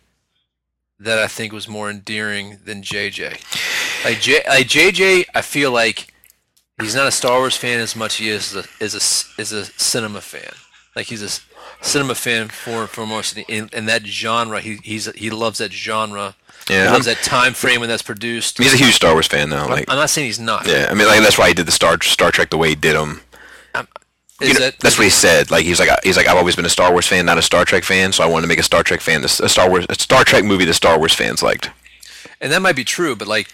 Speaker 2: that I think was more endearing than JJ. Like, J- like JJ, I feel like he's not a Star Wars fan as much he is a, is a is a cinema fan. Like he's a s- cinema fan for for most of the, in, in that genre. He he's he loves that genre.
Speaker 3: Yeah,
Speaker 2: he
Speaker 3: I'm-
Speaker 2: loves that time frame when that's produced.
Speaker 3: He's a huge Star Wars fan, though. Like,
Speaker 2: I'm not saying he's not.
Speaker 3: yeah, I mean, like that's why he did the Star Star Trek the way he did them.
Speaker 2: Is that-
Speaker 3: that's what he said. Like, he's like, I- he's like, I've always been a Star Wars fan, not a Star Trek fan. So I wanted to make a Star Trek fan, this- a Star Wars, a Star Trek movie that Star Wars fans liked.
Speaker 2: and that might be true, but like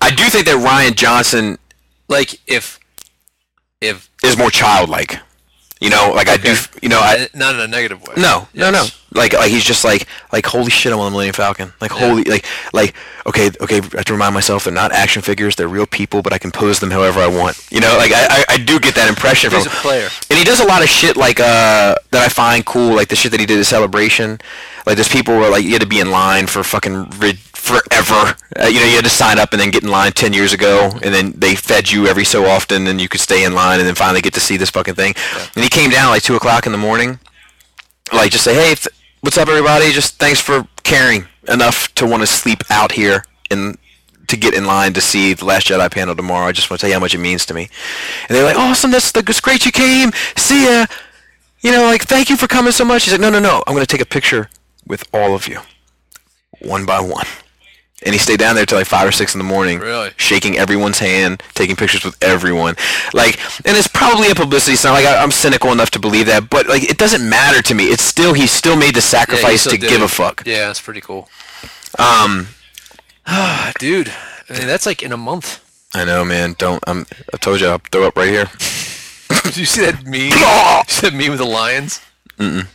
Speaker 3: I do think that Ryan Johnson
Speaker 2: like if if
Speaker 3: is more childlike. You know, like I do. f- You know, I
Speaker 2: uh, not in a negative way.
Speaker 3: No, no, no.
Speaker 2: Yes.
Speaker 3: Like, like he's just like, like, holy shit, I'm on the Millennium Falcon. Like, holy, like, like, okay, okay. I have to remind myself they're not action figures; they're real people, but I can pose them however I want. You know, like I, I, I do get that impression
Speaker 2: He's
Speaker 3: from.
Speaker 2: a player.
Speaker 3: And he does a lot of shit like uh that I find cool, like the shit that he did at Celebration. Like, there's people where like you had to be in line for fucking rid- forever. Uh, you know, you had to sign up and then get in line ten years ago, and then they fed you every so often, and you could stay in line, and then finally get to see this fucking thing. And he came down like two o'clock in the morning like just say, hey, th- what's up, everybody? Just thanks for caring enough to want to sleep out here and to get in line to see the Last Jedi panel tomorrow. I just want to tell you how much it means to me. And they're like, awesome, that's that's great you came. See ya. You know, like thank you for coming so much. He's like, no, no, no, I'm gonna take a picture with all of you, one by one. And he stayed down there till like five or six in the morning,
Speaker 2: Really?
Speaker 3: shaking everyone's hand, taking pictures with everyone. Like, and it's probably a publicity stunt. Like, I, I'm cynical enough to believe that, but like, it doesn't matter to me. It's still he still made the
Speaker 2: Yeah, he
Speaker 3: sacrifice
Speaker 2: still
Speaker 3: to
Speaker 2: did
Speaker 3: give
Speaker 2: it.
Speaker 3: a fuck.
Speaker 2: Yeah, that's pretty cool,
Speaker 3: Um,
Speaker 2: dude. I mean, that's like in a month.
Speaker 3: I know, man. Don't. I'm. I told you, I'll throw up right here.
Speaker 2: Did you see that meme? Did you see that meme with the lions? Mm.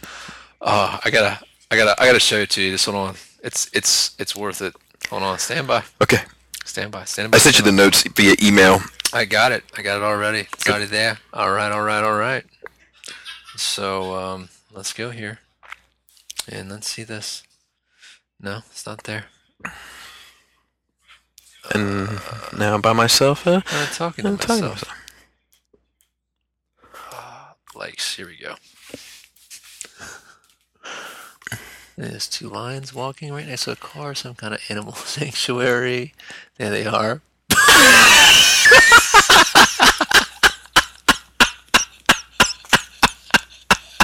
Speaker 2: Oh, I gotta, I gotta, I gotta show it to you. Just hold on. It's, it's, it's worth it. Hold on. Stand by.
Speaker 3: Okay.
Speaker 2: Stand by. Stand by.
Speaker 3: I sent you the
Speaker 2: stand
Speaker 3: notes via email.
Speaker 2: by. I got it. I got it already. It's already there. All right. All right. All right. So um, let's go here, and let's see this. No, it's not there.
Speaker 3: And now I'm by myself. Huh?
Speaker 2: I'm not talking to
Speaker 3: I'm talking to
Speaker 2: myself. Uh, likes. Here we go. There's two lions walking right next to a car, some kind of animal sanctuary. There they are.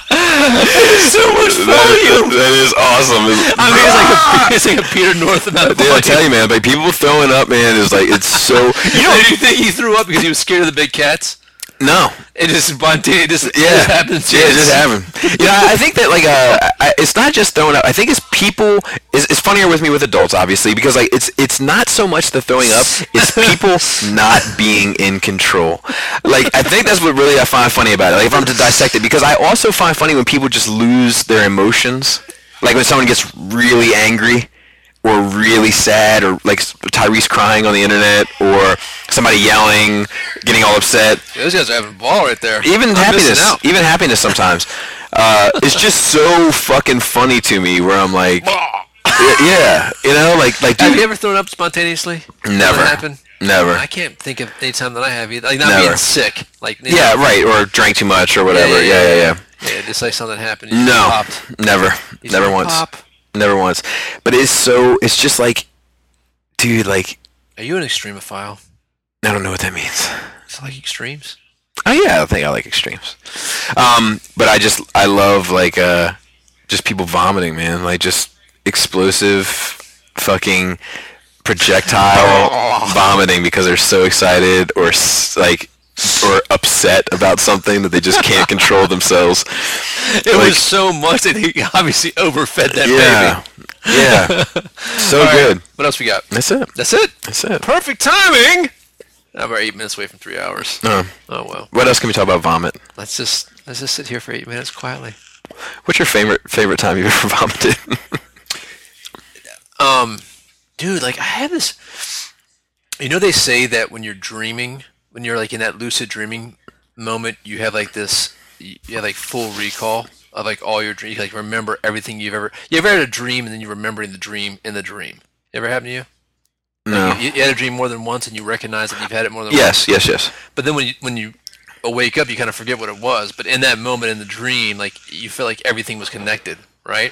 Speaker 3: so much volume. that is awesome. It's-
Speaker 2: I mean, it's like a, it's like a Peter North about
Speaker 3: Dude, I tell you, man, like people throwing up, man, is like it's so.
Speaker 2: You know, do you think he threw up because he was scared of the big cats?
Speaker 3: no,
Speaker 2: It just spontaneous. Just, it
Speaker 3: yeah,
Speaker 2: just happens.
Speaker 3: Yeah, it just happened. Yeah, I I think that like uh, I, it's not just throwing up. I think it's people. It's, it's funnier with me with adults, obviously, because like it's it's not so much the throwing up. It's people not being in control. Like I think that's what really I find funny about it. Like if I'm to dissect it, because I also find funny when people just lose their emotions. Like when someone gets really angry. Or really sad, or like Tyrese crying on the internet, or somebody yelling, getting all upset
Speaker 2: Those guys are having a ball right there.
Speaker 3: even
Speaker 2: I'm missing
Speaker 3: happiness,
Speaker 2: out.
Speaker 3: even happiness sometimes. Uh, it's just so fucking funny to me where I'm like, y- yeah, you know, like like
Speaker 2: Have you
Speaker 3: dude,
Speaker 2: ever thrown up spontaneously?
Speaker 3: never,
Speaker 2: Happen?
Speaker 3: never.
Speaker 2: I can't think of any time that I have either. Like not
Speaker 3: Never.
Speaker 2: being sick. Like you
Speaker 3: Yeah,
Speaker 2: know,
Speaker 3: right, or drank too much or whatever. Yeah, yeah, yeah.
Speaker 2: Yeah, just like something happened. you
Speaker 3: No,
Speaker 2: popped.
Speaker 3: never,
Speaker 2: You
Speaker 3: never
Speaker 2: just
Speaker 3: once,
Speaker 2: pop.
Speaker 3: never once. But it's so, it's just like, dude, like
Speaker 2: Are you an extremophile?
Speaker 3: I don't know what that means.
Speaker 2: It's like extremes.
Speaker 3: Oh yeah, I think I like extremes. Um, but I just I love like uh, just people vomiting, man. Like just explosive, fucking projectile vomiting because they're so excited or s- like or upset about something that they just can't control themselves.
Speaker 2: It
Speaker 3: Like-
Speaker 2: was so much that he obviously overfed that
Speaker 3: Yeah,
Speaker 2: baby.
Speaker 3: yeah, so
Speaker 2: All right,
Speaker 3: good.
Speaker 2: What else we got?
Speaker 3: That's it.
Speaker 2: That's it.
Speaker 3: That's it.
Speaker 2: Perfect timing. I'm about eight minutes away from three hours.
Speaker 3: Uh,
Speaker 2: Oh well.
Speaker 3: what else can we talk about? Vomit.
Speaker 2: Let's just let's just sit here for eight minutes quietly.
Speaker 3: What's your favorite favorite time you've ever vomited?
Speaker 2: Um, dude, like I have this. You know they say that when you're dreaming, when you're like in that lucid dreaming moment, you have like this, you you have like full recall of like all your dreams. Like remember everything you've ever. You ever had a dream and then you remembering the dream in the dream? Ever happened to you?
Speaker 3: no.
Speaker 2: You, you had a dream more than once and you recognize that you've had it more than once.
Speaker 3: Yes, yes, yes.
Speaker 2: But then when you when you wake up, you kind of forget what it was. But in that moment in the dream, like you feel like everything was connected, right?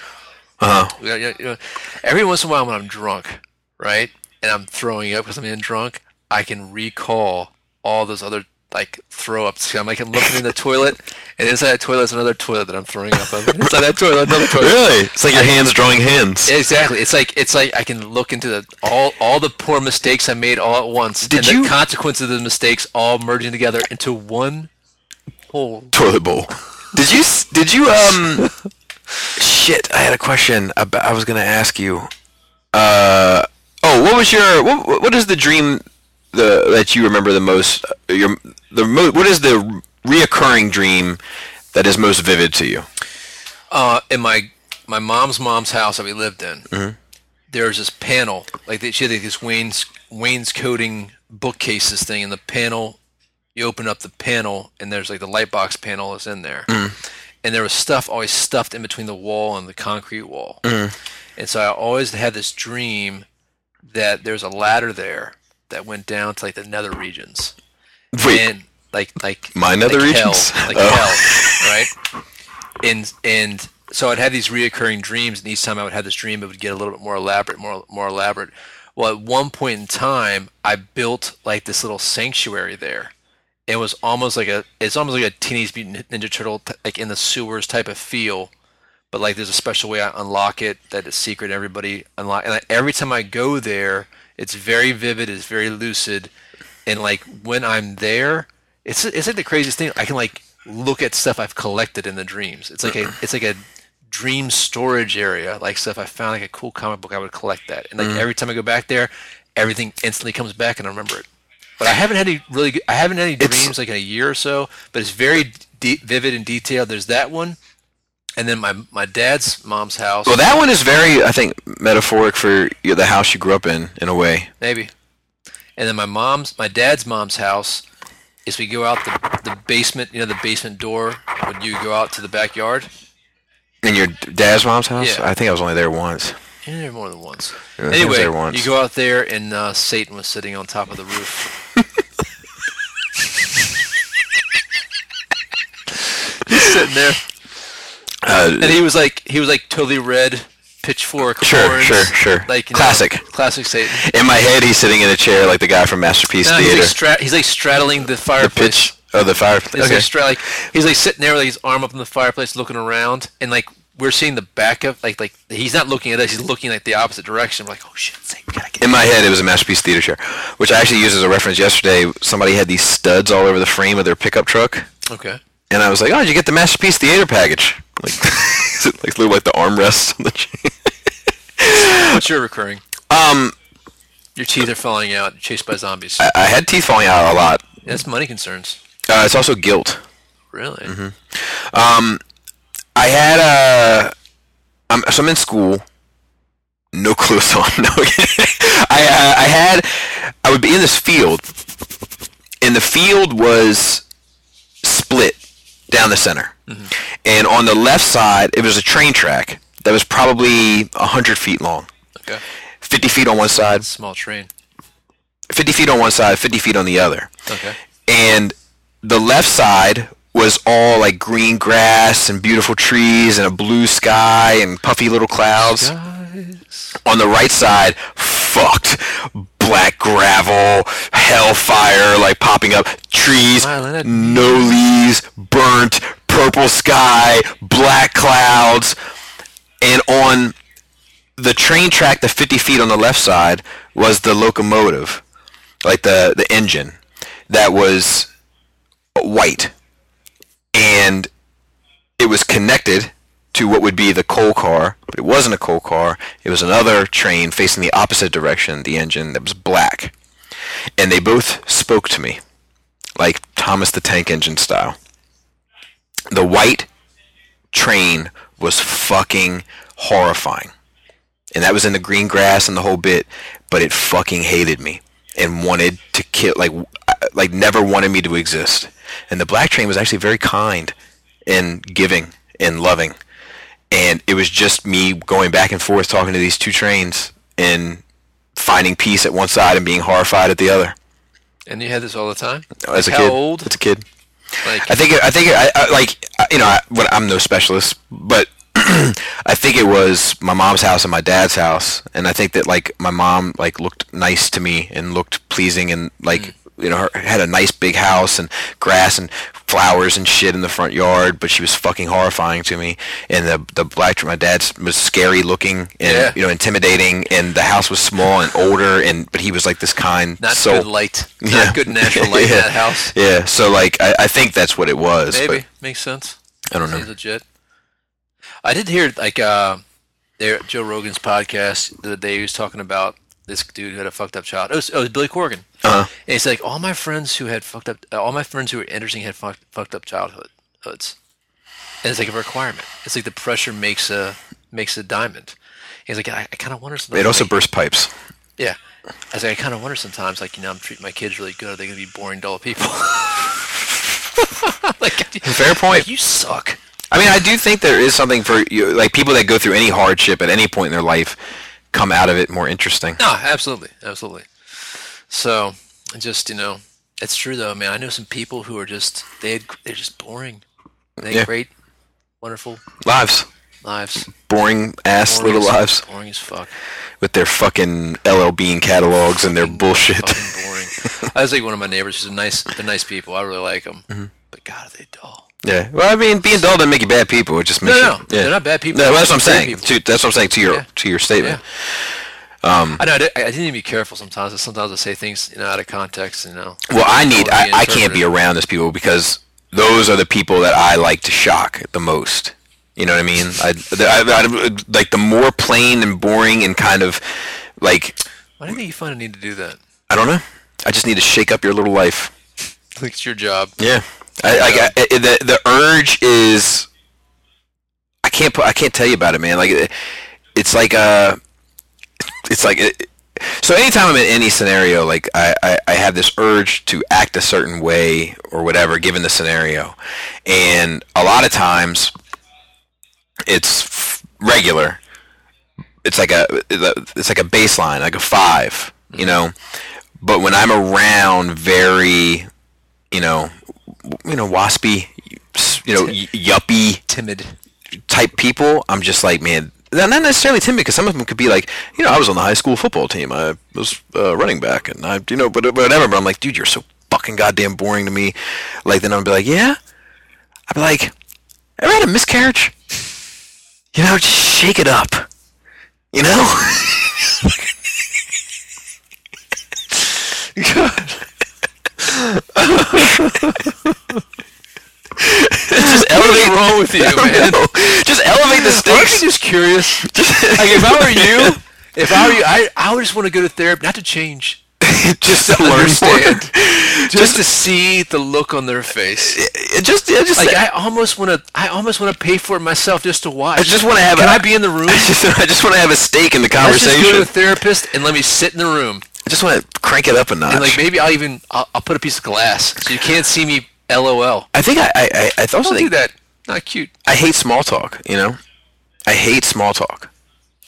Speaker 3: Uh huh.
Speaker 2: You know, you know, every once in a while when I'm drunk, right, and I'm throwing up because I'm in drunk, I can recall all those other like throw ups. I'm like I'm looking in the toilet, and inside that toilet is another toilet that I'm throwing up of. And Inside that toilet, another toilet.
Speaker 3: Really? It's like your hands drawing hands.
Speaker 2: Exactly. It's like it's like I can look into the all all the poor mistakes I made all at once,
Speaker 3: Did
Speaker 2: and
Speaker 3: you-
Speaker 2: the consequences of the mistakes all merging together into one whole.
Speaker 3: toilet bowl. Did you? s- Did you? Um. shit, I had a question. About, I was gonna ask you. Uh. Oh, what was your? What, what- what is the dream? The that you remember the most? uh, Your the mo- What is the reoccurring dream that is most vivid to you?
Speaker 2: uh, in my my mom's mom's house that we lived in, there's this panel like they, she had like, this Wayne's wainscoting bookcases thing, and the panel you open up the panel and there's like the light box panel is in there, and there was stuff always stuffed in between the wall and the concrete wall, and so I always had this dream that there's a ladder there that went down to like the nether regions
Speaker 3: Wait,
Speaker 2: and like like
Speaker 3: My nether
Speaker 2: like
Speaker 3: regions?
Speaker 2: hell, like
Speaker 3: Oh.
Speaker 2: hell, right? And and so I'd have these reoccurring dreams, and each time I would have this dream, it would get a little bit more elaborate, more more elaborate. Well, at one point in time, I built like this little sanctuary there. It was almost like a it's almost like a Teenage Mutant Ninja Turtle t- like in the sewers type of feel, but like there's a special way I unlock it that is secret. Everybody unlock, and I, every time I go there, it's very vivid, it's very lucid, and like when I'm there, it's it's like the craziest thing. I can like look at stuff I've collected in the dreams. It's like a it's like a dream storage area, like stuff I found like a cool comic book. I would collect that, and like every time I go back there, everything instantly comes back and I remember it. But I haven't had any really good, I haven't had any dreams like in a year or so. But it's very de- vivid and detailed. There's that one, and then my my dad's mom's house.
Speaker 3: Well, that one is very, I think, metaphoric for you- the house you grew up in, in a way.
Speaker 2: maybe. And then my mom's, my dad's mom's house is we go out the, the basement, you know, the basement door when you go out to the backyard.
Speaker 3: In your dad's mom's house?
Speaker 2: Yeah.
Speaker 3: I think I was only there once.
Speaker 2: You there more than once.
Speaker 3: I was
Speaker 2: anyway,
Speaker 3: there once.
Speaker 2: you go out there and uh, Satan was sitting on top of the roof. Just sitting there,
Speaker 3: Uh,
Speaker 2: and he was like, he was like totally red, pitchfork
Speaker 3: Sure,
Speaker 2: horns,
Speaker 3: sure, sure.
Speaker 2: like you know,
Speaker 3: Classic.
Speaker 2: classic Satan.
Speaker 3: in my head, he's sitting in a chair like the guy from Masterpiece
Speaker 2: No, he's,
Speaker 3: Theater.
Speaker 2: like stra- he's like straddling the
Speaker 3: the
Speaker 2: fireplace.
Speaker 3: pitch of the
Speaker 2: He's
Speaker 3: fireplace.
Speaker 2: like,
Speaker 3: Okay.
Speaker 2: stra- like he's like sitting there with his arm up in the fireplace, looking around, and like we're seeing the back of like like he's not looking at us. He's looking like the opposite direction. We're like, oh shit, Satan, we gotta get.
Speaker 3: In my head, it was a Masterpiece Theater chair, which I actually used as a reference yesterday. Somebody had these studs all over the frame of their pickup truck.
Speaker 2: Okay.
Speaker 3: And I was like, "Oh, did you get the masterpiece theater package?" Like, is it like look like the armrests on the chair?
Speaker 2: What's your recurring?
Speaker 3: Um,
Speaker 2: Your teeth are falling out, you're chased by zombies.
Speaker 3: I, I had teeth falling out a lot.
Speaker 2: That's money concerns.
Speaker 3: Uh, it's also guilt.
Speaker 2: Really?
Speaker 3: Mm-hmm. I had a. I'm, so I'm in school. No clue. So I'm no. I uh, I had. I would be in this field, and the field was split down the center, and on the left side it was a train track that was probably hundred feet long,
Speaker 2: Okay.
Speaker 3: fifty feet on one side,
Speaker 2: Small train.
Speaker 3: 50 feet on one side, 50 feet on the other.
Speaker 2: Okay.
Speaker 3: And the left side was all like green grass and beautiful trees and a blue sky and puffy little clouds.
Speaker 2: Guys.
Speaker 3: On the right side, fucked. Black gravel, hellfire like popping up, trees,
Speaker 2: Violin at-
Speaker 3: no leaves, burnt, purple sky, black clouds. And on the train track, the 50 feet on the left side, was the locomotive, like the, the engine, that was white. And it was connected to what would be the coal car, but it wasn't a coal car. It was another train facing the opposite direction, the engine, that was black. And they both spoke to me, like Thomas the Tank Engine style. The white train was fucking horrifying and that was in the green grass and the whole bit but it fucking hated me and wanted to kill like w- I- like never wanted me to exist and the black train was actually very kind and giving and loving and it was just me going back and forth talking to these two trains and finding peace at one side and being horrified at the other
Speaker 2: And you had this all the time?
Speaker 3: as a
Speaker 2: How
Speaker 3: kid
Speaker 2: old?
Speaker 3: as a kid
Speaker 2: Like,
Speaker 3: I think it, I think it, I, I like I- you know I, what I'm no specialist, but I think it was my mom's house and my dad's house, and I think that like my mom like looked nice to me and looked pleasing and like
Speaker 2: Mm.
Speaker 3: you know her, had a nice big house and grass and flowers and shit in the front yard, but she was fucking horrifying to me. And the the black my dad's was scary looking and
Speaker 2: Yeah.
Speaker 3: you know intimidating, and the house was small and older, and but he was like this kind
Speaker 2: not
Speaker 3: soul.
Speaker 2: good light.
Speaker 3: Yeah.
Speaker 2: Not good natural light in
Speaker 3: Yeah.
Speaker 2: that house.
Speaker 3: Yeah, so like I, I think that's what it was.
Speaker 2: Maybe.
Speaker 3: but-
Speaker 2: Makes sense.
Speaker 3: I don't
Speaker 2: Seems
Speaker 3: know.
Speaker 2: legit. I did hear like uh, there Joe Rogan's podcast the other day. He was talking about this dude who had a fucked up child. It was, it was Billy Corgan.
Speaker 3: Uh-huh.
Speaker 2: And he's like, all my friends who had fucked up, all my friends who were interesting had fucked, fucked up childhood hoods. And it's like a requirement. It's like the pressure makes a makes a diamond. He's like, I, I kind of wonder something.
Speaker 3: It also burst pipes.
Speaker 2: yeah. I was like, I kind of wonder sometimes, like, you know, I'm treating my kids really good. Are they going to be boring, dull people? like,
Speaker 3: Fair
Speaker 2: like,
Speaker 3: point.
Speaker 2: you suck.
Speaker 3: I mean, I do think there is something for you, like people that go through any hardship at any point in their life come out of it more interesting.
Speaker 2: No, absolutely, absolutely. So, I just you know, it's true though, man. I know some people who are just they had, they're just boring. They had
Speaker 3: Yeah.
Speaker 2: great, wonderful
Speaker 3: Lives.
Speaker 2: lives.
Speaker 3: boring ass
Speaker 2: Boring
Speaker 3: little
Speaker 2: as-
Speaker 3: lives
Speaker 2: Boring as fuck.
Speaker 3: with their fucking LL Bean catalogs and their bullshit.
Speaker 2: Fucking boring. I was like one of my neighbors. who's a nice. They're nice people. I really like them.
Speaker 3: Mm-hmm.
Speaker 2: But God, are they dull.
Speaker 3: yeah. Well, I mean, being dull doesn't make you bad people. It just
Speaker 2: No,
Speaker 3: makes
Speaker 2: no,
Speaker 3: you.
Speaker 2: no. They're not bad people.
Speaker 3: No, that's what I'm
Speaker 2: They're great
Speaker 3: saying.
Speaker 2: people.
Speaker 3: To, that's what I'm saying to your
Speaker 2: Yeah.
Speaker 3: to your statement.
Speaker 2: I know. I, did, I didn't even be careful sometimes. Sometimes I say things you know, out of context. You know.
Speaker 3: Well, I need.
Speaker 2: Don't be
Speaker 3: I, I can't be
Speaker 2: interpretive.
Speaker 3: around those people because those are the people that I like to shock the most. You know what I mean? I, the- I, I- like the more plain and boring and kind of like
Speaker 2: Why do you think you find a need to do that?
Speaker 3: I don't know. I just need to shake up your little life.
Speaker 2: It's your job.
Speaker 3: Yeah. I, like I, I- the the urge is I can't put, I can't tell you about it, man. Like it- it's like uh it's like it, so anytime I'm in any scenario, like I, I, I have this urge to act a certain way or whatever, given the scenario, and a lot of times it's f- regular. It's like a it's like a baseline, like a five, you know. But when I'm around very, you know, w- you know, waspy, you know, y- yuppie
Speaker 2: Timid.
Speaker 3: type people, I'm just like, man, they're not necessarily timid because some of them could be like, you know, I was on the high school football team, I was uh, running back, and I, you know, but whatever. But I'm like, dude, you're so fucking goddamn boring to me. Like then I'm be like, yeah, I'd be like, ever had a miscarriage? You know, just shake it up. You know. just elevate
Speaker 2: wrong with you,
Speaker 3: I don't know. Just elevate the stakes.
Speaker 2: just curious. Like if I were you, if I were you, I, I would just want to go to therapy, not to change,
Speaker 3: just
Speaker 2: to
Speaker 3: learn more.
Speaker 2: understand, just
Speaker 3: Just,
Speaker 2: to see the look on their face.
Speaker 3: just, yeah, just.
Speaker 2: Like
Speaker 3: I,
Speaker 2: I almost want to, I almost want to pay for it myself just to watch.
Speaker 3: just want to have.
Speaker 2: Can
Speaker 3: a,
Speaker 2: I be in the room?
Speaker 3: I just, I just want to have a stake in the
Speaker 2: Let's just go to
Speaker 3: conversation.
Speaker 2: the therapist and let me sit in the room,
Speaker 3: I just want to crank it up a notch.
Speaker 2: and like maybe I'll even I'll, I'll put a piece of glass so you can't see me. LOL.
Speaker 3: I think I, I, I, I also
Speaker 2: Don't do
Speaker 3: think
Speaker 2: that. Not cute.
Speaker 3: I hate small talk. You know, I hate small talk.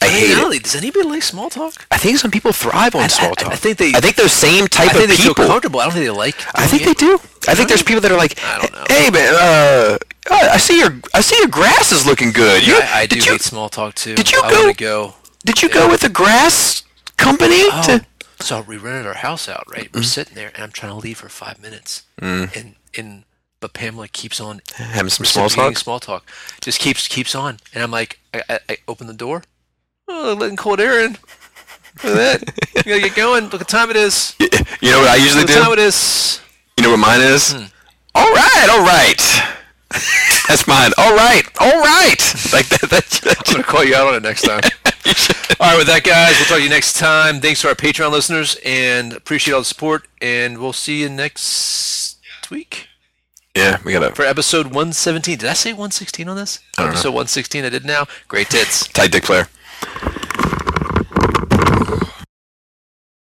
Speaker 3: I hate it.
Speaker 2: Does anybody like small talk?
Speaker 3: I think some people thrive on small
Speaker 2: I- I
Speaker 3: talk.
Speaker 2: think they-
Speaker 3: I think those same type
Speaker 2: I think
Speaker 3: of
Speaker 2: they
Speaker 3: people.
Speaker 2: feel comfortable. I don't think they like.
Speaker 3: I think
Speaker 2: doing
Speaker 3: they
Speaker 2: it.
Speaker 3: do. I think there's people that are like,
Speaker 2: I don't know.
Speaker 3: "Hey man, uh, I I see your I see your grass is looking good. You-
Speaker 2: I, I do
Speaker 3: did you
Speaker 2: hate small talk too.
Speaker 3: did you
Speaker 2: I
Speaker 3: go-
Speaker 2: wanna go?
Speaker 3: did you go with a grass company
Speaker 2: Oh,
Speaker 3: to Mm-hmm.
Speaker 2: so we rented our house out, right? We're sitting there, and I'm trying to leave for five minutes, and and but Pamela keeps on
Speaker 3: having some Mm. small
Speaker 2: reciprocating
Speaker 3: talk?
Speaker 2: small talk, just keeps keeps on, and I'm like, I, I, I open the door, oh, letting cold air in. Look at that. You gotta get going. Look at time it is. Look
Speaker 3: You know what I usually
Speaker 2: at time
Speaker 3: do?
Speaker 2: it Hmm. is.
Speaker 3: You know what mine is? All right, all right. That's mine. All right, all right. Like that. That's, that's
Speaker 2: I'm gonna call you out on it next time. All right, with that, guys, we'll talk to you next time. Thanks to our Patreon listeners, and appreciate all the support. And we'll see you next week.
Speaker 3: yeah, we gotta
Speaker 2: for episode 117. Did I say 116 on this?
Speaker 3: don't know.
Speaker 2: Episode 116, I did now. Great tits.
Speaker 3: tight dick player.